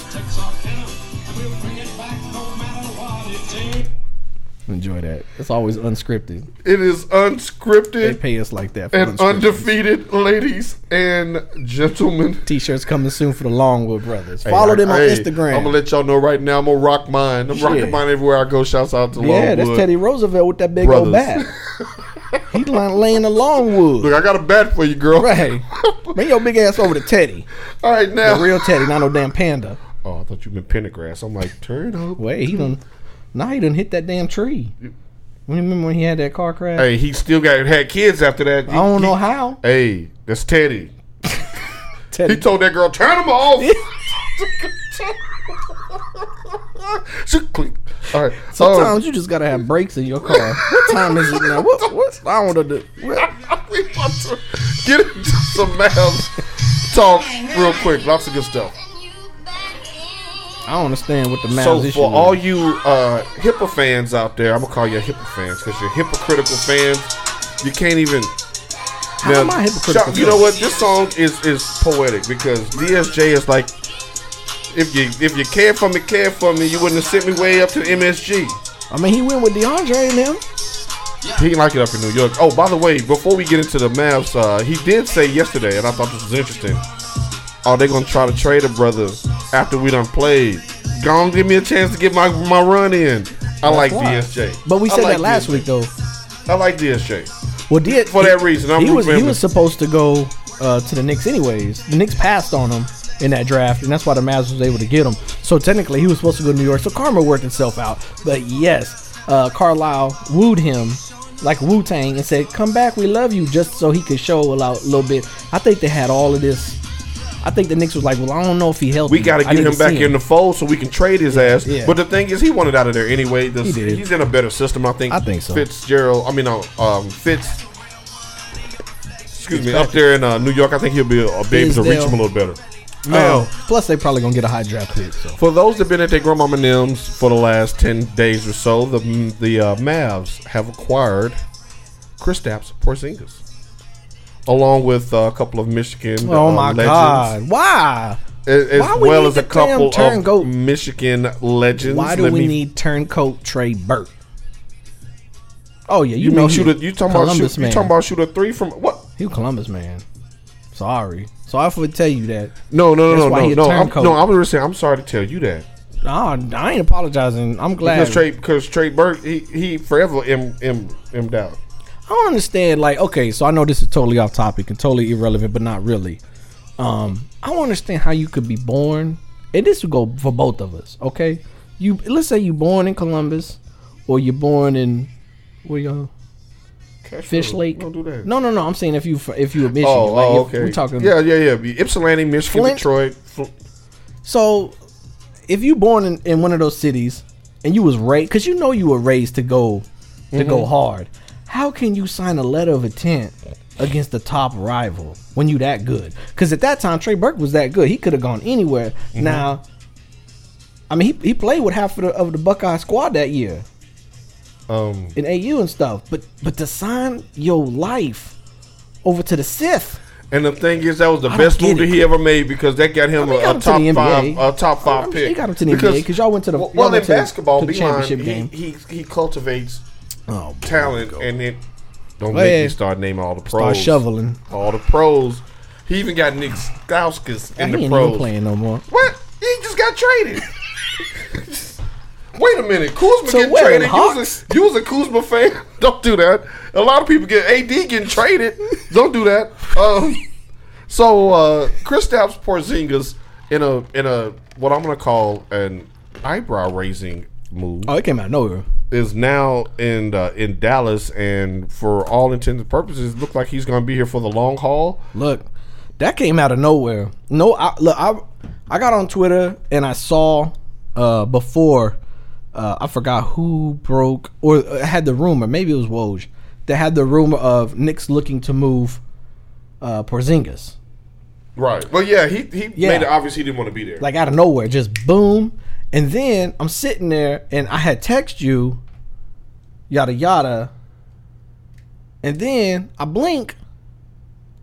Speaker 2: Enjoy that. It's always unscripted.
Speaker 3: It is
Speaker 2: They
Speaker 3: unscripted
Speaker 2: pay us like that. For
Speaker 3: and
Speaker 2: unscripted.
Speaker 3: undefeated, ladies and gentlemen.
Speaker 2: T-shirts coming soon for the Longwood Brothers. Follow them on Instagram.
Speaker 3: I'm gonna let y'all know right now. I'm gonna rock mine. I'm
Speaker 2: Shit.
Speaker 3: rocking mine everywhere I go. Shouts out to
Speaker 2: yeah,
Speaker 3: Longwood.
Speaker 2: that's Teddy Roosevelt with that big old
Speaker 3: Brothers.
Speaker 2: bat. he lying, laying the Longwood.
Speaker 3: Look, I got a bat for you, girl.
Speaker 2: Right. Bring your big ass over to Teddy.
Speaker 3: All right
Speaker 2: The
Speaker 3: now.
Speaker 2: real Teddy, not no damn panda.
Speaker 3: Oh, I thought you meant Pendergrass. I'm like, turn up.
Speaker 2: Wait, he done. Nah, he done hit that damn tree. Remember when he had that car crash?
Speaker 3: Hey, he still got had kids after that.
Speaker 2: I don't know how.
Speaker 3: Hey, that's Teddy. He
Speaker 2: Teddy,
Speaker 3: told that girl, turn him off. She click. All right. Um,
Speaker 2: sometimes you just gotta have brakes in your car. What time is it now? What? What? I don't know. the- What?
Speaker 3: Um, we about to get into some Mavs talk real quick. Lots of good stuff.
Speaker 2: I don't understand what the Mavs
Speaker 3: So
Speaker 2: issue
Speaker 3: for
Speaker 2: is.
Speaker 3: all you uh, HIPAA fans out there, I'm gonna call you HIPAA fans because you're hypocritical fans. You can't even. How
Speaker 2: am I hypocritical
Speaker 3: You know
Speaker 2: fans?
Speaker 3: what? This song is is poetic because DSJ is like, if you if you cared for me, cared for me, you wouldn't have sent me way up to MSG.
Speaker 2: I mean, he went with DeAndre and him.
Speaker 3: He didn't like it up in New York. Oh, by the way, before we get into the Mavs, uh, he did say yesterday, and I thought this was interesting. Oh, they gonna try to trade a brother after we done played. Gonna give me a chance to get my my run in. I like
Speaker 2: why.
Speaker 3: DSJ.
Speaker 2: But we
Speaker 3: I
Speaker 2: said
Speaker 3: like
Speaker 2: that last
Speaker 3: DSJ.
Speaker 2: week though.
Speaker 3: I like DSJ.
Speaker 2: Well, did
Speaker 3: For that reason, I'm
Speaker 2: he was he
Speaker 3: rooting for
Speaker 2: was supposed to go uh, to the Knicks anyways. The Knicks passed on him in that draft, and that's why the Mavs was able to get him. So technically, he was supposed to go to New York. So karma worked itself out. But yes, uh, Carlisle wooed him like Wu Tang and said, "Come back, we love you," just so he could show a lot, little bit. I think they had all of this I think the Knicks was like, well, I don't know if he healthy.
Speaker 3: We got to
Speaker 2: I
Speaker 3: get
Speaker 2: need
Speaker 3: him back
Speaker 2: see
Speaker 3: in the fold so we can trade his ass.
Speaker 2: yeah.
Speaker 3: But the thing is, he wanted out of there anyway. The-
Speaker 2: He did.
Speaker 3: He's in a better system, I think.
Speaker 4: I think so.
Speaker 3: Fitzgerald, I mean, uh, um, Fitz. Excuse me, up there in uh, New York, I think he'll be, uh, be able to reach
Speaker 2: Fizdale.
Speaker 3: him a little better. Now,
Speaker 4: Um,
Speaker 2: Oh,
Speaker 4: plus, they probably gonna get a high draft pick. So
Speaker 3: for those that been at their grandmama Nims for the last ten days or so, the the uh, Mavs have acquired Kristaps Porzingis, along with uh, a couple of Michigan.
Speaker 2: Oh
Speaker 3: uh,
Speaker 2: my
Speaker 3: legends.
Speaker 2: God! Why?
Speaker 3: A- as
Speaker 2: Why we
Speaker 3: well
Speaker 2: need
Speaker 3: as a
Speaker 2: the damn
Speaker 3: couple of
Speaker 2: turncoat?
Speaker 3: Michigan legends.
Speaker 2: Why do
Speaker 3: Let
Speaker 2: we
Speaker 3: me-
Speaker 2: need turncoat Trey Burke? Oh yeah, you,
Speaker 3: You
Speaker 2: know
Speaker 3: mean
Speaker 2: he-
Speaker 3: shoot a, you talking about
Speaker 2: Columbus
Speaker 3: shoot, you
Speaker 2: man.
Speaker 3: talking about shoot a three from what?
Speaker 2: He was Columbus man. Sorry, so I would tell you that.
Speaker 3: No, no,
Speaker 2: That's
Speaker 3: no,
Speaker 2: why
Speaker 3: no,
Speaker 2: he a
Speaker 3: no, no. I'm,
Speaker 2: turncoat.
Speaker 3: no, I'm gonna say I'm sorry to tell you that
Speaker 2: Nah, I ain't apologizing. I'm glad.
Speaker 3: because Trey because Trey Burke he he forever m m m out.
Speaker 2: I don't understand. Like, okay, so I know this is totally off topic and totally irrelevant, but not really. Um, I don't understand how you could be born, and this would go for both of us. Okay, you let's say you born in Columbus, or you're born in where y'all
Speaker 3: Cash
Speaker 2: Fish
Speaker 3: flow.
Speaker 2: Lake.
Speaker 3: Oh, Don't do that.
Speaker 2: No, no, no. I'm saying if you if you a Michigan,
Speaker 3: Oh,
Speaker 2: like
Speaker 3: oh,
Speaker 2: if
Speaker 3: okay.
Speaker 2: we're talking.
Speaker 3: Yeah, yeah, yeah. Be Ypsilanti, Michigan,
Speaker 2: Flint.
Speaker 3: Detroit. Fl-
Speaker 2: So, if you born in, in one of those cities and you was raised, because you know you were raised to go to go
Speaker 3: Mm-hmm.
Speaker 2: hard, how can you sign a letter of intent against the top rival when you that good? Because at that time Trey Burke was that good, he could have gone anywhere.
Speaker 3: Mm-hmm.
Speaker 2: Now, I mean, he, he played with half of the, of the Buckeye squad that year
Speaker 3: um,
Speaker 2: in AU and stuff, but but to sign your life over to the Sith.
Speaker 3: and the thing is, that was the
Speaker 2: I don't
Speaker 3: best
Speaker 2: get
Speaker 3: move that
Speaker 2: it.
Speaker 3: he ever made because that got him
Speaker 2: I mean, he got
Speaker 3: a, a
Speaker 2: him to
Speaker 3: top
Speaker 2: the NBA.
Speaker 3: five, a top
Speaker 2: I
Speaker 3: five
Speaker 2: mean,
Speaker 3: pick.
Speaker 2: he got him to the NBA 'cause y'all went to the-
Speaker 3: well,
Speaker 2: y'all
Speaker 3: well,
Speaker 2: went
Speaker 3: in
Speaker 2: to the-
Speaker 3: basketball,
Speaker 2: to the
Speaker 3: B line,
Speaker 2: championship
Speaker 3: he,
Speaker 2: game.
Speaker 3: He, he cultivates
Speaker 2: Oh, boy.
Speaker 3: talent, and it
Speaker 2: Go
Speaker 3: don't make me
Speaker 2: ahead.
Speaker 3: start naming all the pros.
Speaker 2: Start shoveling.
Speaker 3: all the pros. He even got Nick Stauskas in
Speaker 2: He ain't
Speaker 3: the
Speaker 2: even
Speaker 3: pros.
Speaker 2: playing no more.
Speaker 3: What? He just got traded. Wait a minute, Kuzma
Speaker 2: So
Speaker 3: getting
Speaker 2: where,
Speaker 3: traded.
Speaker 2: the
Speaker 3: You was,
Speaker 2: Hawks?
Speaker 3: a, you was a Kuzma fan. Don't do that. A lot of people get AD getting traded. Don't do that. Um, so uh, Kristaps Porzingis in a in a what I'm gonna call an eyebrow raising move
Speaker 2: Oh, it came out of nowhere.
Speaker 3: is now in uh, in Dallas and for all intents and purposes look like he's gonna be here for the long haul.
Speaker 2: Look, that came out of nowhere. No, I, look, I I got on Twitter and I saw uh, before uh, I forgot who broke or uh, had the rumor. Maybe it was Woj that had the rumor of Knicks looking to move uh, Porzingis
Speaker 3: Right. Well, yeah, he he
Speaker 2: Yeah.
Speaker 3: made it obvious he didn't want to be there.
Speaker 2: like out of nowhere, just boom. And then I'm sitting there and I had text you, yada yada. And then I blink,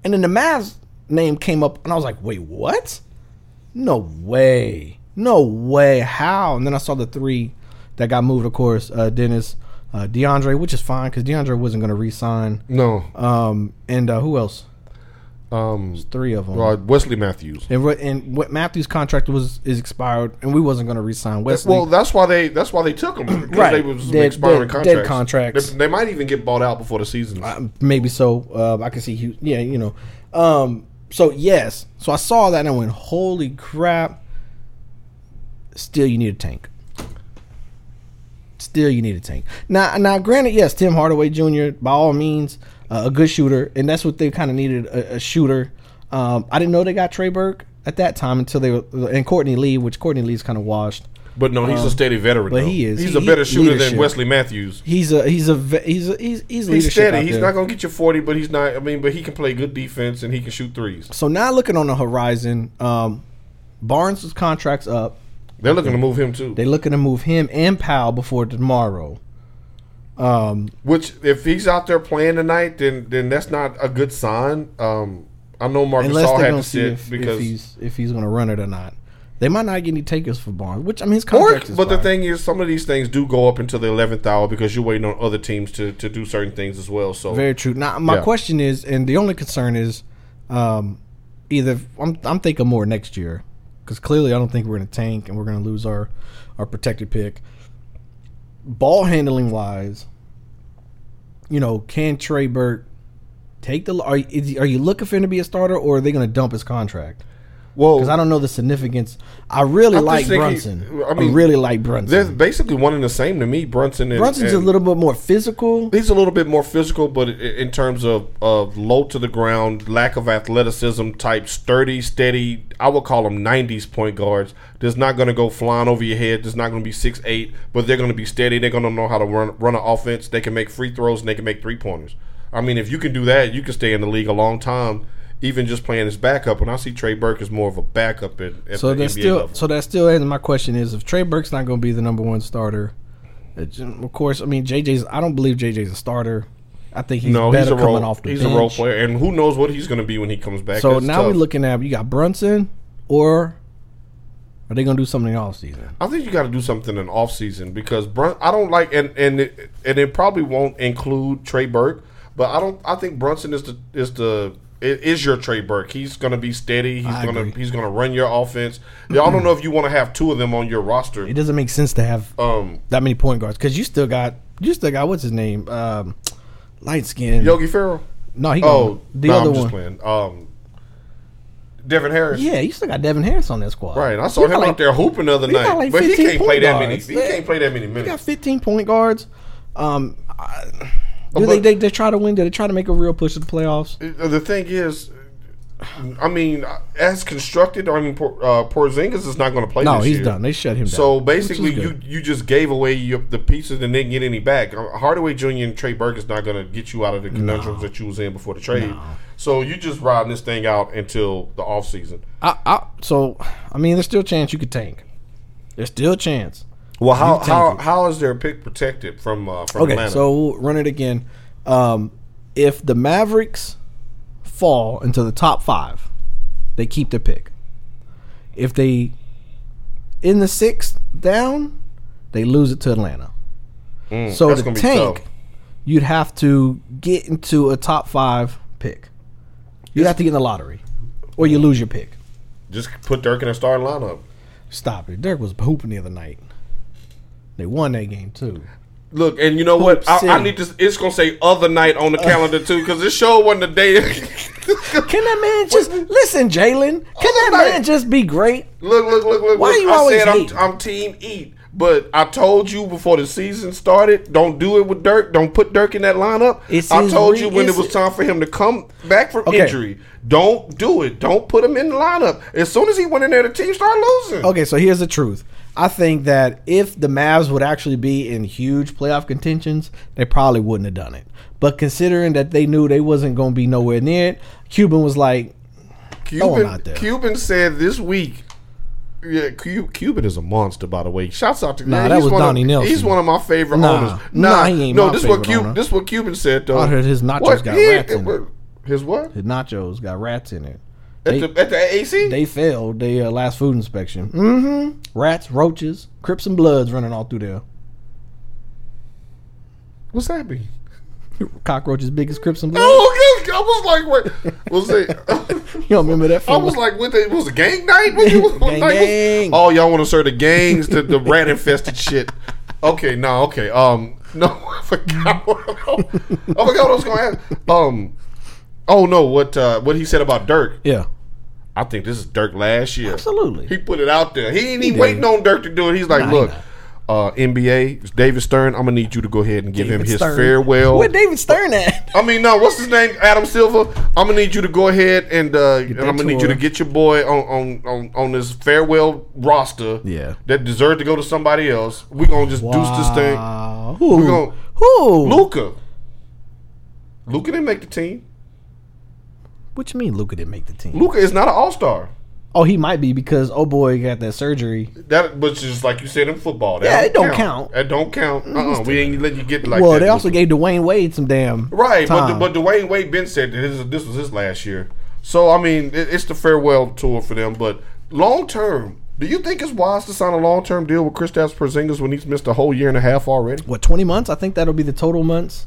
Speaker 2: and then the Mavs name came up, and I was like, wait, what? No way. No way. How? And then I saw the three that got moved, of course uh, Dennis, uh, DeAndre, which is fine because DeAndre wasn't going to re sign.
Speaker 3: no.
Speaker 2: Um, and uh, who else?
Speaker 3: Um,
Speaker 2: Three of them.
Speaker 3: uh, Wesley Matthews.
Speaker 2: And what and what Matthews' contract was is expired, and we wasn't going to re-sign Wesley.
Speaker 3: Well, that's why they that's why they took him because
Speaker 2: Right.
Speaker 3: they was
Speaker 2: Dead-
Speaker 3: expiring
Speaker 2: dead-
Speaker 3: contracts.
Speaker 2: dead contracts.
Speaker 3: They, they might even get bought out before the season.
Speaker 2: Maybe so. Uh, I can see you. Yeah, you know. Um, so yes, so I saw that and I went, "Holy crap!" Still, you need a tank. Still, you need a tank. Now, now, granted, yes, Tim Hardaway Jr. by all means uh, a good shooter, and that's what they kind of needed a, a shooter. Um, I didn't know they got Trey Burke at that time until they were and Courtney Lee, which Courtney Lee's kind of washed.
Speaker 3: but no, he's a steady veteran.
Speaker 2: um, but
Speaker 3: though.
Speaker 2: he is.
Speaker 3: He's
Speaker 2: He-
Speaker 3: a better
Speaker 2: he-
Speaker 3: shooter than
Speaker 2: leadership.
Speaker 3: Wesley Matthews.
Speaker 2: He's a he's a ve- he's a, he's he's
Speaker 3: He's
Speaker 2: leadership. out
Speaker 3: steady. He's
Speaker 2: there.
Speaker 3: not gonna get you forty, but he's not. I mean, but he can play good defense and he can shoot threes.
Speaker 2: So now looking on the horizon, um, Barnes' contract's up.
Speaker 3: They're looking to move him too.
Speaker 2: They looking to move him and Powell before tomorrow. Um,
Speaker 3: Which, if he's out there playing tonight, then then that's not a good sign. Um, I know Marcus
Speaker 2: unless
Speaker 3: All
Speaker 2: they're
Speaker 3: had
Speaker 2: gonna
Speaker 3: to
Speaker 2: see
Speaker 3: sit
Speaker 2: if,
Speaker 3: because
Speaker 2: if he's if he's gonna run it or not. They might not get any takers for Barnes, which I mean his
Speaker 3: Or,
Speaker 2: contract. is
Speaker 3: but the
Speaker 2: fine.
Speaker 3: thing is, some of these things do go up until the eleventh hour because you're waiting on other teams to, to do certain things as well. So
Speaker 2: very true. Now my
Speaker 3: Yeah.
Speaker 2: question is, and the only concern is, um, either I'm I'm thinking more next year because clearly I don't think we're gonna tank and we're gonna lose our our protected pick. Ball handling wise, you know, can Trey Burke take the? Are, is, he- are you looking for him to be a starter, or are they going to dump his contract?
Speaker 3: Well-
Speaker 2: because I don't know the significance. I really
Speaker 3: I'm just
Speaker 2: like
Speaker 3: thinking-
Speaker 2: Brunson.
Speaker 3: I
Speaker 2: I,
Speaker 3: mean,
Speaker 2: really like
Speaker 3: They're
Speaker 2: Brunson.
Speaker 3: basically one and the same to me. Brunson and
Speaker 2: Brunson's a
Speaker 3: and-
Speaker 2: little bit more physical.
Speaker 3: He's a little bit more physical, but i- in terms of, of low to the ground, lack of athleticism type, sturdy, steady, I would call them 90s point guards. That's not going to go flying over your head. That's not going to be six eight, but they're going to be steady. They're going to know how to run, run an offense. They can make free throws and they can make three pointers. I mean, if you can do that, you can stay in the league a long time, even just playing as backup. And I see Trey Burke as more of a backup at, at
Speaker 2: So
Speaker 3: the
Speaker 2: that
Speaker 3: NBA
Speaker 2: still,
Speaker 3: level.
Speaker 2: so that still ends. My question is, if Trey Burke's not going to be the number one starter, it's- of course, I mean JJ's. I don't believe JJ's a starter. I think he's
Speaker 3: no,
Speaker 2: better
Speaker 3: he's a
Speaker 2: coming
Speaker 3: role.
Speaker 2: off the
Speaker 3: he's
Speaker 2: bench.
Speaker 3: a role player, and who knows what he's going to be when he comes back.
Speaker 2: So
Speaker 3: That's
Speaker 2: now
Speaker 3: tough.
Speaker 2: we're looking at you got Brunson or are they going to do something all season?
Speaker 3: I think you got to do something in off season because Brun. I don't like and and it, and it probably won't include Trey Burke, but I don't. I think Brunson is the is the i- is your Trey Burke. He's going to be steady. He's
Speaker 2: I
Speaker 3: going to
Speaker 2: agree.
Speaker 3: he's going to run your offense. Y'all don't know if you want to have two of them on your roster.
Speaker 2: It doesn't make sense to have
Speaker 3: Um,
Speaker 2: that many point guards because you still got you still got what's his name um, light skin.
Speaker 3: Yogi Ferrell.
Speaker 2: no, he
Speaker 3: Oh,
Speaker 2: gone. the
Speaker 3: no,
Speaker 2: other
Speaker 3: I'm
Speaker 2: one.
Speaker 3: just playing. Um, Devin Harris.
Speaker 2: Yeah, you still got Devin Harris on that squad.
Speaker 3: Right, I saw
Speaker 2: You
Speaker 3: him
Speaker 2: got
Speaker 3: out there hooping the other
Speaker 2: you got
Speaker 3: night,
Speaker 2: like
Speaker 3: but he
Speaker 2: 15
Speaker 3: can't play
Speaker 2: point
Speaker 3: that many.
Speaker 2: guards.
Speaker 3: He
Speaker 2: They-
Speaker 3: can't play that many
Speaker 2: You got
Speaker 3: minutes.
Speaker 2: 15 point guards. Um, I, do they,
Speaker 3: Oh, But-
Speaker 2: they they try to win? Do they try to make a real push to the playoffs?
Speaker 3: Uh, the thing is, I mean, as constructed, I mean, Por- uh, Porzingis is not going to play.
Speaker 2: No,
Speaker 3: this
Speaker 2: he's
Speaker 3: year.
Speaker 2: done. They shut him down.
Speaker 3: So
Speaker 2: which is
Speaker 3: basically,
Speaker 2: good.
Speaker 3: you you just gave away your, the pieces and didn't get any back. Uh, Hardaway Jr. and Trey Burke is not going to get you out of the conundrums that you was in before the trade. So you just riding this thing out until the offseason.
Speaker 2: I, I, so I mean, there's still a chance you could tank. There's still a chance.
Speaker 3: Well, how
Speaker 2: tank
Speaker 3: how,
Speaker 2: it.
Speaker 3: how is their pick protected from uh, from
Speaker 2: Okay,
Speaker 3: Atlanta?
Speaker 2: so we'll run it again. Um, if the Mavericks fall into the top five, they keep their pick. If they in the sixth down, they lose it to Atlanta. so
Speaker 3: Mm, that's
Speaker 2: to
Speaker 3: gonna be
Speaker 2: tank,
Speaker 3: tough.
Speaker 2: you'd have to get into a top five pick. You'd have to get in the lottery, or you lose your pick.
Speaker 3: just put Dirk in a starting lineup.
Speaker 2: Stop it. Dirk was hooping the other night. They won that game too.
Speaker 3: Look, and you know what?
Speaker 2: Hoop
Speaker 3: I, I
Speaker 2: City.
Speaker 3: need to. It's gonna say other night on the calendar too, because this show wasn't a day.
Speaker 2: Can that man just listen, Jalen? Can that
Speaker 3: Other
Speaker 2: man
Speaker 3: night-
Speaker 2: just be great?
Speaker 3: Look, look, look, look.
Speaker 2: Why
Speaker 3: look.
Speaker 2: you
Speaker 3: I
Speaker 2: always
Speaker 3: said
Speaker 2: hating?
Speaker 3: I'm, I'm team eat, but I told you before the season started, don't do it with Dirk. Don't put Dirk in that lineup.
Speaker 2: It's
Speaker 3: I
Speaker 2: his
Speaker 3: told
Speaker 2: re-
Speaker 3: you when it
Speaker 2: it's-
Speaker 3: was time for him to come back from
Speaker 2: Okay.
Speaker 3: injury. Don't do it. Don't put him in the lineup. As soon as he went in there, the team started losing.
Speaker 2: Okay, so here's the truth. I think that if the Mavs would actually be in huge playoff contentions, they probably wouldn't have done it. But considering that they knew they wasn't going to be nowhere near it, Cuban was like, throw him
Speaker 3: Cuban,
Speaker 2: out there.
Speaker 3: Cuban said this week. Yeah, Cu- Cuban is a monster, by the way. Shouts out to
Speaker 2: Nah,
Speaker 3: man,
Speaker 2: that
Speaker 3: he's
Speaker 2: was
Speaker 3: one
Speaker 2: Donnie
Speaker 3: of,
Speaker 2: Nelson.
Speaker 3: He's one of my favorite
Speaker 2: Nah,
Speaker 3: owners.
Speaker 2: nah, he ain't
Speaker 3: no,
Speaker 2: my
Speaker 3: this what
Speaker 2: favorite
Speaker 3: Cuban.
Speaker 2: owner.
Speaker 3: This what Cuban said though.
Speaker 2: I heard his nachos
Speaker 3: What?
Speaker 2: got
Speaker 3: He-
Speaker 2: rats in it.
Speaker 3: His what?
Speaker 2: "The nachos got rats in it.
Speaker 3: At
Speaker 2: They-
Speaker 3: the, at the AC?
Speaker 2: They failed their uh, last food inspection. Mm-hmm. Rats, roaches, Crips and Bloods running all through there.
Speaker 3: What's that mean?
Speaker 2: Cockroaches big as Crips and Bloods.
Speaker 3: Oh, okay. I was like, wait, was it?
Speaker 2: You don't remember that?
Speaker 3: I
Speaker 2: Film?
Speaker 3: was like, what? It was a gang night? What you- what
Speaker 2: Gang,
Speaker 3: night was-
Speaker 2: gang.
Speaker 3: Oh, y'all want to serve the gangs to the rat infested shit? Okay, no, okay. Um, no, I forgot. What, I forgot what I was going to ask. Um, oh no, what uh, what he said about Dirk?
Speaker 2: yeah,
Speaker 3: I think this is Dirk last year.
Speaker 2: absolutely.
Speaker 3: He put it out there. He ain't even
Speaker 2: did.
Speaker 3: waiting on Dirk to do it. He's like,
Speaker 2: Nah,
Speaker 3: look,
Speaker 2: he
Speaker 3: uh, NBA, it's David Stern. I'm gonna need you to go ahead and give him
Speaker 2: David
Speaker 3: his
Speaker 2: Stern.
Speaker 3: farewell.
Speaker 2: Where David Stern at?
Speaker 3: I mean, no. What's his name? Adam Silver. I'm gonna need you to go ahead and, uh, and
Speaker 2: that
Speaker 3: I'm gonna need you
Speaker 2: tour.
Speaker 3: to get your boy on on on, on this farewell roster.
Speaker 2: Yeah.
Speaker 3: that deserved to go to somebody else. We gonna just deuce this thing.
Speaker 2: Wow. Who?
Speaker 3: We gonna-
Speaker 2: Who?
Speaker 3: Luca. Luca didn't make the team.
Speaker 2: What you mean Luca didn't make the team?
Speaker 3: Luca is not an All Star.
Speaker 2: Oh, he might be because oh boy got that surgery.
Speaker 3: That, but just like you said in football, that
Speaker 2: Yeah, it don't count. Mm-hmm.
Speaker 3: That don't count. Uh-uh. We ain't letting you get like
Speaker 2: well,
Speaker 3: that.
Speaker 2: they also
Speaker 3: Luka.
Speaker 2: gave Dwayne Wade some damn
Speaker 3: Right,
Speaker 2: time.
Speaker 3: but but Dwayne Wade Ben said that his, this was his last year. So I mean, it, it's the farewell tour for them. But long term, do you think it's wise to sign a long term deal with Kristaps Porzingis when he's missed a whole year and a half already?
Speaker 2: what twenty months? I think that'll be the total months.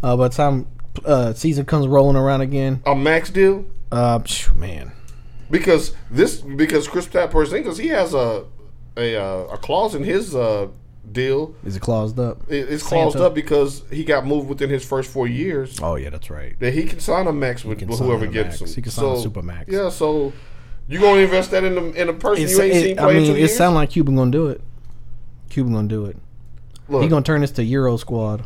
Speaker 2: Uh, by the time uh, season comes rolling around again,
Speaker 3: A max deal
Speaker 2: uh, phew, man,
Speaker 3: because this because Kristaps Porzingis he has a a uh, a clause in his uh, deal.
Speaker 2: is it claused up?
Speaker 3: It- It's claused
Speaker 2: Santa.
Speaker 3: up because he got moved within his first four years.
Speaker 2: Oh yeah, that's right.
Speaker 3: That he can sign a max with
Speaker 2: can
Speaker 3: whoever
Speaker 2: sign a max.
Speaker 3: gets him.
Speaker 2: He can sign a super max.
Speaker 3: Yeah, so You gonna invest that in the in a person
Speaker 2: It's,
Speaker 3: you ain't
Speaker 2: it-
Speaker 3: seen
Speaker 2: I
Speaker 3: play in two
Speaker 2: mean, it
Speaker 3: years?
Speaker 2: sound like Cuban gonna do it. Cuban gonna do it.
Speaker 3: Look,
Speaker 2: He gonna turn this to Euro Squad.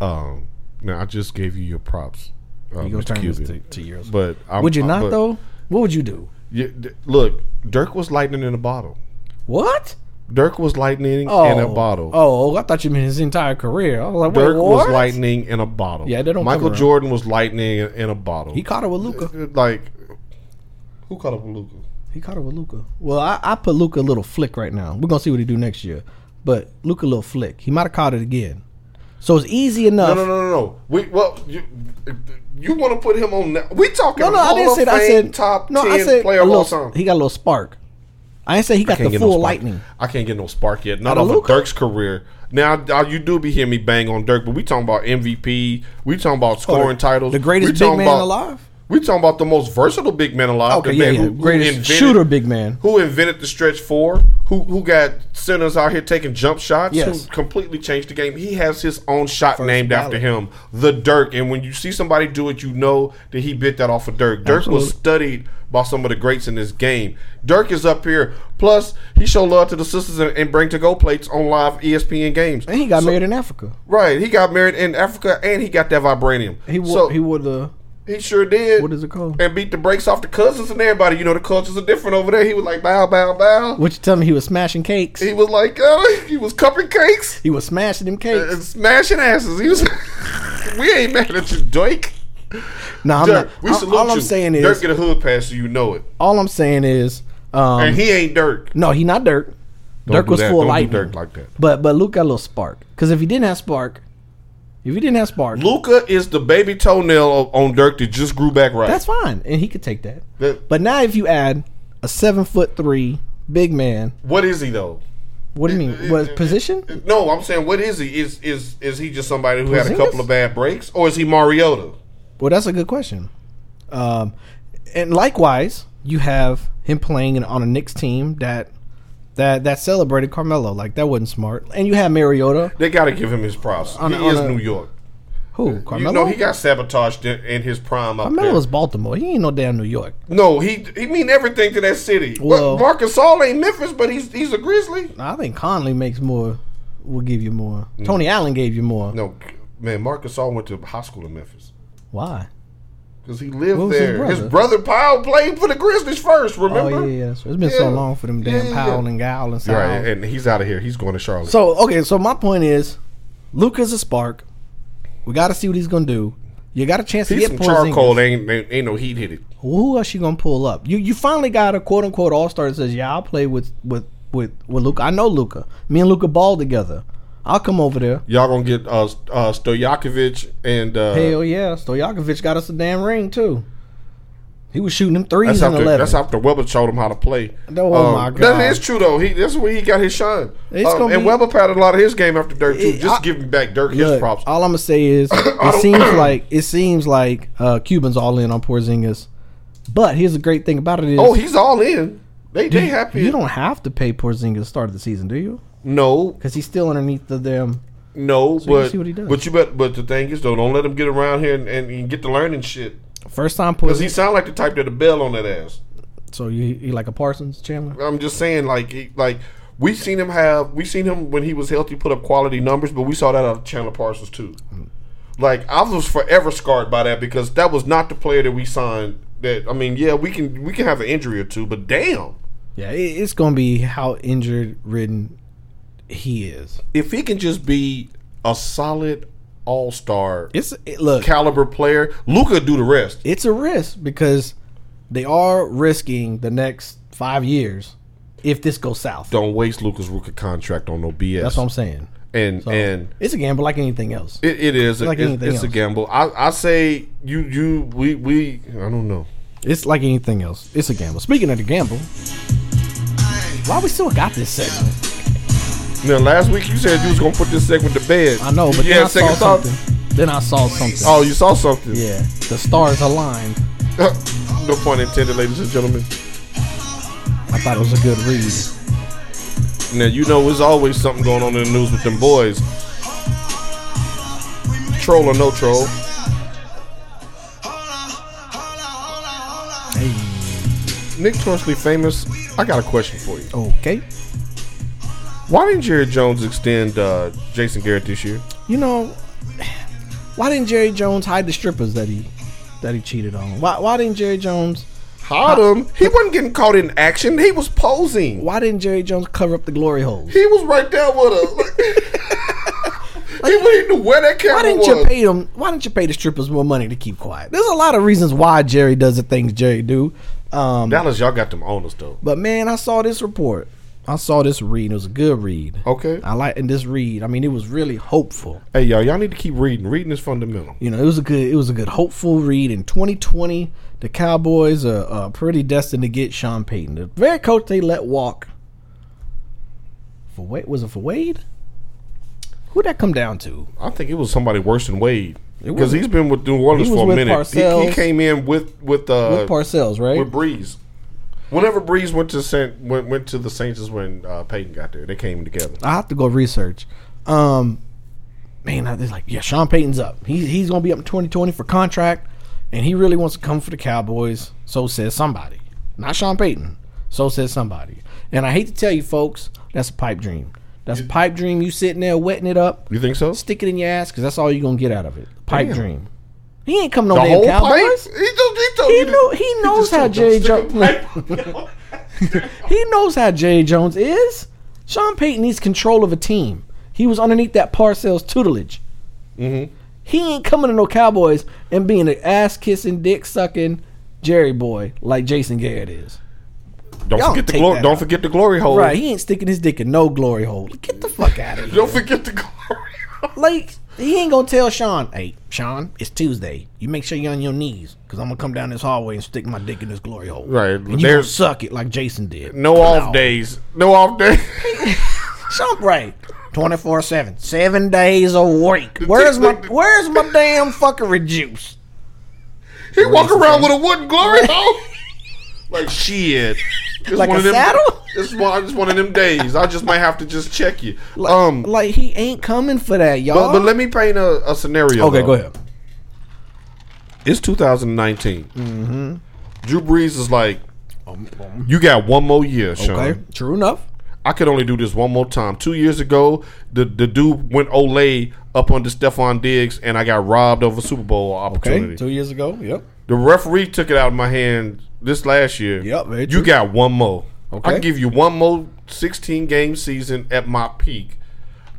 Speaker 3: um, now I just gave you your props. Uh,
Speaker 2: He gonna
Speaker 3: Mr.
Speaker 2: turn this to,
Speaker 3: Cuban.
Speaker 2: to Euro Squad.
Speaker 3: But I'm,
Speaker 2: Would you
Speaker 3: I'm-
Speaker 2: not
Speaker 3: but-
Speaker 2: though? What would you do?
Speaker 3: Yeah, d- look, Dirk was lightning in a bottle.
Speaker 2: What?
Speaker 3: Dirk was lightning in a bottle.
Speaker 2: Oh, I thought you meant his entire career. I was like,
Speaker 3: Dirk
Speaker 2: wait,
Speaker 3: was
Speaker 2: what?
Speaker 3: lightning in a bottle.
Speaker 2: Yeah, they don't
Speaker 3: Michael
Speaker 2: come around.
Speaker 3: Jordan was lightning in a bottle.
Speaker 2: He caught it with Luca.
Speaker 3: like who caught up with Luca?
Speaker 2: He caught it with Luca. Well, I, I put Luca a little flick right now. We're gonna see what he do next year. But Luca a little flick. He might have caught it again. So it's easy
Speaker 3: No,
Speaker 2: enough.
Speaker 3: no, no, no, no. We well, you, you want to put him on? Now. We talking?
Speaker 2: No, no, I
Speaker 3: Hall
Speaker 2: didn't
Speaker 3: of
Speaker 2: say that. I
Speaker 3: Fame,
Speaker 2: said
Speaker 3: top
Speaker 2: no,
Speaker 3: ten
Speaker 2: I said
Speaker 3: player
Speaker 2: a
Speaker 3: of all
Speaker 2: little,
Speaker 3: time.
Speaker 2: He got a little spark. I ain't say he got
Speaker 3: Can't
Speaker 2: the
Speaker 3: get
Speaker 2: full
Speaker 3: no spark.
Speaker 2: lightning.
Speaker 3: I can't get no spark yet. Not
Speaker 2: Out of
Speaker 3: off of
Speaker 2: Luka?
Speaker 3: Dirk's career. Now uh, you do be hearing me bang on Dirk, but we talking about MVP. We talking about scoring titles.
Speaker 2: Oh, the greatest
Speaker 3: We talking
Speaker 2: big man alive?
Speaker 3: We talking about the most versatile big man alive.
Speaker 2: Okay,
Speaker 3: the
Speaker 2: yeah,
Speaker 3: man
Speaker 2: yeah.
Speaker 3: who- who
Speaker 2: greatest
Speaker 3: invented-
Speaker 2: shooter, big man.
Speaker 3: Who invented the stretch four? Who who got centers out here taking jump shots?
Speaker 2: Yes.
Speaker 3: Who completely changed the game? He has his own shot named
Speaker 2: ballot.
Speaker 3: after him, the Dirk. And when you see somebody do it, you know that he bit that off of Dirk. Dirk was studied by some of the greats in this game. Dirk is up here. Plus, he showed love to the sisters and, and bring to go plates on live E ESPN games.
Speaker 2: And he got married in Africa.
Speaker 3: Right, he got married in Africa, and he got that vibranium.
Speaker 2: He wore
Speaker 3: So-
Speaker 2: he wore the
Speaker 3: he sure did.
Speaker 2: What is it called?
Speaker 3: And beat the brakes off the cousins and everybody. You know the cultures are different over there. He was like bow, bow, bow.
Speaker 2: what you tell me he was smashing cakes.
Speaker 3: He was like, uh, he was cupping cakes
Speaker 2: He was smashing them cakes.
Speaker 3: and smashing asses. He was. we ain't mad at you, Drake.
Speaker 2: No, I'm
Speaker 3: Dirk,
Speaker 2: not.
Speaker 3: we
Speaker 2: all-
Speaker 3: salute
Speaker 2: all I'm
Speaker 3: you.
Speaker 2: saying
Speaker 3: Dirk
Speaker 2: is,
Speaker 3: get a hood pass, so you know it.
Speaker 2: all I'm saying is, um,
Speaker 3: And he ain't Dirk.
Speaker 2: no, he not Dirk.
Speaker 3: Don't
Speaker 2: Dirk
Speaker 3: do
Speaker 2: was
Speaker 3: that.
Speaker 2: full
Speaker 3: Don't do
Speaker 2: lightning.
Speaker 3: Dirk like that.
Speaker 2: But but Luke got a little spark. Because if he didn't have spark, if he didn't have spark,
Speaker 3: Luca is the baby toenail on Dirk that just grew back right.
Speaker 2: that's fine, and he could take that.
Speaker 3: That-
Speaker 2: But now if you add a seven foot three big man,
Speaker 3: what is he though?
Speaker 2: what do you mean? What position?
Speaker 3: No, I'm saying what is he? Is is is he just somebody who had a
Speaker 2: Porzingis?
Speaker 3: couple of bad breaks, or is he Mariota?
Speaker 2: Well, that's a good question. Um, and likewise, you have him playing in, on a Knicks team that that that celebrated Carmelo. Like that wasn't smart. And you have Mariota,
Speaker 3: They got to give him his props.
Speaker 2: On
Speaker 3: he
Speaker 2: a- on
Speaker 3: is
Speaker 2: a-
Speaker 3: New York.
Speaker 2: who Carmelo.
Speaker 3: You know he got sabotaged in, in his prime up
Speaker 2: Carmelo
Speaker 3: there.
Speaker 2: was Baltimore. He ain't no damn New York.
Speaker 3: no, he he mean everything to that city.
Speaker 2: Well-
Speaker 3: Well, Marcus All ain't Memphis, but he's he's a Grizzly.
Speaker 2: I think Conley makes more. Will give you more. Tony Allen gave you more.
Speaker 3: Mm. No, man, Marcus All went to high school in Memphis
Speaker 2: Why?
Speaker 3: because he lived
Speaker 2: What was his
Speaker 3: there. His
Speaker 2: brother?
Speaker 3: brother, Powell played for the Grizzlies first. Remember?
Speaker 2: Oh yeah, yeah. that's right. It's been so
Speaker 3: Yeah.
Speaker 2: long for them
Speaker 3: Yeah,
Speaker 2: damn
Speaker 3: yeah,
Speaker 2: Powell
Speaker 3: yeah.
Speaker 2: and Gowl and Sal.
Speaker 3: Right, and he's out of here. He's going to Charlotte.
Speaker 2: So okay, so my point is, Luca's a spark. We got to see what he's gonna do. You got a chance to
Speaker 3: he's
Speaker 2: get
Speaker 3: some
Speaker 2: Porzingis.
Speaker 3: charcoal. Ain't, ain't ain't no heat hit it.
Speaker 2: who else you gonna pull up? You you finally got a quote unquote all star that says, "Yeah, I'll play with with with with Luca. I know Luca. Me and Luca ball together. I'll come over there."
Speaker 3: Y'all gonna get uh, uh Stojakovic and uh,
Speaker 2: Hell yeah, Stojakovic got us a damn ring too. He was shooting them threes
Speaker 3: That's
Speaker 2: in
Speaker 3: after,
Speaker 2: eleven.
Speaker 3: that's after Weber showed him how to play. Um,
Speaker 2: Oh, my God.
Speaker 3: That is true though. He that's where he got his shine.
Speaker 2: It's
Speaker 3: Um,
Speaker 2: gonna
Speaker 3: and
Speaker 2: be-
Speaker 3: Weber padded a lot of his game after Dirk too.
Speaker 2: It-
Speaker 3: Just
Speaker 2: I-
Speaker 3: giving back Dirk his
Speaker 2: Look,
Speaker 3: props.
Speaker 2: all I'm gonna say is it seems like it seems like uh, Cubans all in on Porzingis. But here's the great thing about it is
Speaker 3: oh, he's all in. They they happy.
Speaker 2: you don't have to pay Porzingis the start of the season, do you?
Speaker 3: no
Speaker 2: Because he's still underneath the damn.
Speaker 3: no.
Speaker 2: you
Speaker 3: but
Speaker 2: see what he does.
Speaker 3: but you bet. But the thing is though, don't let him get around here and, and, and get to learning shit
Speaker 2: First time
Speaker 3: because he
Speaker 2: Porzingis.
Speaker 3: sound like the type that a bell on that ass.
Speaker 2: So you, you like a Parsons Chandler?
Speaker 3: I'm just saying like he, like. We seen him have we seen him when he was healthy put up quality numbers, but we saw that out of Chandler Parsons too. Like I was forever scarred by that because that was not the player that we signed. That I mean, yeah, we can we can have an injury or two, but damn,
Speaker 2: Yeah, it, it's gonna be how injured ridden he is.
Speaker 3: if he can just be a solid All Star
Speaker 2: It's it, look,
Speaker 3: caliber player, Luca do the rest.
Speaker 2: it's a risk because they are risking the next five years if this goes south.
Speaker 3: Don't waste Luca's rookie contract on no BS.
Speaker 2: That's what I'm saying.
Speaker 3: and and
Speaker 2: It's a gamble like anything else.
Speaker 3: It, it is.
Speaker 2: Like
Speaker 3: it's
Speaker 2: anything
Speaker 3: it's a
Speaker 2: else.
Speaker 3: gamble. I, I say you you we we I don't know.
Speaker 2: It's like anything else. It's a gamble. Speaking of the gamble, why we still got this segment?
Speaker 3: Now last week you said you was gonna put this segment to bed.
Speaker 2: I know, but
Speaker 3: you
Speaker 2: then I
Speaker 3: had second
Speaker 2: saw
Speaker 3: thoughts.
Speaker 2: something. Then I saw something.
Speaker 3: Oh, you saw something.
Speaker 2: yeah, the stars aligned.
Speaker 3: no point intended, ladies and gentlemen.
Speaker 2: I thought it was a good read.
Speaker 3: Now you know there's always something going on in the news with them boys. Troll or no troll, Nick Torsley famous, I got a question for you.
Speaker 2: Okay.
Speaker 3: Why didn't Jerry Jones extend uh, Jason Garrett this year?
Speaker 2: You know, why didn't Jerry Jones hide the strippers that he that he cheated on? Why why didn't Jerry Jones
Speaker 3: Hot him. He wasn't getting caught in action. He was posing.
Speaker 2: why didn't Jerry Jones cover up the glory holes?
Speaker 3: He was right there with us. he didn't know where that camera
Speaker 2: Why didn't
Speaker 3: was.
Speaker 2: you pay them? Why didn't you pay the strippers more money to keep quiet? There's a lot of reasons why Jerry does the things Jerry do. Um,
Speaker 3: Dallas, y'all got them owners though.
Speaker 2: But man, I saw this report. I saw this read. It was a good read.
Speaker 3: Okay.
Speaker 2: I like in this read. I mean, it was really hopeful.
Speaker 3: Hey y'all, y'all need to keep reading. Reading is fundamental.
Speaker 2: You know, it was a good. It was a good hopeful read. In 2020, the Cowboys are, are pretty destined to get Sean Payton, the very coach they let walk. For Wade, was it for Wade? Who'd that come down to?
Speaker 3: I think it was somebody worse than Wade because
Speaker 2: wasn't-
Speaker 3: he's been with New Orleans
Speaker 2: He was
Speaker 3: for a
Speaker 2: with
Speaker 3: minute. He, he
Speaker 2: Parcells.
Speaker 3: came in with with uh
Speaker 2: With Parcells, right?
Speaker 3: with Breeze. Whenever Breeze went to Saint, went, went to the Saints is when uh, Peyton got there. They came together.
Speaker 2: I have to go research. Um, man, I- they're like, yeah, Sean Payton's up. He's he's gonna be up in twenty twenty for contract, and he really wants to come for the Cowboys. So says somebody, not Sean Payton. So says somebody. And I hate to tell you, folks, that's a pipe dream. That's a pipe dream. You sitting there wetting it up,
Speaker 3: You think so?
Speaker 2: stick it in your ass because that's all you're gonna get out of it. Pipe
Speaker 3: Damn.
Speaker 2: dream. He ain't coming
Speaker 3: The
Speaker 2: on
Speaker 3: whole
Speaker 2: the
Speaker 3: pipe?
Speaker 2: Cowboys.
Speaker 3: He, just, he, told
Speaker 2: He
Speaker 3: you to-
Speaker 2: knew- he knows
Speaker 3: just
Speaker 2: how
Speaker 3: told
Speaker 2: Jerry
Speaker 3: you to stick
Speaker 2: Jo-
Speaker 3: a pipe.
Speaker 2: He knows how Jerry Jones is. Sean Payton needs control of a team. He was underneath that Parcells tutelage.
Speaker 3: Mm-hmm.
Speaker 2: He ain't coming to no Cowboys and being an ass kissing, dick sucking Jerry boy like Jason Garrett is.
Speaker 3: Don't
Speaker 2: Y'all
Speaker 3: forget the
Speaker 2: take
Speaker 3: glory.
Speaker 2: that
Speaker 3: Don't
Speaker 2: out.
Speaker 3: forget the glory hole.
Speaker 2: Right, he ain't sticking his dick in no glory hole. Get the fuck out of here.
Speaker 3: Don't forget the glory. hole.
Speaker 2: Like he ain't gonna tell Sean, hey Sean, it's Tuesday. You make sure you're on your knees because I'm gonna come down this hallway and stick my dick in this glory hole.
Speaker 3: Right,
Speaker 2: and you gonna
Speaker 3: there's-
Speaker 2: suck it like Jason did.
Speaker 3: No off days. No off days.
Speaker 2: Some right. 24 7. Seven days a week. Where's my where's my damn fuckery juice?
Speaker 3: he walk around with a wooden glory hole. like shit. It's
Speaker 2: Like
Speaker 3: one
Speaker 2: a
Speaker 3: of them,
Speaker 2: saddle?
Speaker 3: It's one, it's one of them days. I just might have to just check you.
Speaker 2: Like,
Speaker 3: um,
Speaker 2: like he ain't coming for that, y'all.
Speaker 3: but, but let me paint a, a scenario.
Speaker 2: okay,
Speaker 3: though.
Speaker 2: go ahead.
Speaker 3: It's 2019.
Speaker 2: Mm-hmm.
Speaker 3: Drew Brees is like, you got one more year, Sean.
Speaker 2: Okay. True enough.
Speaker 3: I could only do this one more time. Two years ago, the the dude went Olay up under Stephon Diggs, and I got robbed of a Super Bowl opportunity.
Speaker 2: Okay. Two years ago. Yep.
Speaker 3: The referee took it out of my hand this last year.
Speaker 2: Yep, very
Speaker 3: you
Speaker 2: true.
Speaker 3: got one more. I
Speaker 2: Okay.
Speaker 3: give you one more 16 game season at my peak.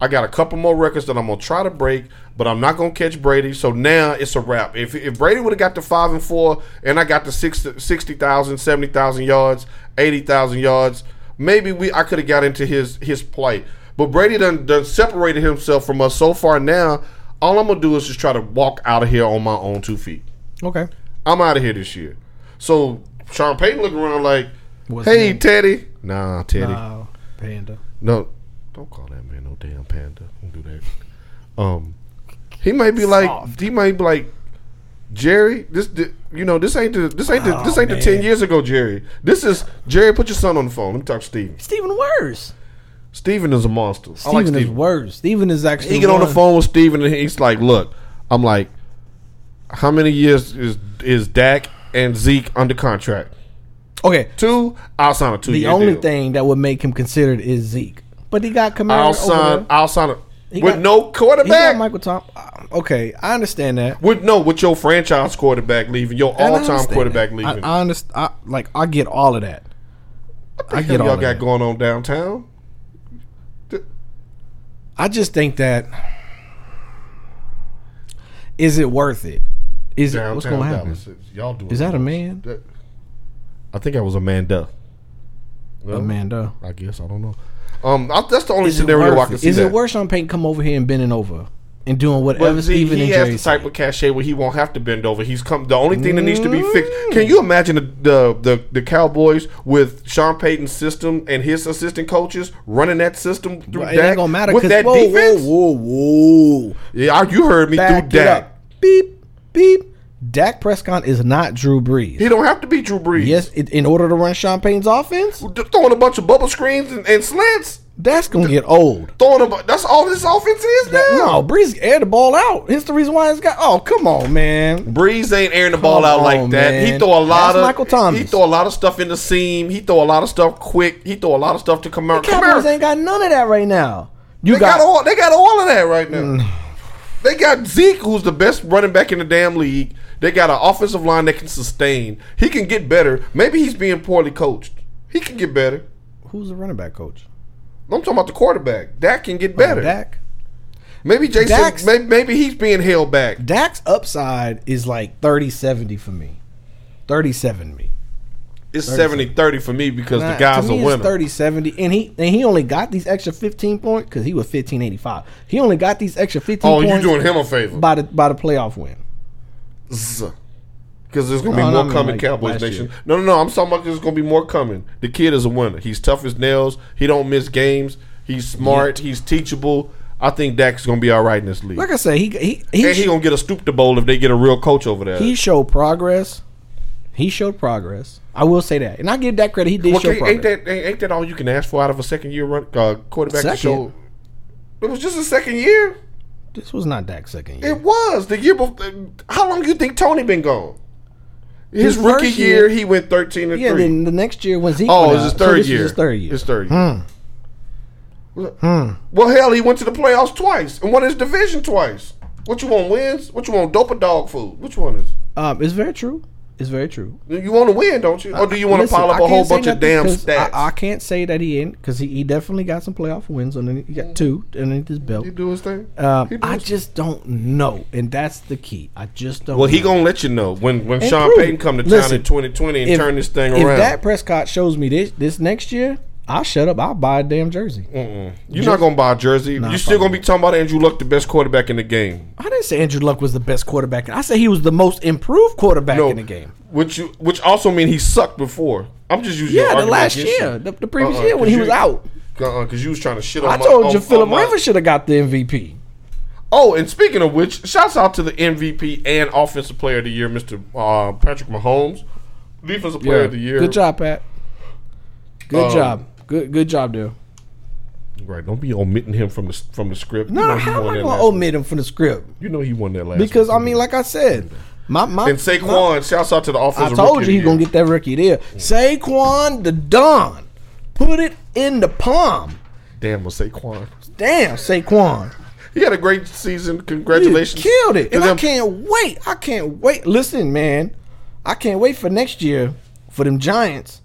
Speaker 3: I got a couple more records that I'm gonna try to break, but I'm not gonna catch Brady. So now it's a wrap. If, if Brady would have got to five and four, and I got to six- 60,000, 70,000 yards, eighty thousand yards, maybe we I could have got into his his plight. But Brady done, done separated himself from us so far. Now all I'm gonna do is just try to walk out of here on my own two feet.
Speaker 2: Okay.
Speaker 3: I'm out of here this year. So Sean Payton looking around like,
Speaker 2: What's
Speaker 3: hey
Speaker 2: that?
Speaker 3: Teddy, nah Teddy,
Speaker 2: Oh, panda.
Speaker 3: no, don't call that man no damn panda. Don't do that. Um, he might be like, he might be like, Jerry, this, th- you know, this ain't the, this ain't the, this
Speaker 2: Oh,
Speaker 3: ain't the ten years ago Jerry. This is Jerry. Put your son on the phone. Let me talk to Steven.
Speaker 2: Steven worse.
Speaker 3: Steven is a monster.
Speaker 2: Steven
Speaker 3: I like
Speaker 2: is
Speaker 3: Steven.
Speaker 2: worse. Steven is actually
Speaker 3: He get on the
Speaker 2: one-
Speaker 3: phone with Steven and he's like, "Look, I'm like, how many years is is Dak and Zeke under contract?
Speaker 2: Okay.
Speaker 3: Two, I'll sign a two.
Speaker 2: The only thing that would make him considered is Zeke. But he got Kamara
Speaker 3: I'll
Speaker 2: over
Speaker 3: sign,
Speaker 2: there.
Speaker 3: I'll sign a,
Speaker 2: He
Speaker 3: with
Speaker 2: got-
Speaker 3: no
Speaker 2: He got
Speaker 3: quarterback.
Speaker 2: Michael Tom. Okay, I understand that.
Speaker 3: with no, with your franchise quarterback leaving, your
Speaker 2: And I
Speaker 3: all-time
Speaker 2: understand
Speaker 3: quarterback
Speaker 2: that.
Speaker 3: leaving.
Speaker 2: I, I understand. I, like I get all of that. I
Speaker 3: What the
Speaker 2: get
Speaker 3: hell
Speaker 2: all
Speaker 3: y'all
Speaker 2: of
Speaker 3: got
Speaker 2: that.
Speaker 3: going on downtown.
Speaker 2: I just think that is it worth it? Is it
Speaker 3: Downtown
Speaker 2: what's going to happen?
Speaker 3: Dallas. Y'all doing
Speaker 2: Is that a
Speaker 3: much.
Speaker 2: man?
Speaker 3: That- I think I was Amanda. Well,
Speaker 2: Amanda,
Speaker 3: I guess I don't know. Um, I, that's the only
Speaker 2: is it
Speaker 3: scenario I
Speaker 2: worth
Speaker 3: can
Speaker 2: it?
Speaker 3: see.
Speaker 2: Is
Speaker 3: that.
Speaker 2: it worth Sean Payton come over here and bending over and doing
Speaker 3: But
Speaker 2: whatever
Speaker 3: see,
Speaker 2: Steven
Speaker 3: he
Speaker 2: and
Speaker 3: has
Speaker 2: Jerry
Speaker 3: the type of cachet where he won't have to bend over. He's come. The only thing that needs to be fixed.
Speaker 2: Mm.
Speaker 3: Can you imagine the the, the, the Cowboys with Sean Payton's system and his assistant coaches running that system through
Speaker 2: Well, it
Speaker 3: Dak
Speaker 2: ain't gonna matter
Speaker 3: with
Speaker 2: 'cause-
Speaker 3: that
Speaker 2: whoa, whoa,
Speaker 3: defense?
Speaker 2: Whoa, whoa,
Speaker 3: Yeah, I- you heard me
Speaker 2: Back
Speaker 3: through
Speaker 2: it
Speaker 3: Dak.
Speaker 2: up. Beep, beep. Dak Prescott is not Drew Brees.
Speaker 3: He don't have to be Drew Brees.
Speaker 2: yes, it, in order to run Sean Payton's offense.
Speaker 3: Th- throwing a bunch of bubble screens and, and slants.
Speaker 2: That's gonna get old.
Speaker 3: Throwing a bu- that's all this offense is now.
Speaker 2: No, Breeze aired the ball out. It's the reason why it's got. Oh, come on, man.
Speaker 3: Breeze ain't airing the ball
Speaker 2: Come
Speaker 3: out like
Speaker 2: on,
Speaker 3: that. He
Speaker 2: man.
Speaker 3: throw a lot
Speaker 2: That's
Speaker 3: of
Speaker 2: Michael Thomas.
Speaker 3: He throw a lot of stuff in the seam. He throw a lot of stuff quick. He throw a lot of stuff to Kamara.
Speaker 2: Cowboys
Speaker 3: Kamara,
Speaker 2: ain't got none of that right now. You Mm.
Speaker 3: they got all they got all of that right now. They got Zeke, who's the best running back in the damn league. They got an offensive line that can sustain. He can get better. Maybe he's being poorly coached. He can get better.
Speaker 2: who's the running back coach?
Speaker 3: I'm talking about the quarterback. Dak can get better.
Speaker 2: Oh, Dak.
Speaker 3: Maybe Jason.
Speaker 2: Dak's-
Speaker 3: Maybe, maybe he's being held back.
Speaker 2: Dak's upside is like 30-70 for me. 37 me.
Speaker 3: It's 70-30 for me because
Speaker 2: Nah,
Speaker 3: the guy's
Speaker 2: to me
Speaker 3: a
Speaker 2: it's
Speaker 3: winner.
Speaker 2: 30-70 and he and he only got these extra 15 points cuz he was 1585. He only got these extra 15
Speaker 3: oh, you
Speaker 2: points
Speaker 3: doing him a favor?
Speaker 2: by the by the playoff win.
Speaker 3: Because there's
Speaker 2: No,
Speaker 3: gonna be
Speaker 2: no, I
Speaker 3: more
Speaker 2: mean,
Speaker 3: coming,
Speaker 2: like,
Speaker 3: Cowboys
Speaker 2: last
Speaker 3: Nation.
Speaker 2: year.
Speaker 3: No, no, no. I'm talking about there's gonna be more coming. The kid is a winner. He's tough as nails. He don't miss games. He's smart. He's teachable. I think Dak's gonna be all right in this league.
Speaker 2: Like I said, he he he,
Speaker 3: and he gonna get a stoop to bowl if they get a real coach over there.
Speaker 2: he showed progress. He showed progress. I will say that. And I give Dak credit. He did
Speaker 3: Well,
Speaker 2: show
Speaker 3: can't- ain't
Speaker 2: progress.
Speaker 3: that ain't, ain't that all you can ask for out of a second year run, uh, quarterback? To
Speaker 2: Second?
Speaker 3: show it was just a second year.
Speaker 2: this was not Dak's second year.
Speaker 3: It was the year before. How long you think Tony been gone? His,
Speaker 2: His
Speaker 3: rookie
Speaker 2: first
Speaker 3: year,
Speaker 2: year-
Speaker 3: he went thirteen and
Speaker 2: yeah,
Speaker 3: three.
Speaker 2: then the next year when Zeke
Speaker 3: Oh,
Speaker 2: went
Speaker 3: it's his
Speaker 2: out, so
Speaker 3: third
Speaker 2: this was
Speaker 3: year.
Speaker 2: his third year.
Speaker 3: His third year. Well, hell, he went to the playoffs twice and won his division twice. What you want wins? What you want dope or dog food? Which one is?
Speaker 2: Um, it's very true. It's very true.
Speaker 3: You want to win, don't you? Or do you want to
Speaker 2: Listen,
Speaker 3: pile up
Speaker 2: I
Speaker 3: a whole
Speaker 2: can't say
Speaker 3: bunch of
Speaker 2: nothing
Speaker 3: damn
Speaker 2: 'cause
Speaker 3: stats?
Speaker 2: I, I can't say that he didn't because he, he definitely got some playoff wins underneath. He got two underneath his belt.
Speaker 3: he do his thing.
Speaker 2: Um,
Speaker 3: He do
Speaker 2: I
Speaker 3: his-
Speaker 2: just don't know, and that's the key. I just don't.
Speaker 3: well, he
Speaker 2: know.
Speaker 3: gonna let you know when when
Speaker 2: And
Speaker 3: Sean
Speaker 2: prove
Speaker 3: Payton
Speaker 2: it.
Speaker 3: come to town
Speaker 2: Listen,
Speaker 3: in 2020 and
Speaker 2: If-
Speaker 3: turn this thing
Speaker 2: If
Speaker 3: around.
Speaker 2: Dak Prescott shows me this this next year, I'll shut up. I'll buy a damn jersey.
Speaker 3: Mm. You're not gonna buy a jersey. You're still gonna be talking about Andrew Luck, the best quarterback in the game.
Speaker 2: I didn't say Andrew Luck was the best quarterback. I said he was the most improved quarterback in the game.
Speaker 3: Which you, which also mean he sucked before. I'm just using your
Speaker 2: Yeah, the
Speaker 3: argument
Speaker 2: last
Speaker 3: against
Speaker 2: year,
Speaker 3: you.
Speaker 2: the, the previous
Speaker 3: Uh-uh,
Speaker 2: year when
Speaker 3: 'cause
Speaker 2: he
Speaker 3: you-
Speaker 2: was out.
Speaker 3: Uh-uh, cause you was trying to shit on.
Speaker 2: I
Speaker 3: my-
Speaker 2: told you
Speaker 3: on-
Speaker 2: Philip
Speaker 3: on my-
Speaker 2: Rivers should have got the MVP.
Speaker 3: Oh, and speaking of which, shouts out to the MVP and Offensive Player of the Year, Mr. Uh, Patrick Mahomes, Defensive Player of the Year.
Speaker 2: Good job, Pat. Good
Speaker 3: Um,
Speaker 2: job. Good good job, dude.
Speaker 3: Right, don't be omitting him from the from the script.
Speaker 2: No,
Speaker 3: you know he
Speaker 2: how am
Speaker 3: won
Speaker 2: I
Speaker 3: that
Speaker 2: gonna
Speaker 3: last week.
Speaker 2: omit him from the script?
Speaker 3: You know he won that last
Speaker 2: Because
Speaker 3: week.
Speaker 2: I mean, like I said, my my.
Speaker 3: and Saquon, shouts out to the
Speaker 2: I
Speaker 3: offensive.
Speaker 2: told
Speaker 3: rookie
Speaker 2: you
Speaker 3: of
Speaker 2: he's
Speaker 3: the
Speaker 2: gonna
Speaker 3: year.
Speaker 2: get that rookie there. Saquon the Don, put it in the palm.
Speaker 3: Damn, with Saquon,
Speaker 2: Damn, Saquon.
Speaker 3: he had a great season.
Speaker 2: You
Speaker 3: Congratulations,
Speaker 2: killed it.
Speaker 3: to
Speaker 2: And I
Speaker 3: them.
Speaker 2: can't wait. I can't wait. Listen, man. I can't wait for next year for them Giants.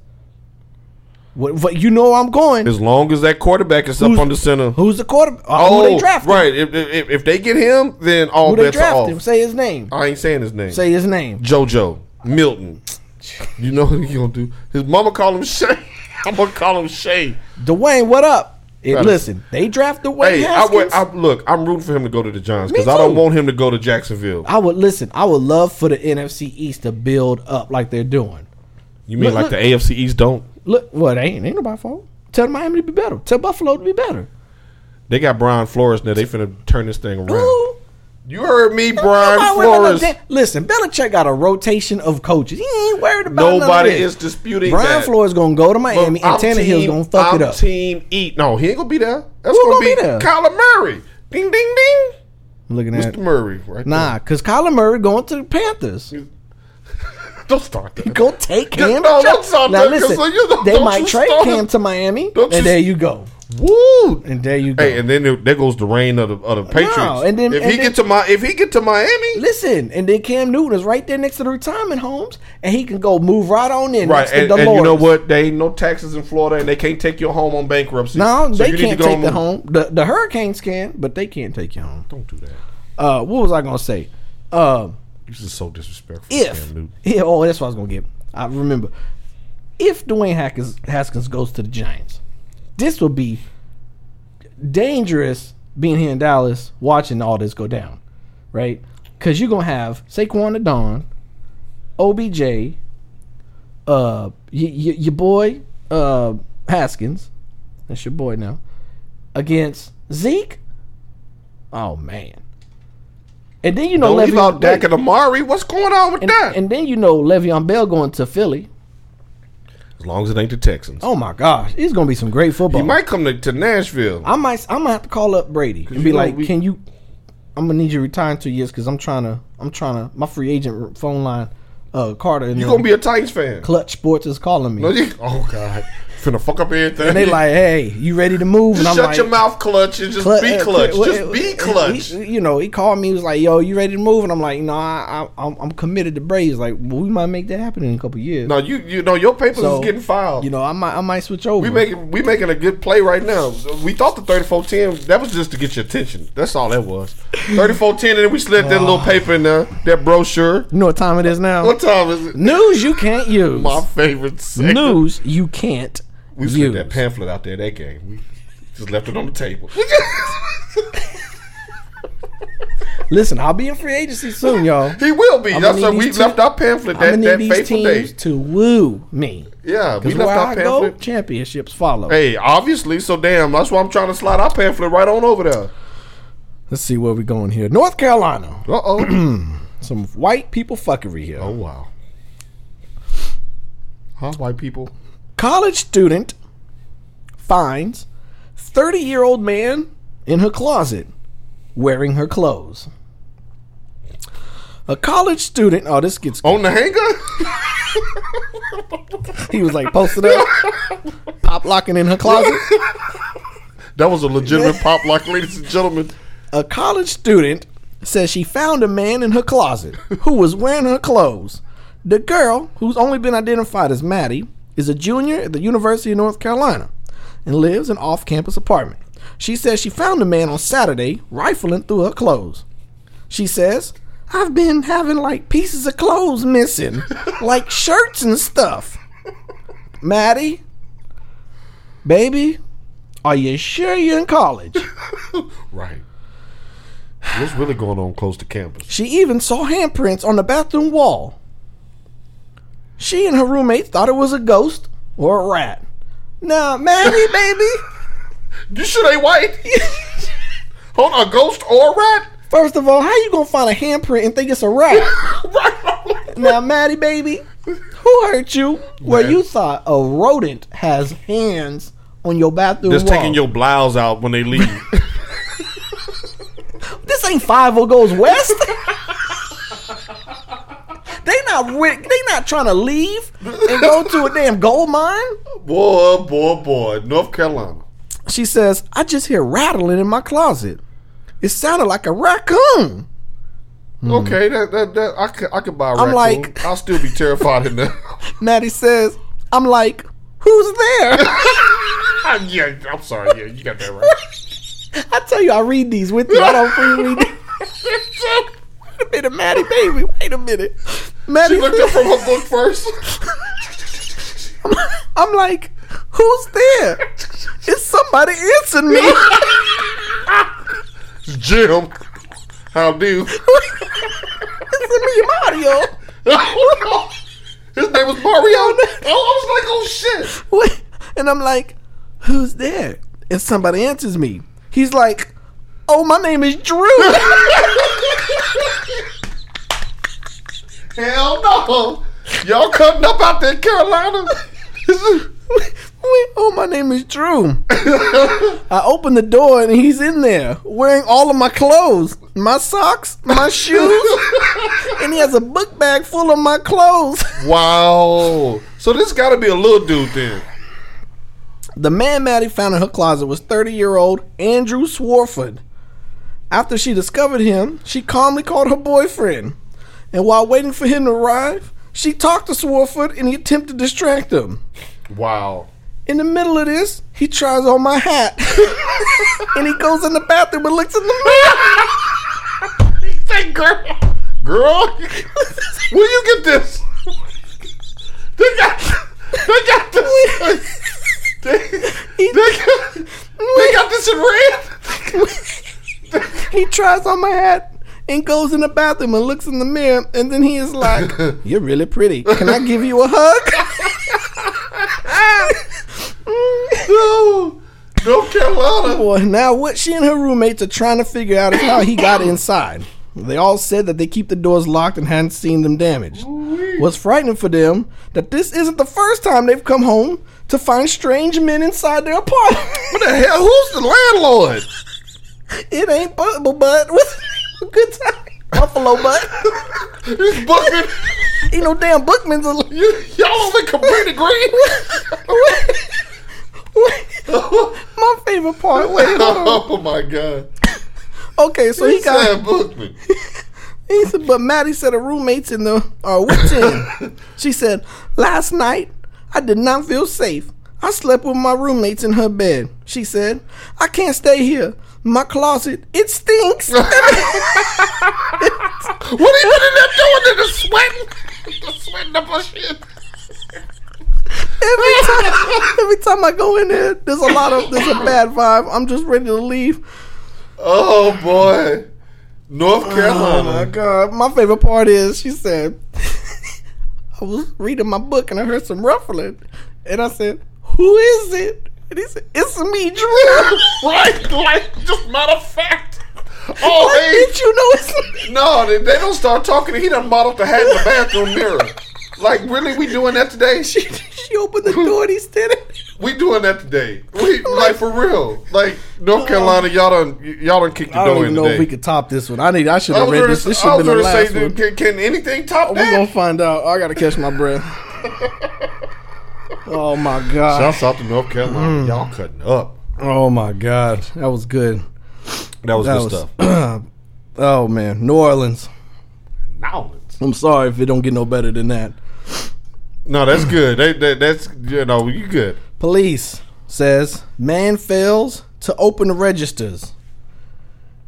Speaker 2: What, what you know I'm going.
Speaker 3: As long as that quarterback is up
Speaker 2: Who's-
Speaker 3: on the center.
Speaker 2: Who's the quarterback? Oh, who they drafted?
Speaker 3: right. If, if, if they get him, then all
Speaker 2: Who they
Speaker 3: bets are
Speaker 2: drafted?
Speaker 3: Oh, off.
Speaker 2: Say his name.
Speaker 3: I ain't saying his name.
Speaker 2: Say his name.
Speaker 3: JoJo Milton. You know what he gonna do? His mama call him Shay. I'm gonna call him Shay.
Speaker 2: Dwayne, what up? Hey,
Speaker 3: Right.
Speaker 2: listen, they draft Dwayne
Speaker 3: Hey, I would,
Speaker 2: Haskins. I
Speaker 3: I, look, I'm rooting for him to go to the Giants
Speaker 2: Me
Speaker 3: because I don't
Speaker 2: too.
Speaker 3: want him to go to Jacksonville.
Speaker 2: would listen. I would love for the NFC East to build up like they're doing.
Speaker 3: You mean
Speaker 2: Look,
Speaker 3: like
Speaker 2: look.
Speaker 3: the AFC East don't?
Speaker 2: Look, well, they ain't ain't nobody's fault. Tell Miami to be better. Tell Buffalo to be better.
Speaker 3: They got Brian Flores now. They finna turn this thing around.
Speaker 2: Ooh.
Speaker 3: You heard me,
Speaker 2: Nobody
Speaker 3: Brian
Speaker 2: worried about
Speaker 3: Flores.
Speaker 2: no damn- Listen, Belichick got a rotation of coaches. He ain't worried about none of
Speaker 3: Nobody
Speaker 2: this.
Speaker 3: is disputing
Speaker 2: Brian
Speaker 3: that.
Speaker 2: Flores gonna go to
Speaker 3: But
Speaker 2: Miami
Speaker 3: I'm
Speaker 2: and Tannehill's
Speaker 3: team-
Speaker 2: gonna fuck
Speaker 3: I'm
Speaker 2: it up.
Speaker 3: Team Eat. No, he ain't gonna be there. That's
Speaker 2: Who
Speaker 3: gonna,
Speaker 2: gonna
Speaker 3: be,
Speaker 2: be there?
Speaker 3: Kyler Murray. Ding ding ding.
Speaker 2: I'm looking at
Speaker 3: Mr. Murray, right?
Speaker 2: nah, cause Kyler Murray going to the Panthers.
Speaker 3: there. don't start that.
Speaker 2: Go take
Speaker 3: Yeah,
Speaker 2: Cam.
Speaker 3: no,
Speaker 2: to Gi-
Speaker 3: don't stop
Speaker 2: now
Speaker 3: that, 'cause
Speaker 2: listen,
Speaker 3: so you don't-
Speaker 2: they
Speaker 3: don't
Speaker 2: might
Speaker 3: you
Speaker 2: trade
Speaker 3: start.
Speaker 2: Cam to Miami,
Speaker 3: Don't you
Speaker 2: and there you go,
Speaker 3: Woo!
Speaker 2: and there you go.
Speaker 3: Hey, and then there, there goes the reign of the, of the Patriots.
Speaker 2: and then-
Speaker 3: if
Speaker 2: and
Speaker 3: he
Speaker 2: then-
Speaker 3: get to my if he get to Miami,
Speaker 2: listen, and then Cam Newton is right there next to the retirement homes, and he can go move right on in.
Speaker 3: right?
Speaker 2: next to
Speaker 3: And, and you know
Speaker 2: Dolores.
Speaker 3: what? They ain't no taxes in Florida, and they can't take your home on bankruptcy.
Speaker 2: No,
Speaker 3: So
Speaker 2: they
Speaker 3: you need to
Speaker 2: can't
Speaker 3: go
Speaker 2: take the
Speaker 3: on-
Speaker 2: home. The the Hurricanes can, but they can't take you home.
Speaker 3: Don't do that.
Speaker 2: Uh, what was I gonna say? Um,
Speaker 3: You're just so disrespectful. to
Speaker 2: if
Speaker 3: Cam Newton.
Speaker 2: yeah, oh, that's what I was gonna get. I remember. If Dwayne Haskins, Haskins goes to the Giants, this would be dangerous. Being here in Dallas, watching all this go down, right? Because you're gonna have Saquon the Don, OBJ, uh, y- y- your boy uh Haskins, that's your boy now, against Zeke. Oh man. And then you know
Speaker 3: don't leave
Speaker 2: Le'Veon-
Speaker 3: out Dak
Speaker 2: wait
Speaker 3: and Amari. What's going on with
Speaker 2: and,
Speaker 3: that?
Speaker 2: and then you know Le'Veon Bell going to Philly.
Speaker 3: As long as it ain't the Texans.
Speaker 2: Oh my gosh, it's gonna be some great football.
Speaker 3: He might come to, to Nashville.
Speaker 2: I might I might have to call up Brady and
Speaker 3: you
Speaker 2: be
Speaker 3: know
Speaker 2: like,
Speaker 3: we-
Speaker 2: "Can you? I'm gonna need you to retire in two years because I'm trying to I'm trying to my free agent phone line, uh, Carter. And
Speaker 3: you
Speaker 2: them
Speaker 3: gonna be a Titans fan?
Speaker 2: Clutch Sports is calling me,
Speaker 3: No, you- oh God, finna fuck up everything.
Speaker 2: and they like, "Hey, you ready to move?"
Speaker 3: just
Speaker 2: and I'm
Speaker 3: shut
Speaker 2: like,
Speaker 3: your mouth, clutch, and just
Speaker 2: "Clu-
Speaker 3: be
Speaker 2: uh,
Speaker 3: clutch.
Speaker 2: Clu-
Speaker 3: just
Speaker 2: uh,
Speaker 3: be
Speaker 2: uh,
Speaker 3: clutch.
Speaker 2: he- you know, he called me. He was like, "Yo, you ready to move?" And I'm like, "No, I, I I'm, I'm committed to Brady." He's like, "Well, we might make that happen in a couple years."
Speaker 3: no, you you know your papers
Speaker 2: So,
Speaker 3: is getting filed.
Speaker 2: You know, I might I might switch over.
Speaker 3: we making we making a good play right now. We thought the 34-10, that was just to get your attention. That's all that was. 34-10, and then we slid that
Speaker 2: Ah.
Speaker 3: little paper in there, that brochure.
Speaker 2: you know what time it is now?
Speaker 3: What time is it?
Speaker 2: News you can't use.
Speaker 3: My favorite segment.
Speaker 2: News you can't
Speaker 3: We slid
Speaker 2: use.
Speaker 3: that pamphlet out there that game. We just left it on the table.
Speaker 2: Listen, I'll be in free agency soon, y'all.
Speaker 3: he will be.
Speaker 2: I'ma
Speaker 3: That's
Speaker 2: need
Speaker 3: why we
Speaker 2: these
Speaker 3: left
Speaker 2: team-
Speaker 3: our pamphlet
Speaker 2: I'm
Speaker 3: that,
Speaker 2: gonna
Speaker 3: that
Speaker 2: need these
Speaker 3: fateful
Speaker 2: teams
Speaker 3: day.
Speaker 2: to woo me.
Speaker 3: Yeah, we
Speaker 2: Because
Speaker 3: left
Speaker 2: where
Speaker 3: our
Speaker 2: I go,
Speaker 3: pamphlet.
Speaker 2: championships follow.
Speaker 3: Hey, obviously, so damn. That's why I'm trying to slide our pamphlet right on over there.
Speaker 2: Let's see where we're going here. North Carolina,
Speaker 3: Uh oh.
Speaker 2: some white people fuckery here.
Speaker 3: oh wow. Huh, white people?
Speaker 2: College student finds 30 year old man in her closet wearing her clothes. A college student, oh, this gets
Speaker 3: On the hanger?
Speaker 2: He was like posted up, pop locking in her closet.
Speaker 3: that was a legitimate pop lock, ladies and gentlemen.
Speaker 2: A college student says she found a man in her closet who was wearing her clothes. The girl, who's only been identified as Maddie, is a junior at the University of North Carolina and lives in an off campus apartment. She says she found the man on Saturday rifling through her clothes. She says, I've been having like pieces of clothes missing, like shirts and stuff. Maddie, baby, are you sure you're in college?
Speaker 3: Right. What's really going on close to campus?
Speaker 2: She even saw handprints on the bathroom wall. She and her roommate thought it was a ghost or a rat. Now, Maddie, baby,
Speaker 3: You sure they white? Hold on, a ghost or a rat?
Speaker 2: first of all, how you gonna find a handprint and think it's a rat?
Speaker 3: Right.
Speaker 2: now, Maddie, baby, who hurt you? Where
Speaker 3: Man.
Speaker 2: you thought a rodent has hands on your bathroom
Speaker 3: Just
Speaker 2: wall?
Speaker 3: taking your blouse out when they leave.
Speaker 2: this ain't five o goes west. they not ri- they not trying to leave and go to a damn gold mine.
Speaker 3: boy, boy, boy. North Carolina.
Speaker 2: She says, I just hear rattling in my closet. It sounded like a raccoon.
Speaker 3: Okay, that, that, that I could I could buy a
Speaker 2: I'm
Speaker 3: raccoon.
Speaker 2: like-
Speaker 3: I'll still be terrified in there.
Speaker 2: Maddie says, I'm like, who's there?
Speaker 3: yeah, I'm sorry. Yeah, you got that right.
Speaker 2: I tell you, I read these with you. I don't free read them. Wait a minute, Maddie, baby. Wait a minute. Maddie,
Speaker 3: She looked up from her book first.
Speaker 2: I'm like, who's there? Is somebody answering me?
Speaker 3: Jim, how do?
Speaker 2: It's me, Mario.
Speaker 3: His name was Mario. Oh, I was like, oh shit.
Speaker 2: What? And I'm like, who's there? And somebody answers me. He's like, oh, my name is Drew.
Speaker 3: Hell no. Y'all cutting up out there, in Carolina.
Speaker 2: Wait, oh, my name is Drew. I open the door and he's in there wearing all of my clothes, my socks, my shoes, and he has a book bag full of my clothes.
Speaker 3: wow. So this got to be a little dude then.
Speaker 2: The man Maddie found in her closet was 30 year old Andrew Swarford. After she discovered him, she calmly called her boyfriend. And while waiting for him to arrive, she talked to Swarford and he attempted to distract him.
Speaker 3: Wow.
Speaker 2: In the middle of this, he tries on my hat. and he goes in the bathroom and looks in the mirror.
Speaker 3: Say, girl, girl, where you get this? They got, they got this. They, they, got, they got this in red.
Speaker 2: He tries on my hat and goes in the bathroom and looks in the mirror. And then he is like, You're really pretty. Can I give you a hug?
Speaker 3: No, North Carolina.
Speaker 2: Boy, now what she and her roommates are trying to figure out is how he got inside. They all said that they keep the doors locked and hadn't seen them damaged. What's frightening for them that this isn't the first time they've come home to find strange men inside their apartment.
Speaker 3: What the hell? Who's the landlord?
Speaker 2: it ain't Bubble Butt. What's the name? good time? Buffalo Butt.
Speaker 3: It's Bookman.
Speaker 2: ain't no damn Bookman's. al-
Speaker 3: You, y'all only Cabrini Green.
Speaker 2: My favorite part. Wait, hold on.
Speaker 3: oh my god.
Speaker 2: Okay, so he got.
Speaker 3: Sam Bookman.
Speaker 2: He said, but Maddie said her roommates in the are with him. she said, last night I did not feel safe. I slept with my roommates in her bed. She said, I can't stay here. My closet, it stinks.
Speaker 3: What are you in there doing? They're just sweating. Just sweating up her shit.
Speaker 2: every time every time I go in there, there's a lot of there's a bad vibe. I'm just ready to leave.
Speaker 3: Oh boy. North Carolina.
Speaker 2: Oh my god. My favorite part is she said I was reading my book and I heard some ruffling. And I said, Who is it? And he said, It's me, Drew.
Speaker 3: Right, like just matter of fact.
Speaker 2: Why
Speaker 3: Oh,
Speaker 2: did you know it's
Speaker 3: hey, no, they, they don't start talking. He done modeled the hat in the bathroom mirror. Like, really, we doing that today?
Speaker 2: she opened the door and he's standing.
Speaker 3: We doing that today? We like for real? Like North Carolina, y'all done y- y'all done kicked the
Speaker 2: I
Speaker 3: door
Speaker 2: don't
Speaker 3: in
Speaker 2: even know if we
Speaker 3: today.
Speaker 2: could top this one. I need. I should
Speaker 3: I
Speaker 2: have
Speaker 3: was
Speaker 2: read
Speaker 3: gonna,
Speaker 2: this. This
Speaker 3: s-
Speaker 2: should
Speaker 3: I
Speaker 2: have
Speaker 3: was
Speaker 2: been the
Speaker 3: gonna say,
Speaker 2: last one.
Speaker 3: dude, can, can anything top
Speaker 2: We're gonna
Speaker 3: that?
Speaker 2: find out. I gotta catch my breath. Oh my god.
Speaker 3: Shouts out to North Carolina,
Speaker 2: Mm.
Speaker 3: y'all cutting up.
Speaker 2: Oh my god. That was good.
Speaker 3: That was
Speaker 2: That was-
Speaker 3: good stuff.
Speaker 2: Oh man, New Orleans.
Speaker 3: Now
Speaker 2: I'm sorry if it don't get no better than that.
Speaker 3: no, that's good. They, they, that's you know you good.
Speaker 2: Police says man fails to open the registers,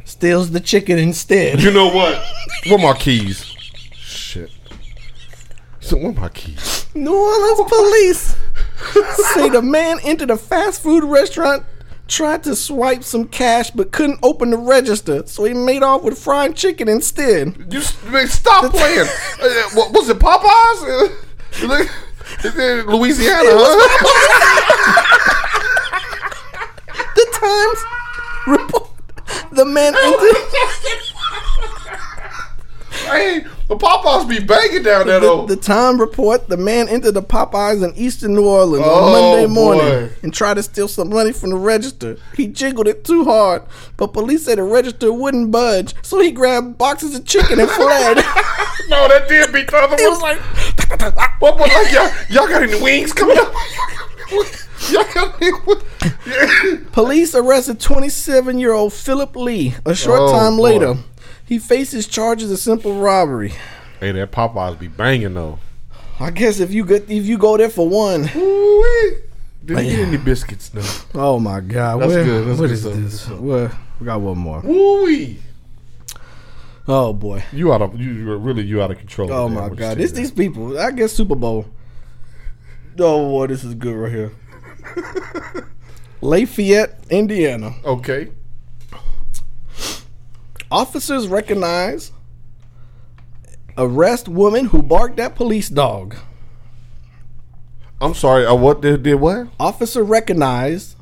Speaker 2: steals the chicken instead.
Speaker 3: You know what? Where my keys? Shit. So where my keys?
Speaker 2: New Orleans police say the man entered a fast food restaurant, tried to swipe some cash, but couldn't open the register, so he made off with fried chicken instead.
Speaker 3: You s- man, stop playing. Uh, uh, what, was it Popeyes? Uh, look, it's in Louisiana, huh?
Speaker 2: The Times report the man entered
Speaker 3: hey, the Popeyes be banging down there though.
Speaker 2: the Time report the man entered the Popeyes in eastern New Orleans
Speaker 3: Oh,
Speaker 2: on Monday morning
Speaker 3: boy.
Speaker 2: and tried to steal some money from the register. He jiggled it too hard, but police said the register wouldn't budge, so he grabbed boxes of chicken and fled.
Speaker 3: no, that did beat the other
Speaker 2: He was
Speaker 3: one.
Speaker 2: like,
Speaker 3: What was like y'all, y'all got any wings coming up? y'all got any? Yeah.
Speaker 2: Police arrested 27 year old Philip Lee a short
Speaker 3: Oh,
Speaker 2: time
Speaker 3: boy.
Speaker 2: later. He faces charges of simple robbery.
Speaker 3: Hey, that Popeyes be banging though.
Speaker 2: I guess if you get if you go there for one.
Speaker 3: Ooh-wee. Did he get any biscuits now?
Speaker 2: Oh my God!
Speaker 3: That's
Speaker 2: where-
Speaker 3: good, that's
Speaker 2: what
Speaker 3: good
Speaker 2: is
Speaker 3: stuff, good
Speaker 2: this?
Speaker 3: stuff.
Speaker 2: Where, we got one more.
Speaker 3: Ooh-wee.
Speaker 2: Oh boy!
Speaker 3: You out of you you- really you out of control.
Speaker 2: Oh
Speaker 3: man,
Speaker 2: my
Speaker 3: with
Speaker 2: God!
Speaker 3: this
Speaker 2: It's these people. I guess Super Bowl. Oh boy, this is good right here. Lafayette, Indiana.
Speaker 3: TV. okay.
Speaker 2: Officers recognize arrest woman who barked at police dog.
Speaker 3: I'm sorry. Uh, what did, did what?
Speaker 2: Officer recognized,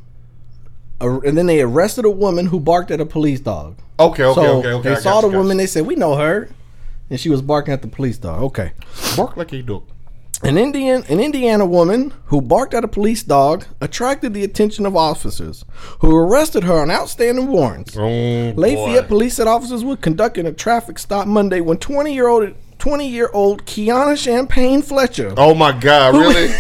Speaker 2: ar- and then they arrested a woman who barked at a police dog.
Speaker 3: Okay, okay,
Speaker 2: so
Speaker 3: okay, okay.
Speaker 2: they
Speaker 3: I
Speaker 2: saw
Speaker 3: got
Speaker 2: the
Speaker 3: you, got
Speaker 2: woman. They said, "We know her," and she was barking at the police dog. Okay,
Speaker 3: you. bark like a dog.
Speaker 2: an Indian, an Indiana woman who barked at a police dog attracted the attention of officers, who arrested her on outstanding warrants.
Speaker 3: Oh,
Speaker 2: Lafayette
Speaker 3: boy.
Speaker 2: police said officers were conducting a traffic stop Monday when twenty-year-old, twenty-year-old Kiana Champagne Fletcher.
Speaker 3: Oh my God!
Speaker 2: who-
Speaker 3: Really?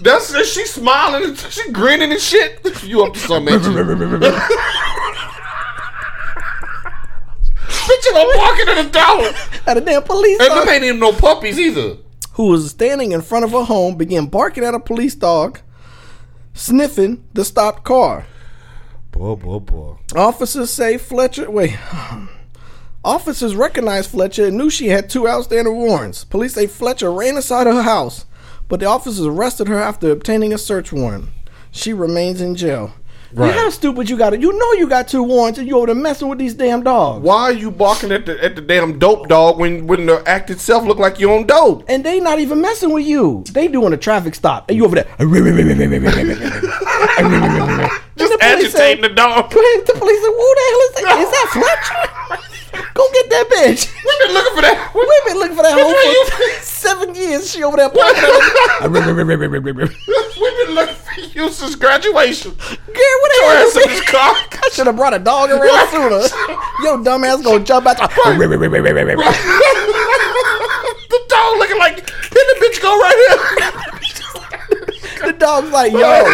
Speaker 3: That's is she smiling. and She grinning and shit. You up to something? ain't you? Bitch, I'm walking in a dollar, and
Speaker 2: at a damn police dog.
Speaker 3: them ain't even no puppies either.
Speaker 2: who was standing in front of her home, began barking at a police dog, sniffing the stopped car.
Speaker 3: Boy, boy, boy.
Speaker 2: Officers say Fletcher. Wait. Officers recognized Fletcher and knew she had two outstanding warrants. Police say Fletcher ran inside her house, but the officers arrested her after obtaining a search warrant. She remains in jail.
Speaker 3: Right.
Speaker 2: You how stupid you got it. You know you got two warrants and you over there messing with these damn dogs.
Speaker 3: Why are you barking at the at the damn dope dog when when the act itself look like you on dope?
Speaker 2: And they not even messing with you. They doing a traffic stop. And you over there. Just
Speaker 3: Agitating the dog.
Speaker 2: the police said, "Who the hell is that? Is that Fletcher?" bitch.
Speaker 3: We've been looking for that.
Speaker 2: We've been looking for that home for seven years. She over there. Girl,
Speaker 3: We've been looking for you since graduation. Your
Speaker 2: what
Speaker 3: ass
Speaker 2: the
Speaker 3: in
Speaker 2: hell?
Speaker 3: this cock.
Speaker 2: I should have brought a dog around sooner. Yo, dumbass gonna jump out. The-
Speaker 3: the dog looking like, did the bitch go right here?
Speaker 2: the dog's like, yo,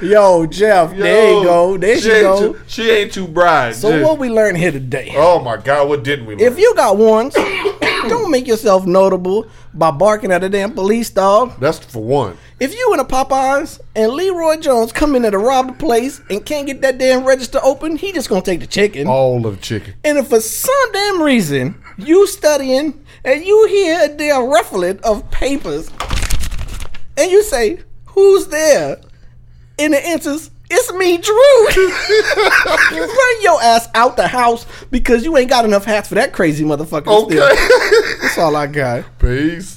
Speaker 2: yo, Jeff. there you go. There
Speaker 3: she
Speaker 2: you
Speaker 3: ain't
Speaker 2: go.
Speaker 3: Too, she ain't too bright.
Speaker 2: so
Speaker 3: dude.
Speaker 2: what we learned here today?
Speaker 3: Oh my God! What didn't we? Learn?
Speaker 2: If you got warrants, don't make yourself notable by barking at a damn police dog.
Speaker 3: That's for one.
Speaker 2: If you in a Popeyes and Leroy Jones come in there to rob the place and can't get that damn register open, he just gonna take the chicken.
Speaker 3: All of chicken.
Speaker 2: And if for some damn reason you studying and you hear a damn ruffling of papers and you say, Who's there? And the answers, it's me, Drew. you run your ass out the house because you ain't got enough hats for that crazy motherfucker. to steal.
Speaker 3: Okay.
Speaker 2: That's all I got.
Speaker 3: Peace.